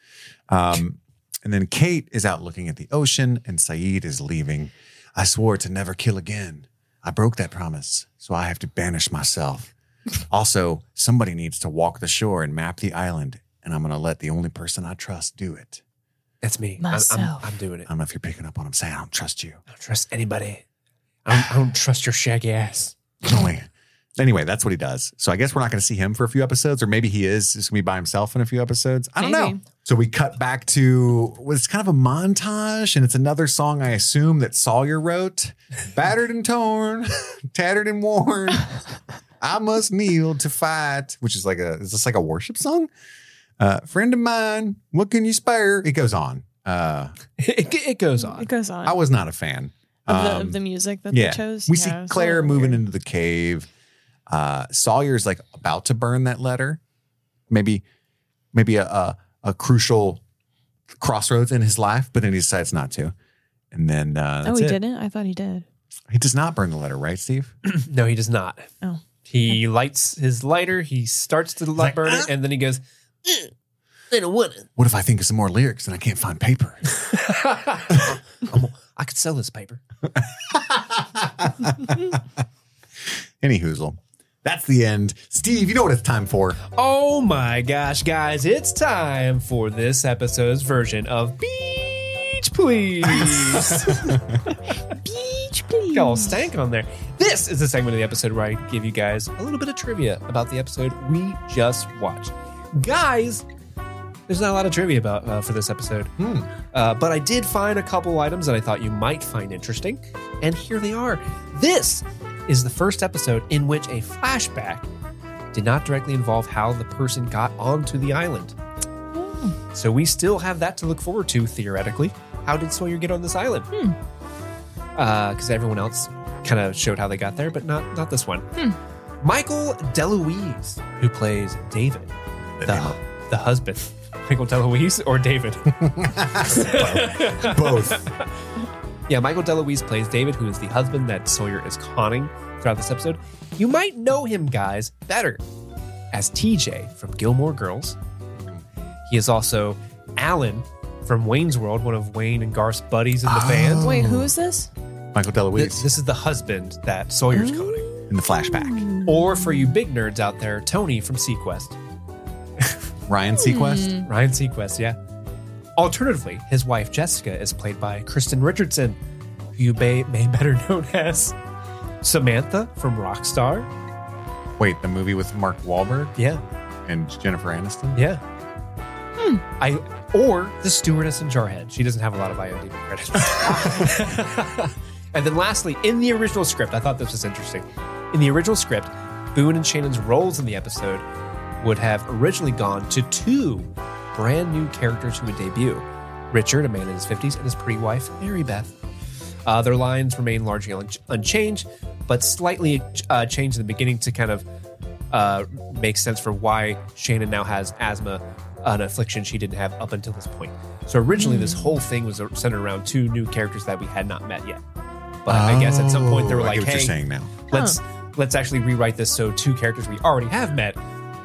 Speaker 1: Um, and then Kate is out looking at the ocean and Saeed is leaving. I swore to never kill again. I broke that promise, so I have to banish myself.
Speaker 3: *laughs*
Speaker 1: also, somebody needs to walk the shore and map the island, and I'm going to let the only person I trust do it.
Speaker 3: That's me. I'm- I'm,
Speaker 2: Myself.
Speaker 3: I'm, doing it.
Speaker 1: I don't know if you're picking up what I'm saying. I don't trust you.
Speaker 3: I don't trust anybody. I don't, I don't trust your shaggy ass. *laughs*
Speaker 1: No way. Anyway, that's what he does. So I guess we're not going to see him for a few episodes, or maybe he is just going to be by himself in a few episodes. I don't know.
Speaker 2: Maybe.
Speaker 1: So we cut back to well, it's kind of a montage, and it's another song I assume that Sawyer
Speaker 2: *laughs*
Speaker 1: wrote. Battered and torn, *laughs* tattered and worn. I must kneel to fight, which is like a is this like a worship song? Uh, friend of mine, what can you spare? It goes on. Uh,
Speaker 3: It, it goes on.
Speaker 2: It goes on.
Speaker 1: I was not a fan
Speaker 2: of, the,
Speaker 1: Um,
Speaker 2: of the music that
Speaker 1: yeah.
Speaker 2: they chose.
Speaker 1: We
Speaker 2: Yeah, it
Speaker 1: see
Speaker 2: was a
Speaker 1: Claire
Speaker 2: little
Speaker 1: moving
Speaker 2: weird.
Speaker 1: into the cave. Uh, Sawyer's like about to burn that letter. Maybe, maybe a, a, a crucial crossroads in his life, but then he decides not to. And then uh,
Speaker 2: Oh,
Speaker 1: that's
Speaker 2: he
Speaker 1: it.
Speaker 2: didn't? I thought he did.
Speaker 1: He does not burn the letter, right, Steve?
Speaker 3: No, he does not.
Speaker 2: Oh.
Speaker 3: He lights his lighter. He starts to light burn it, and then he goes, *laughs*
Speaker 1: What if I think of some more lyrics and I can't find paper?
Speaker 3: I'm- "I could sell this paper."
Speaker 1: Any hoozle. That's the end. Steve, you know what it's time for. *laughs*
Speaker 3: Oh my gosh, guys! It's time for this episode's version of Beach Please.
Speaker 2: Beach, please.
Speaker 3: Y'all stank on there. This is the segment of the episode where I give you guys a little bit of trivia about the episode we just watched. Guys, there's not a lot of trivia about uh, for this episode, uh, but I did find a couple items that I thought you might find interesting, and here they are. This is the first episode in which a flashback did not directly involve how the person got onto the island. So we still have that to look forward to theoretically. How did Sawyer get on this island? because everyone else kind of showed how they got there, but not not this one. Michael DeLuise, who plays David, the, hu- the husband. *laughs* Michael DeLuise or David?
Speaker 1: Both.
Speaker 3: yeah, Michael DeLuise plays David, who is the husband that Sawyer is conning throughout this episode. You might know him, guys, better as TJ from Gilmore Girls. He is also Alan from Wayne's World, one of Wayne and Garth's buddies in the
Speaker 1: Oh.
Speaker 3: band.
Speaker 2: Wait, who is this?
Speaker 1: Michael
Speaker 3: This,
Speaker 1: DeLuise
Speaker 3: this is the husband that Sawyer's conning.
Speaker 1: in the flashback.
Speaker 3: Or for you big nerds out there, Tony from Sequest.
Speaker 1: Ryan Seacrest.
Speaker 3: Mm. Ryan Sequest, yeah. Alternatively, his wife Jessica is played by Kristen Richardson, who you may, may better *laughs* known as Samantha from Rockstar.
Speaker 2: Hmm.
Speaker 1: Wait, the movie with Mark Wahlberg
Speaker 3: Yeah,
Speaker 1: and Jennifer Aniston?
Speaker 3: yeah. I or the stewardess in Jarhead. She doesn't have a lot of IMDb credits. *laughs* and then lastly, in the original script, I thought this was interesting. In the original script, Boone and Shannon's roles in the episode would have originally gone to two brand new characters who would debut Richard, a man in his 50s, and his pretty wife, Mary Beth. Uh, their lines remain largely un- unchanged, but slightly uh, changed in the beginning to kind of uh, makes sense for why Shannon now has asthma, an affliction she didn't have up until this point. So originally, this whole
Speaker 1: Hmm.
Speaker 3: thing was centered around two new characters that we had not met yet. But I guess at some point they were
Speaker 1: Oh, I
Speaker 3: like,
Speaker 1: get what
Speaker 3: "Hey,
Speaker 1: you're saying now.
Speaker 3: let's let's actually rewrite this so two characters we already have met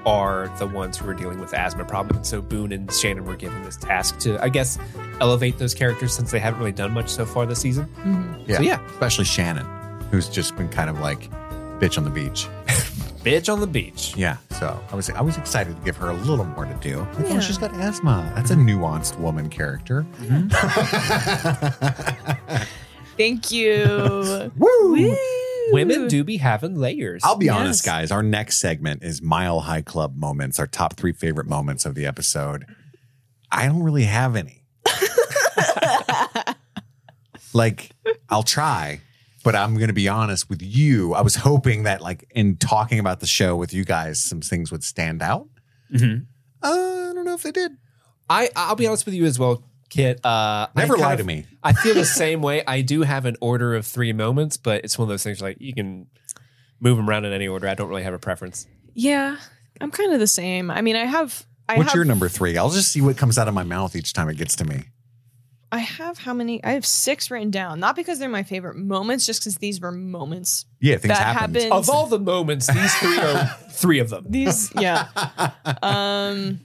Speaker 3: are the ones who are dealing with asthma problems. So Boone and Shannon were given this task to, I guess, elevate those characters since they haven't really done much so far this season.
Speaker 1: Yeah.
Speaker 3: So, yeah.
Speaker 1: Especially Shannon, who's just been kind of like bitch on the beach.
Speaker 3: Bitch on the beach.
Speaker 1: Yeah. So I was I was excited to give her a little more to do. Like,
Speaker 2: Yeah.
Speaker 1: Oh, she's got asthma. That's a nuanced woman character.
Speaker 2: Thank you.
Speaker 1: *laughs* Woo!
Speaker 3: Women do be having layers.
Speaker 1: I'll be
Speaker 2: Yes.
Speaker 1: honest, guys. Our next segment is Mile High Club moments, our top three favorite moments of the episode. I don't really have
Speaker 2: *laughs*
Speaker 1: any. like, I'll try, but I'm going to be honest with you. I was hoping that, like, in talking about the show with you guys, some things would stand out.
Speaker 3: Mhm.
Speaker 1: Uh, I don't know if they did.
Speaker 3: I I'll be honest with you as well, Kit. Uh, I
Speaker 1: Never
Speaker 3: kind
Speaker 1: lie
Speaker 3: of-
Speaker 1: to me.
Speaker 3: *laughs* I feel the same way. I do have an order of three moments, but it's one of those things like you can move them around in any order. I don't really have a preference.
Speaker 2: Yeah, I'm kind of the same. I mean, I have. I
Speaker 1: What's
Speaker 2: have,
Speaker 1: your number three? I'll just see what comes out of my mouth each time it gets to me.
Speaker 2: I have how many? I have six written down. Not because they're my favorite moments, just because these were moments.
Speaker 1: Yeah, things
Speaker 2: That
Speaker 1: happen.
Speaker 2: happened.
Speaker 3: Of all the moments, these three *laughs* are three of them.
Speaker 1: *laughs*
Speaker 2: These, yeah. um,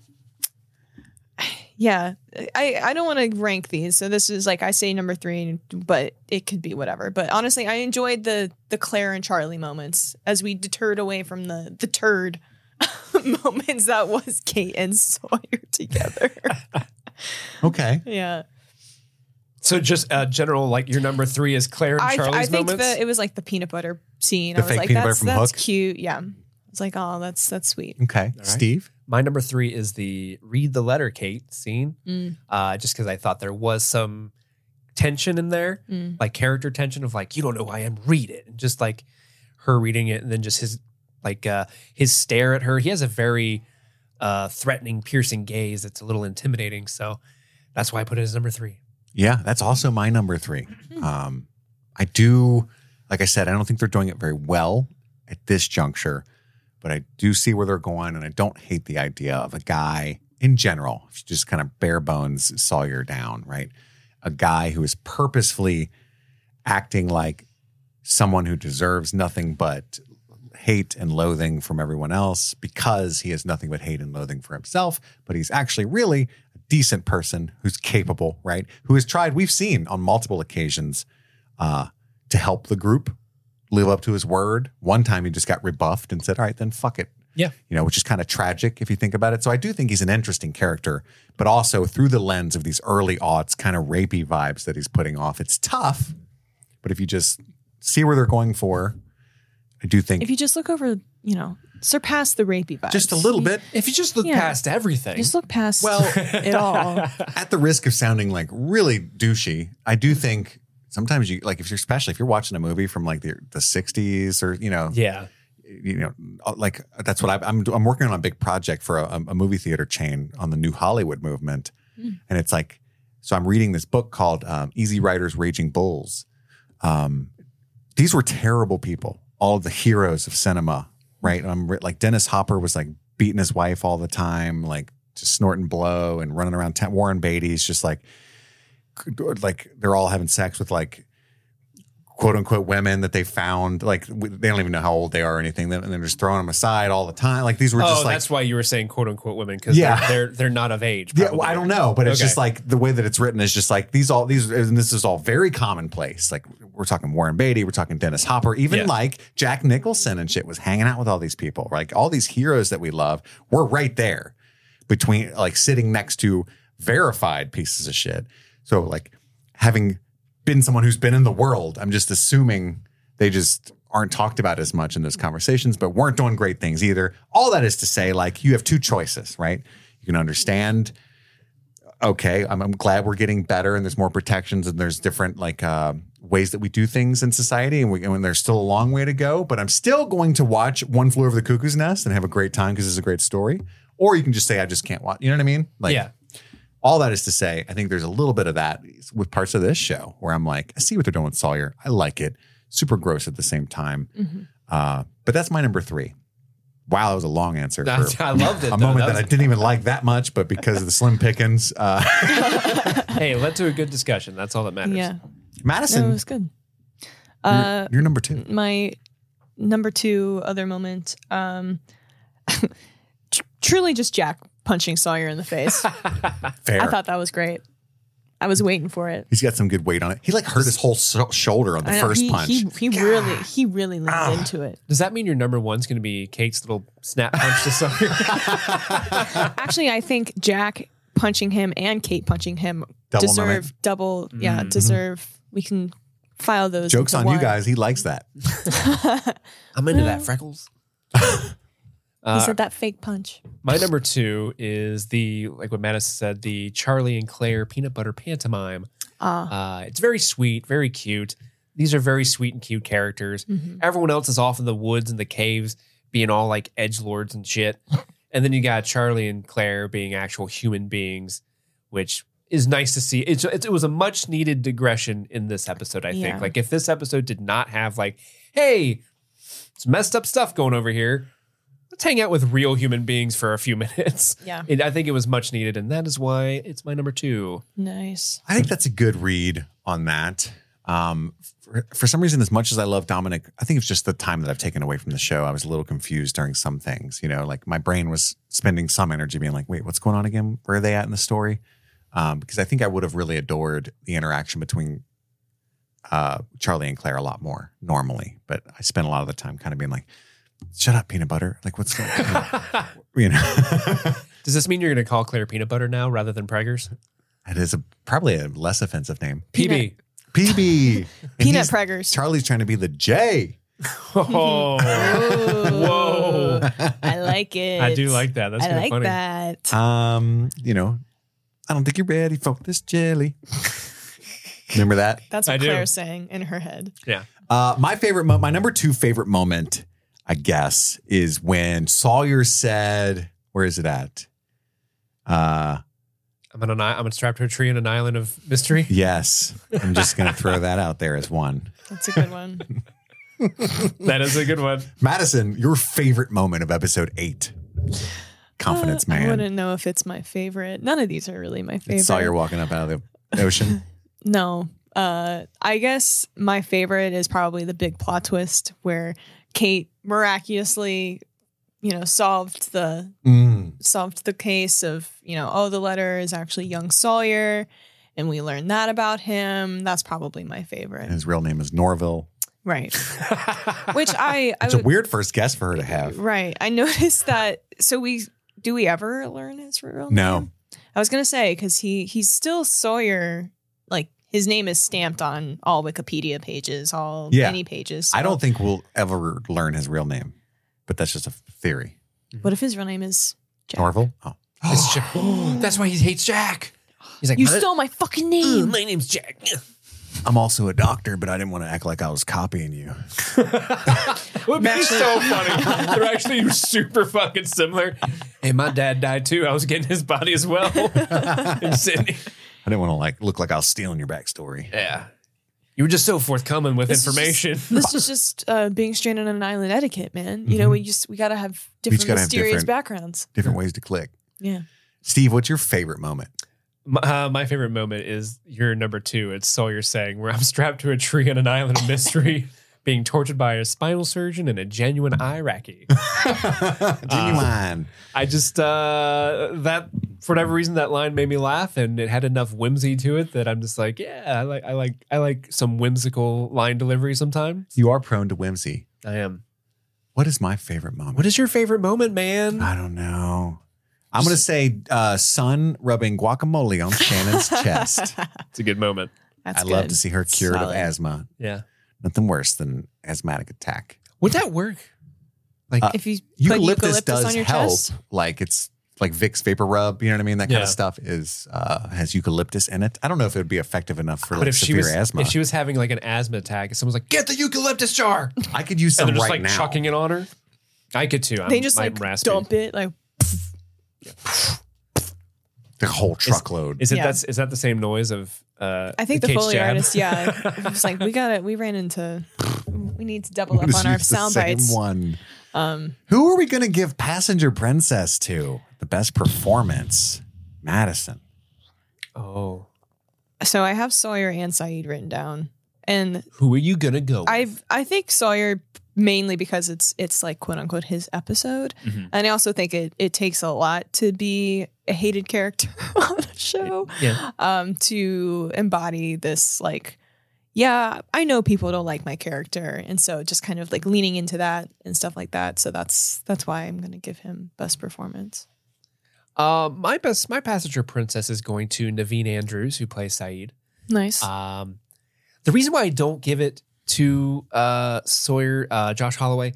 Speaker 2: yeah. I I don't want to rank these, so this is like I say number three, but it could be whatever. But honestly, I enjoyed the the Claire and Charlie moments as we deterred away from the the turd *laughs* moments that was Kate and Sawyer together. *laughs*
Speaker 1: Okay.
Speaker 2: yeah.
Speaker 3: So just uh, general, like your number three is Claire and
Speaker 2: I,
Speaker 3: Charlie's
Speaker 2: I think
Speaker 3: moments.
Speaker 2: the, it was like the peanut butter scene.
Speaker 1: The
Speaker 2: I was
Speaker 1: fake
Speaker 2: like,
Speaker 1: peanut butter
Speaker 2: that's,
Speaker 1: from
Speaker 2: that's
Speaker 1: Hook?
Speaker 2: cute. Yeah. It's like, oh, that's that's sweet.
Speaker 1: Okay. Steve?
Speaker 3: My number three is the read the letter Kate scene,
Speaker 2: Mm.
Speaker 3: uh, just because I thought there was some tension in there,
Speaker 2: Mm.
Speaker 3: like character tension of like you don't know who I am, read it, and just like her reading it, and then just his like uh, his stare at her. He has a very uh, threatening, piercing gaze that's a little intimidating. So that's why I put it as number three.
Speaker 1: Yeah, that's also my number three. Um, I do, like I said, I don't think they're doing it very well at this juncture, but I do see where they're going, and I don't hate the idea of a guy in general, just kind of bare bones Sawyer down, right? A guy who is purposefully acting like someone who deserves nothing but hate and loathing from everyone else because he has nothing but hate and loathing for himself, but he's actually really a decent person who's capable, right? Who has tried, we've seen on multiple occasions, uh, to help the group live up to his word. One time he just got rebuffed and said, All right, then fuck it.
Speaker 3: Yeah.
Speaker 1: You know, which is kind of tragic if you think about it. So I do think he's an interesting character, but also through the lens of these early aughts kind of rapey vibes that he's putting off. It's tough, but if you just see where they're going for, I do think
Speaker 2: If you just look over, you know, surpass the rapey vibes.
Speaker 1: just a little bit
Speaker 3: If you just look
Speaker 2: Yeah.
Speaker 3: past everything,
Speaker 2: Just look past *laughs*
Speaker 1: Well- *laughs*
Speaker 2: it all.
Speaker 1: at the risk of sounding like really douchey i do think sometimes you like if you're especially if you're watching a movie from like the, the 60s or you know
Speaker 3: yeah,
Speaker 1: you know uh, like that's what I, i'm i'm working on a big project for a, a movie theater chain on the new hollywood movement and it's like so i'm reading this book called um, easy riders raging bulls um, these were terrible people all of the heroes of cinema right i'm re- like dennis hopper was like beating his wife all the time like just snorting blow and running around town. warren beatty's just like like they're all having sex with like quote unquote women that they found like w- they don't even know how old they are or anything and they're just throwing them aside all the time like these were
Speaker 3: oh,
Speaker 1: just like
Speaker 3: that's why you were saying quote unquote women because
Speaker 1: Yeah.
Speaker 3: they're, they're they're not of age.
Speaker 1: yeah,
Speaker 3: probably.
Speaker 1: well, I don't know, but it's
Speaker 3: Okay.
Speaker 1: just like the way that it's written is just like these all these, and this is all very commonplace. Like we're talking Warren Beatty, we're talking Dennis Hopper, even
Speaker 3: Yeah.
Speaker 1: like Jack Nicholson and shit was hanging out with all these people. Like all these heroes that we love were right there between like sitting next to verified pieces of shit. So like having been someone who's been in the world, I'm just assuming they just aren't talked about as much in those conversations, but weren't doing great things either. All that is to say, like you have two choices, right? You can understand okay, I'm, I'm glad we're getting better and there's more protections and there's different like uh, ways that we do things in society and, we, and there's still a long way to go. But I'm still going to watch One Flew Over the Cuckoo's Nest and have a great time because it's a great story. Or you can just say I just can't watch. You know what I mean? Like
Speaker 3: yeah,
Speaker 1: all that is to say, I think there's a little bit of that with parts of this show where I'm like, I see what they're doing with Sawyer. I like it. Super gross at the same time. Uh, but that's my number three. Wow, that was a long answer. for
Speaker 3: I loved it.
Speaker 1: a
Speaker 3: though.
Speaker 1: moment that I
Speaker 3: was-
Speaker 1: didn't even like that much, but because of the slim pickings, uh,
Speaker 3: hey, it led to a good discussion. That's all that matters.
Speaker 2: Yeah, no, it
Speaker 1: Madison,
Speaker 2: was good.
Speaker 1: Mm. you're-
Speaker 2: Uh,
Speaker 1: you're, number two.
Speaker 2: my number two other moment um *laughs* tr- truly just jack punching sawyer in
Speaker 1: *laughs*
Speaker 2: the face
Speaker 1: Fair.
Speaker 2: i thought that was great i was waiting for it
Speaker 1: He's got some good weight on it. He like hurt his whole so- shoulder on the
Speaker 2: I know,
Speaker 1: first
Speaker 2: he,
Speaker 1: punch. Ah.
Speaker 2: he, he really he really leaned into it
Speaker 3: Does that mean your number one's going to be Kate's little snap punch to Sawyer?
Speaker 2: *laughs* actually i think jack punching him and kate punching him
Speaker 1: Double
Speaker 2: deserve
Speaker 1: moment. Mm-hmm.
Speaker 2: double yeah deserve we can file those
Speaker 1: Jokes
Speaker 2: into
Speaker 1: on you
Speaker 2: one.
Speaker 1: guys. He likes that.
Speaker 3: I'm into that, Freckles.
Speaker 2: he said that fake punch
Speaker 3: My number two is the like what Mattis said, the Charlie and Claire peanut butter pantomime.
Speaker 2: Ah,
Speaker 3: Uh, it's very sweet, very cute. These are very sweet and cute characters. Everyone else is off in the woods and the caves, being all like edge lords and shit. and then you got Charlie and Claire being actual human beings, which is nice to see. It's, it's, it was a much needed digression in this episode. I
Speaker 2: Yeah.
Speaker 3: think like if this episode did not have like, hey, it's messed up stuff going over here let's hang out with real human beings for a few *laughs* minutes.
Speaker 2: Yeah.
Speaker 3: And I think it was much needed, and that is why it's my number two. *laughs*
Speaker 2: nice
Speaker 1: I think that's a good read on that. Um, for, for some reason, as much as I love Dominic, I think it's just the time that I've taken away from the show. I was a little confused during some things. You know, like my brain was spending some energy being like, "Wait, what's going on again? Where are they at in the story?" Um, because I think I would have really adored the interaction between uh, Charlie and Claire a lot more normally. But I spent a lot of the time kind of being like, "Shut up, peanut butter! Like, what's going
Speaker 3: *laughs*
Speaker 1: on?" you know. *laughs*
Speaker 3: Does this mean you're going to call Claire peanut butter now rather than Preggers?
Speaker 1: It is a, probably a less offensive name.
Speaker 3: PB.
Speaker 1: PB. And
Speaker 2: peanut
Speaker 1: he's-
Speaker 2: preggers
Speaker 1: Charlie's trying to be the J.
Speaker 3: *laughs* Oh,
Speaker 2: Ooh.
Speaker 3: whoa!
Speaker 2: i like it
Speaker 3: I do like that. That's
Speaker 2: I
Speaker 3: kind of
Speaker 2: like
Speaker 3: funny.
Speaker 2: that.
Speaker 1: Um, you know, I don't think you're ready for this jelly. *laughs* Remember that?
Speaker 2: That's
Speaker 3: I
Speaker 2: what
Speaker 3: do.
Speaker 2: Claire's saying in her head.
Speaker 3: Yeah.
Speaker 1: Uh, my favorite, mo- my number two favorite moment, I guess, is when Sawyer said, "Where is it at?" Uh,
Speaker 3: I'm on an i- I'm strapped to a tree in an island of *laughs* mystery.
Speaker 1: yes, I'm just gonna
Speaker 2: *laughs*
Speaker 1: throw that out there as one.
Speaker 2: That's a good one.
Speaker 3: that is a
Speaker 2: *laughs*
Speaker 3: good one.
Speaker 1: Madison, your favorite moment of episode eight, *laughs* confidence
Speaker 2: Uh, I
Speaker 1: man.
Speaker 2: wouldn't know if it's my favorite. None of these are really my favorite.
Speaker 1: It's Sawyer walking up out of
Speaker 2: *laughs*
Speaker 1: the ocean.
Speaker 2: No. Uh, I guess my favorite is probably the big plot twist where Kate miraculously, you know, solved the
Speaker 1: Mm.
Speaker 2: solved the case of you know oh the letter is actually young Sawyer, and we learned that about him. That's probably my favorite.
Speaker 1: And his real name is Norville.
Speaker 2: Right.
Speaker 1: *laughs*
Speaker 2: Which I I
Speaker 1: It's a
Speaker 2: would,
Speaker 1: weird first guess for her to have.
Speaker 2: Right. I noticed that. So we do we ever learn his real name?
Speaker 1: No.
Speaker 2: I was gonna say because he he's still Sawyer. Like his name is stamped on all Wikipedia pages, all
Speaker 1: Yeah.
Speaker 2: any pages.
Speaker 1: I don't think we'll ever learn his real name, but that's just a theory.
Speaker 2: What if his real name is Jack?
Speaker 1: Norville? Oh.
Speaker 3: It's Jack. *gasps* That's why he hates Jack. He's like,
Speaker 2: You
Speaker 3: "My-
Speaker 2: stole my fucking
Speaker 3: uh,
Speaker 1: Mm,
Speaker 2: name.
Speaker 3: my name's Jack. *laughs*
Speaker 1: I'm also a doctor, but I didn't want to act like I was copying you.
Speaker 3: would be so funny. *laughs* They're actually super fucking similar. Hey, my dad died too. I was getting his body as *laughs* well in Sydney.
Speaker 1: I didn't want to like look like I was stealing your backstory.
Speaker 3: Yeah. You were just so forthcoming with
Speaker 2: This is
Speaker 3: information.
Speaker 2: just- *laughs* this is just uh, being stranded on an island etiquette, man. You know, we just we gotta have
Speaker 1: each
Speaker 2: different
Speaker 1: Mm-hmm. gotta have
Speaker 2: mysterious
Speaker 1: different-
Speaker 2: backgrounds.
Speaker 1: Different ways to click.
Speaker 2: Yeah.
Speaker 1: Steve, what's your favorite moment?
Speaker 3: my, uh, my favorite moment is your number two. It's Sawyer saying, where I'm strapped to a tree on an island of *laughs* mystery, being tortured by a spinal surgeon and a genuine *laughs* Iraqi.
Speaker 1: Uh, Genuine.
Speaker 3: I just, uh, that, for whatever reason, that line made me laugh and it had enough whimsy to it that I'm just like, yeah, I like, I like, I like some whimsical line delivery sometimes.
Speaker 1: you are prone to whimsy.
Speaker 3: I am.
Speaker 1: What is my favorite moment?
Speaker 3: What is your favorite moment, man?
Speaker 1: I don't know. I'm gonna say uh, son rubbing guacamole on
Speaker 2: *laughs*
Speaker 1: Shannon's chest.
Speaker 3: It's a good moment.
Speaker 2: That's
Speaker 1: I
Speaker 2: good.
Speaker 1: love to see her cured of
Speaker 2: Solid.
Speaker 1: asthma.
Speaker 3: Yeah.
Speaker 1: Nothing worse than asthmatic attack.
Speaker 3: Would that work? Like,
Speaker 1: Uh,
Speaker 2: if you put
Speaker 1: eucalyptus,
Speaker 2: eucalyptus
Speaker 1: does
Speaker 2: on your
Speaker 1: help.
Speaker 2: chest.
Speaker 1: Like it's like Vicks vapor rub, you know what I mean? That kind
Speaker 3: Yeah.
Speaker 1: of stuff is uh, has eucalyptus in it. I don't know if it would be effective enough for
Speaker 3: but
Speaker 1: like
Speaker 3: if she
Speaker 1: severe
Speaker 3: was
Speaker 1: asthma.
Speaker 3: if she was having like an asthma attack, and someone's like, "Get the eucalyptus jar," and
Speaker 1: I could use
Speaker 3: they're
Speaker 1: some
Speaker 3: just
Speaker 1: right
Speaker 3: like
Speaker 1: now.
Speaker 3: chucking it on her, I could too. I'm,
Speaker 1: um,
Speaker 2: They just
Speaker 3: I'm
Speaker 2: like
Speaker 3: raspy.
Speaker 2: dump it like
Speaker 1: The whole truckload.
Speaker 3: Is it
Speaker 2: Yeah.
Speaker 3: that's is that the same noise of? Uh,
Speaker 2: I think the,
Speaker 3: cage
Speaker 2: Foley
Speaker 3: jab?
Speaker 2: artist,
Speaker 1: *laughs*
Speaker 3: *laughs*
Speaker 2: yeah, it was like we got to We ran into. We need to double up
Speaker 1: Just
Speaker 2: on our
Speaker 1: use the
Speaker 2: sound
Speaker 1: same
Speaker 2: bites.
Speaker 1: One.
Speaker 2: Um,
Speaker 1: Who are we going to give Passenger Princess to? The best performance, Madison.
Speaker 3: Oh,
Speaker 2: so I have Sawyer and Saeed written down, and
Speaker 3: who are you gonna go? with?
Speaker 2: I've I think Sawyer mainly because it's it's like quote unquote his episode,
Speaker 4: Mhm.
Speaker 2: and I also think it it takes a lot to be a hated character *laughs* on a show,
Speaker 3: yeah.
Speaker 2: um, to embody this like, yeah, I know people don't like my character, and so just kind of like leaning into that and stuff like that. So that's that's why I'm gonna give him best performance.
Speaker 3: Uh, my best, my passenger princess is going to Naveen Andrews, who plays Saeed.
Speaker 2: Nice.
Speaker 3: Um, the reason why I don't give it to uh, Sawyer, uh, Josh Holloway,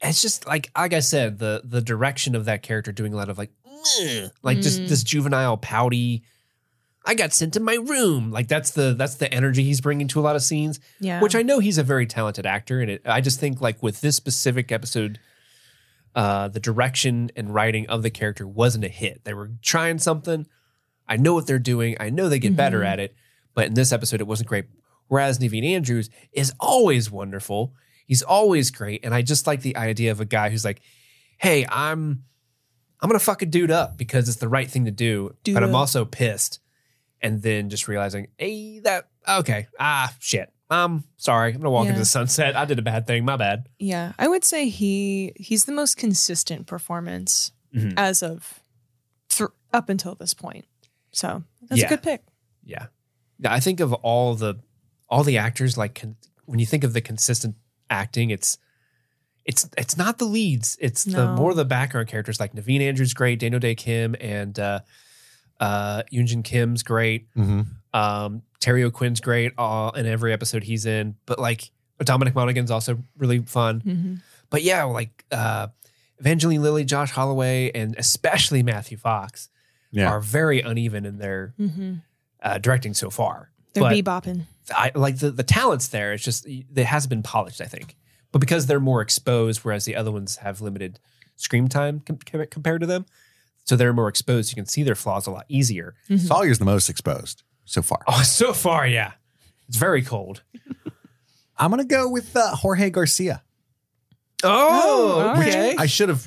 Speaker 3: it's just like like I said, the the direction of that character doing a lot of like, "Ugh," like just
Speaker 2: Mm.
Speaker 3: this juvenile pouty. I got sent to my room. Like that's the that's the energy he's bringing to a lot of scenes,
Speaker 2: yeah.
Speaker 3: which I know he's a very talented actor, and it, I just think like with this specific episode. Uh, the direction and writing of the character wasn't a hit. They were trying something. I know what they're doing. I know they get better
Speaker 2: Mhm.
Speaker 3: at it but in this episode it wasn't great. Whereas Naveen Andrews is always wonderful. He's always great, and I just like the idea of a guy who's like, "Hey, I'm, I'm gonna fuck a dude up because it's the right thing to do,
Speaker 2: Dude
Speaker 3: but I'm
Speaker 2: up.
Speaker 3: also pissed." And then just realizing, "Hey, that okay? Ah, shit. Um, sorry. I'm gonna walk into
Speaker 2: Yeah.
Speaker 3: the sunset. I did a bad thing. My bad."
Speaker 2: Yeah, I would say he he's the most consistent performance
Speaker 3: Mhm.
Speaker 2: as of thr up until this point. So that's
Speaker 3: Yeah.
Speaker 2: a good pick.
Speaker 3: Yeah, Yeah, I think of all the, all the actors. Like con- when you think of the consistent acting, it's it's it's not the leads. It's the
Speaker 2: No.
Speaker 3: more the background characters like Naveen Andrews, great. Daniel Day Kim and uh, uh, Yoonjin Kim's great.
Speaker 1: Mm-hmm.
Speaker 3: Um, Terry O'Quinn's great. All in every episode he's in. But like Dominic Monaghan's also really fun.
Speaker 2: Mm-hmm,
Speaker 3: But yeah, like uh, Evangeline Lilly, Josh Holloway, and especially Matthew Fox
Speaker 1: Yeah.
Speaker 3: are very uneven in their
Speaker 2: Mm-hmm.
Speaker 3: uh, directing so far.
Speaker 2: They're
Speaker 3: But-
Speaker 2: bebopping.
Speaker 3: I like the the talents there. It's just it hasn't been polished, I think. But because they're more exposed, whereas the other ones have limited screen time com- com- compared to them, so they're more exposed. You can see their flaws a lot easier. *laughs*
Speaker 1: Sawyer's the most exposed so far.
Speaker 3: Oh, so far, yeah, it's very cold.
Speaker 1: I'm going to go with uh, Jorge Garcia.
Speaker 2: Oh,
Speaker 3: Oh,
Speaker 2: all
Speaker 3: okay.
Speaker 2: right.
Speaker 1: I should have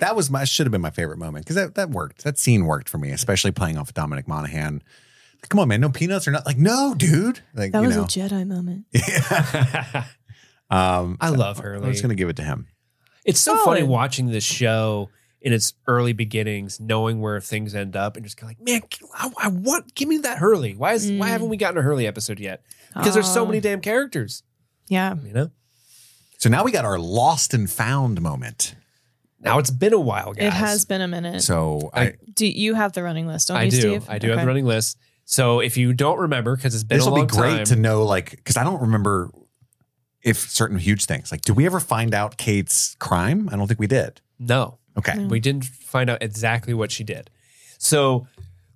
Speaker 1: *laughs* That was my should have been my favorite moment because that, that worked. That scene worked for me, especially playing off Dominic Monaghan. Like, Come on, man, no peanuts or not like no, dude. Like
Speaker 2: That
Speaker 1: you
Speaker 2: was
Speaker 1: know.
Speaker 2: a Jedi moment.
Speaker 1: um,
Speaker 3: I love
Speaker 1: I
Speaker 3: Hurley.
Speaker 1: was gonna give it to him.
Speaker 3: it's so
Speaker 2: Solid.
Speaker 3: funny watching this show in its early beginnings, knowing where things end up, and just kind of like, man, I, I want give me that Hurley. Why is why
Speaker 2: Mm.
Speaker 3: haven't we gotten a Hurley episode yet? Because there's so
Speaker 2: Oh,
Speaker 3: many damn characters.
Speaker 2: Yeah,
Speaker 3: You know.
Speaker 1: So now we got our lost and found moment.
Speaker 3: Now it's been a while, guys.
Speaker 2: it has been a minute.
Speaker 1: So I,
Speaker 3: I-
Speaker 2: do you have the running list? Don't
Speaker 3: I
Speaker 2: you,
Speaker 3: do.
Speaker 2: Steve?
Speaker 3: I do have the running list. So if you don't remember, because it's been
Speaker 1: this
Speaker 3: a
Speaker 1: will be
Speaker 3: long
Speaker 1: great
Speaker 3: time,
Speaker 1: to know, like, because I don't remember if certain huge things. Like, do we ever find out Kate's crime? I don't think we did.
Speaker 3: no,
Speaker 1: Okay.
Speaker 2: No.
Speaker 3: we didn't find out exactly what she did. So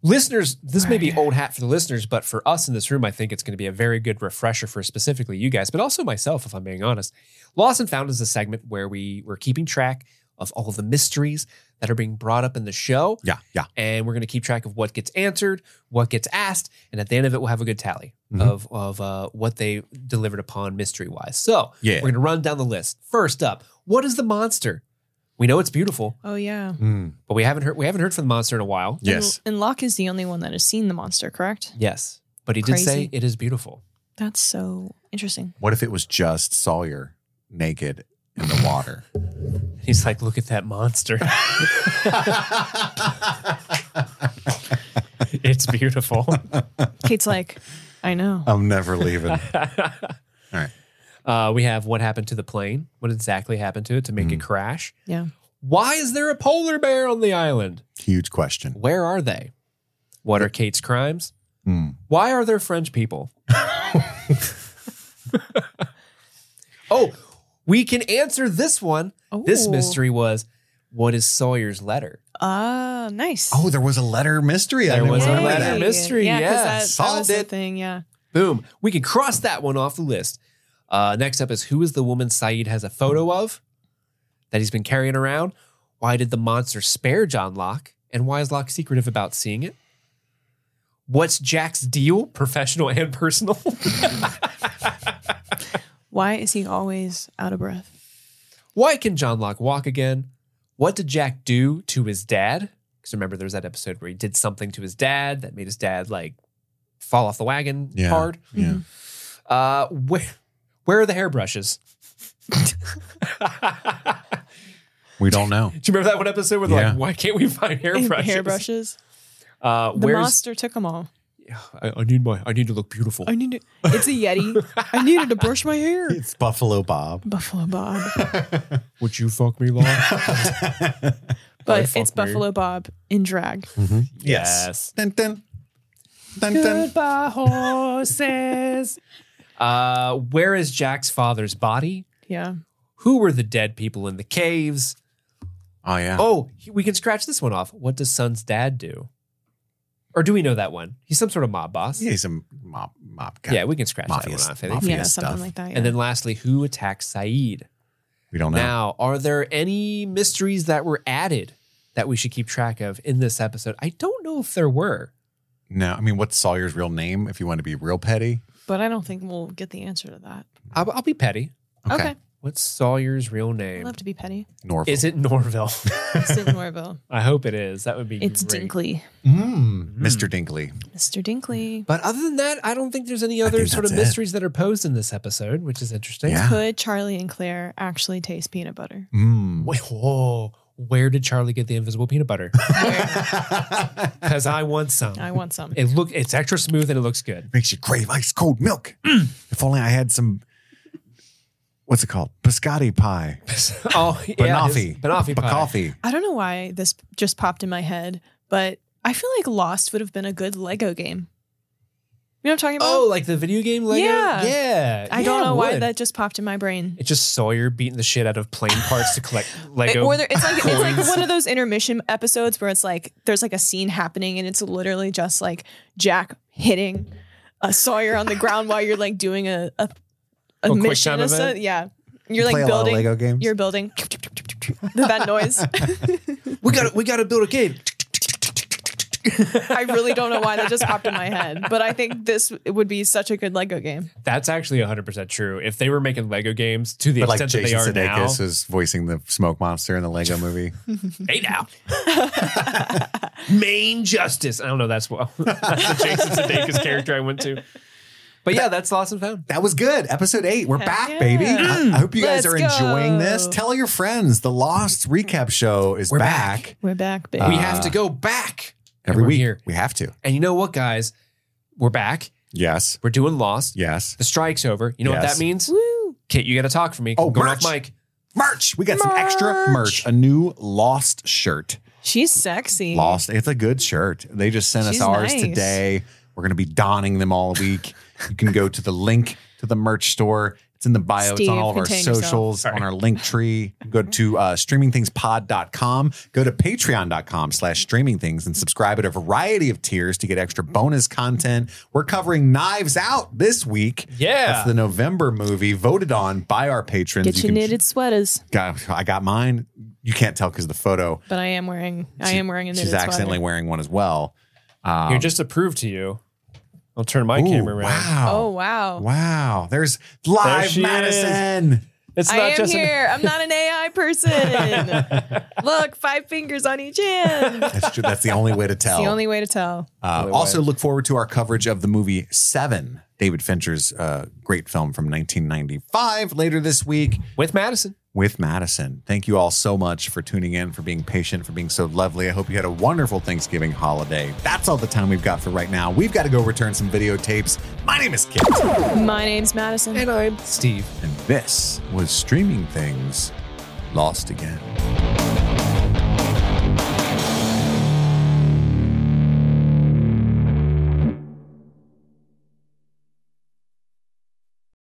Speaker 3: listeners, this may be old hat for the listeners, but for us in this room, I think it's going to be a very good refresher for specifically you guys, but also myself, if I'm being honest. Lost and Found is a segment where we we're keeping track of all the mysteries that are being brought up in the show.
Speaker 1: Yeah, yeah.
Speaker 3: and we're going to keep track of what gets answered, what gets asked, and at the end of it, we'll have a good tally
Speaker 1: Mhm.
Speaker 3: of of uh, what they delivered upon mystery wise. So
Speaker 1: Yeah.
Speaker 3: we're going to run down the list. First up, what is the monster? We know it's beautiful,
Speaker 2: Oh yeah.
Speaker 1: Mm.
Speaker 3: but we haven't heard we haven't heard from the monster in a while.
Speaker 1: Yes.
Speaker 2: And, and Locke is the only one that has seen the monster, correct?
Speaker 3: Yes, but he did
Speaker 2: Crazy.
Speaker 3: say it is beautiful.
Speaker 2: That's so interesting.
Speaker 1: What if it was just Sawyer naked in the water?
Speaker 3: He's like, look at that monster. *laughs* it's beautiful. *laughs*
Speaker 2: Kate's like, *laughs* I know.
Speaker 1: *laughs* I'm never leaving. right.
Speaker 3: Uh, we have what happened to the plane? What exactly happened to it to make it crash?
Speaker 2: Yeah.
Speaker 3: Why is there a polar bear on the island?
Speaker 1: Huge question.
Speaker 3: Where are they? What are Kate's crimes?
Speaker 1: Mm.
Speaker 3: Why are there French people? oh, we can answer this one. This
Speaker 2: Ooh.
Speaker 3: mystery was what is Sawyer's letter?
Speaker 2: Ah, nice.
Speaker 1: Oh, there was a letter mystery. I
Speaker 3: There
Speaker 1: didn't
Speaker 3: was a
Speaker 1: remember
Speaker 3: letter
Speaker 1: that.
Speaker 2: Yay.
Speaker 3: mystery,
Speaker 2: Yeah, 'cause
Speaker 3: yeah.
Speaker 2: that, that
Speaker 1: Solved
Speaker 2: was the
Speaker 1: it.
Speaker 2: thing. Yeah.
Speaker 3: Boom. We can cross that one off the list. Uh, next up is who is the woman Saeed has a photo of that he's been carrying around? Why did the monster spare John Locke? And why is Locke secretive about seeing it? What's Jack's deal, professional and personal? *laughs*
Speaker 2: Why is he always out of breath?
Speaker 3: Why can John Locke walk again? What did Jack do to his dad? Because remember, there was that episode where he did something to his dad that made his dad like fall off the wagon
Speaker 1: Yeah.
Speaker 3: hard.
Speaker 1: Yeah.
Speaker 3: Uh, where, where are the hairbrushes?
Speaker 1: We don't know.
Speaker 3: Do you remember that one episode where they're
Speaker 1: Yeah.
Speaker 3: like, why can't
Speaker 2: *laughs*
Speaker 3: we find hairbrushes?
Speaker 2: Hairbrushes.
Speaker 3: Uh,
Speaker 2: The
Speaker 3: where's
Speaker 2: monster took them all.
Speaker 3: I, I need my I need to look beautiful.
Speaker 2: I need to, It's a yeti. I needed to brush
Speaker 1: *laughs*
Speaker 2: my hair.
Speaker 1: It's Buffalo Bob.
Speaker 2: Buffalo Bob,
Speaker 3: Would you fuck me, Lon? *laughs*
Speaker 2: but
Speaker 3: fuck
Speaker 2: it's
Speaker 3: me.
Speaker 2: Buffalo Bob in drag.
Speaker 1: Yes.
Speaker 3: Yes.
Speaker 1: Dun, dun. Dun, dun.
Speaker 3: Goodbye, horses. *laughs* uh, where is Jack's father's body?
Speaker 2: Yeah.
Speaker 3: Who were the dead people in the caves?
Speaker 1: Oh yeah.
Speaker 3: Oh, he- we can scratch this one off. What does son's dad do? Or do we know that one? He's some sort of mob boss.
Speaker 1: Yeah, he's a mob mob guy.
Speaker 3: Yeah, we can scratch
Speaker 1: Mafia-
Speaker 3: that one off. I think.
Speaker 1: mafia
Speaker 2: yeah, something
Speaker 1: stuff.
Speaker 2: like that. Yeah.
Speaker 3: And then lastly, who attacks Saeed?
Speaker 1: we don't know.
Speaker 3: Now, are there any mysteries that were added that we should keep track of in this episode? I don't know if there were.
Speaker 1: no, I mean, what's Sawyer's real name? If you want to be real petty.
Speaker 2: but I don't think we'll get the answer to that.
Speaker 3: I'll, I'll be petty.
Speaker 2: Okay.
Speaker 3: What's Sawyer's real
Speaker 2: I
Speaker 3: name?
Speaker 2: love to be petty.
Speaker 1: Norfolk.
Speaker 3: Is it Norville? *laughs*
Speaker 2: It's in Norville.
Speaker 3: I hope it is. That would be
Speaker 2: It's
Speaker 3: great.
Speaker 2: Dinkley.
Speaker 3: Hmm.
Speaker 1: Mm, Mr. Dinkley.
Speaker 2: Mr. Dinkley.
Speaker 3: But other than that, I don't think there's any
Speaker 1: I
Speaker 3: other
Speaker 1: think
Speaker 3: sort of
Speaker 1: that's it.
Speaker 3: mysteries that are posed in this episode, which is interesting.
Speaker 1: Yeah.
Speaker 2: Could Charlie and Claire actually taste peanut butter?
Speaker 1: *laughs* Mm.
Speaker 3: Wait, whoa. Where did Charlie get the invisible
Speaker 1: *laughs*
Speaker 3: peanut butter? Because I want some.
Speaker 2: I want some.
Speaker 3: It look it's extra smooth and it looks good. *laughs*
Speaker 1: Makes you crave ice cold milk. If only I had some. What's it called? Biscotti pie.
Speaker 3: oh, yeah,
Speaker 1: Banoffee.
Speaker 3: it's Banoffee pie.
Speaker 1: Bacoffee.
Speaker 2: I don't know why this just popped in my head, but I feel like Lost would have been a good Lego game. You know what I'm talking about?
Speaker 3: Oh, like the video game Lego?
Speaker 2: Yeah.
Speaker 3: Yeah.
Speaker 2: I don't
Speaker 3: Yeah,
Speaker 2: know
Speaker 3: it
Speaker 2: why
Speaker 3: would.
Speaker 2: that just popped in my brain.
Speaker 3: It's just Sawyer beating the shit out of plane parts
Speaker 2: *laughs*
Speaker 3: to collect Lego.
Speaker 2: or there, it's like it's like one of those intermission episodes where it's like there's like a scene happening and it's literally just like Jack hitting a Sawyer on the ground while you're like doing a a, a,
Speaker 3: Oh, quick
Speaker 2: mission.
Speaker 3: time
Speaker 2: Or
Speaker 3: event?
Speaker 2: something. Yeah, you're
Speaker 1: Play
Speaker 2: like
Speaker 1: a lot of
Speaker 2: building.
Speaker 1: Lego games.
Speaker 2: You're building. *laughs* that noise.
Speaker 3: we got we got to build a game.
Speaker 2: I really don't know why that just popped in my head, but I think this would be such a good Lego game.
Speaker 3: That's actually 100% true. If they were making Lego games to the
Speaker 1: But like
Speaker 3: extent that they
Speaker 1: Jason
Speaker 3: are now,
Speaker 1: Sudeikis is voicing the smoke monster in the Lego movie.
Speaker 3: Hey now.
Speaker 2: *laughs*
Speaker 3: Main Justice. I don't know. That's what *laughs* that's the Jason Sudeikis character I went to. But yeah, that's Lost and Found.
Speaker 1: *laughs* That was good. Episode eight. We're
Speaker 2: Heck
Speaker 1: back,
Speaker 2: yeah.
Speaker 1: baby. I, I hope you guys
Speaker 2: Let's
Speaker 1: are enjoying
Speaker 2: go.
Speaker 1: this. Tell your friends. The Lost recap show is
Speaker 3: We're
Speaker 1: back,
Speaker 3: back.
Speaker 2: We're back, baby.
Speaker 1: Uh,
Speaker 3: we have to go back
Speaker 1: every
Speaker 3: We're
Speaker 1: week.
Speaker 3: here.
Speaker 1: We have to.
Speaker 3: And you know what, guys? We're back.
Speaker 1: Yes.
Speaker 3: We're doing Lost.
Speaker 1: Yes.
Speaker 3: The strike's over. You know what
Speaker 1: Yes.
Speaker 3: that means?
Speaker 2: Woo!
Speaker 3: Kit, you got to talk for me. 'cause
Speaker 1: Oh,
Speaker 3: I'm going
Speaker 1: merch.
Speaker 3: off mic.
Speaker 1: Merch. We got some extra merch.
Speaker 2: Merch.
Speaker 1: A new Lost shirt.
Speaker 2: She's sexy.
Speaker 1: Lost. It's a good shirt. They just sent us
Speaker 2: She's
Speaker 1: ours
Speaker 2: nice.
Speaker 1: today. We're going to be donning them all week. you can go to the link to the merch store. It's in the bio. it's on
Speaker 2: Steve,
Speaker 1: all of our
Speaker 2: contain yourself.
Speaker 1: socials, on our link tree. Go to uh, streamingthingspod.com. Go to patreon.com slash streamingthings and subscribe at a variety of tiers to get extra bonus content. We're covering Knives Out this week.
Speaker 3: Yeah.
Speaker 1: That's the November movie voted on by our patrons.
Speaker 2: Get
Speaker 1: You
Speaker 2: your
Speaker 1: can-
Speaker 2: knitted sweaters.
Speaker 1: Got- I got mine. You can't tell because of the photo.
Speaker 2: But I am wearing. I
Speaker 1: She-
Speaker 2: am wearing a knitted
Speaker 1: She's accidentally
Speaker 2: sweater.
Speaker 1: wearing one as well.
Speaker 3: Here, just to prove to you, I'll turn my
Speaker 1: Ooh,
Speaker 3: camera around.
Speaker 2: Oh
Speaker 1: Wow.
Speaker 2: wow!
Speaker 1: Wow. There's live
Speaker 3: she is.
Speaker 1: Madison.
Speaker 3: It's
Speaker 2: I am
Speaker 3: an-
Speaker 2: here. I'm not an AI
Speaker 1: *laughs*
Speaker 2: person. Look, five fingers on each hand. It's
Speaker 1: That's true. That's the only way to tell.
Speaker 2: the only way to tell.
Speaker 1: Uh, also, look forward to our coverage of the movie Seven, David Fincher's uh, great film from 1995 later this week
Speaker 3: with Madison.
Speaker 1: with Madison. Thank you all so much for tuning in, for being patient, for being so lovely. I hope you had a wonderful Thanksgiving holiday. That's all the time we've got for right now. We've got to go return some videotapes. My name is Kit,
Speaker 2: My name's Madison.
Speaker 3: And I'm Steve.
Speaker 1: and this was Streaming Things Lost Again.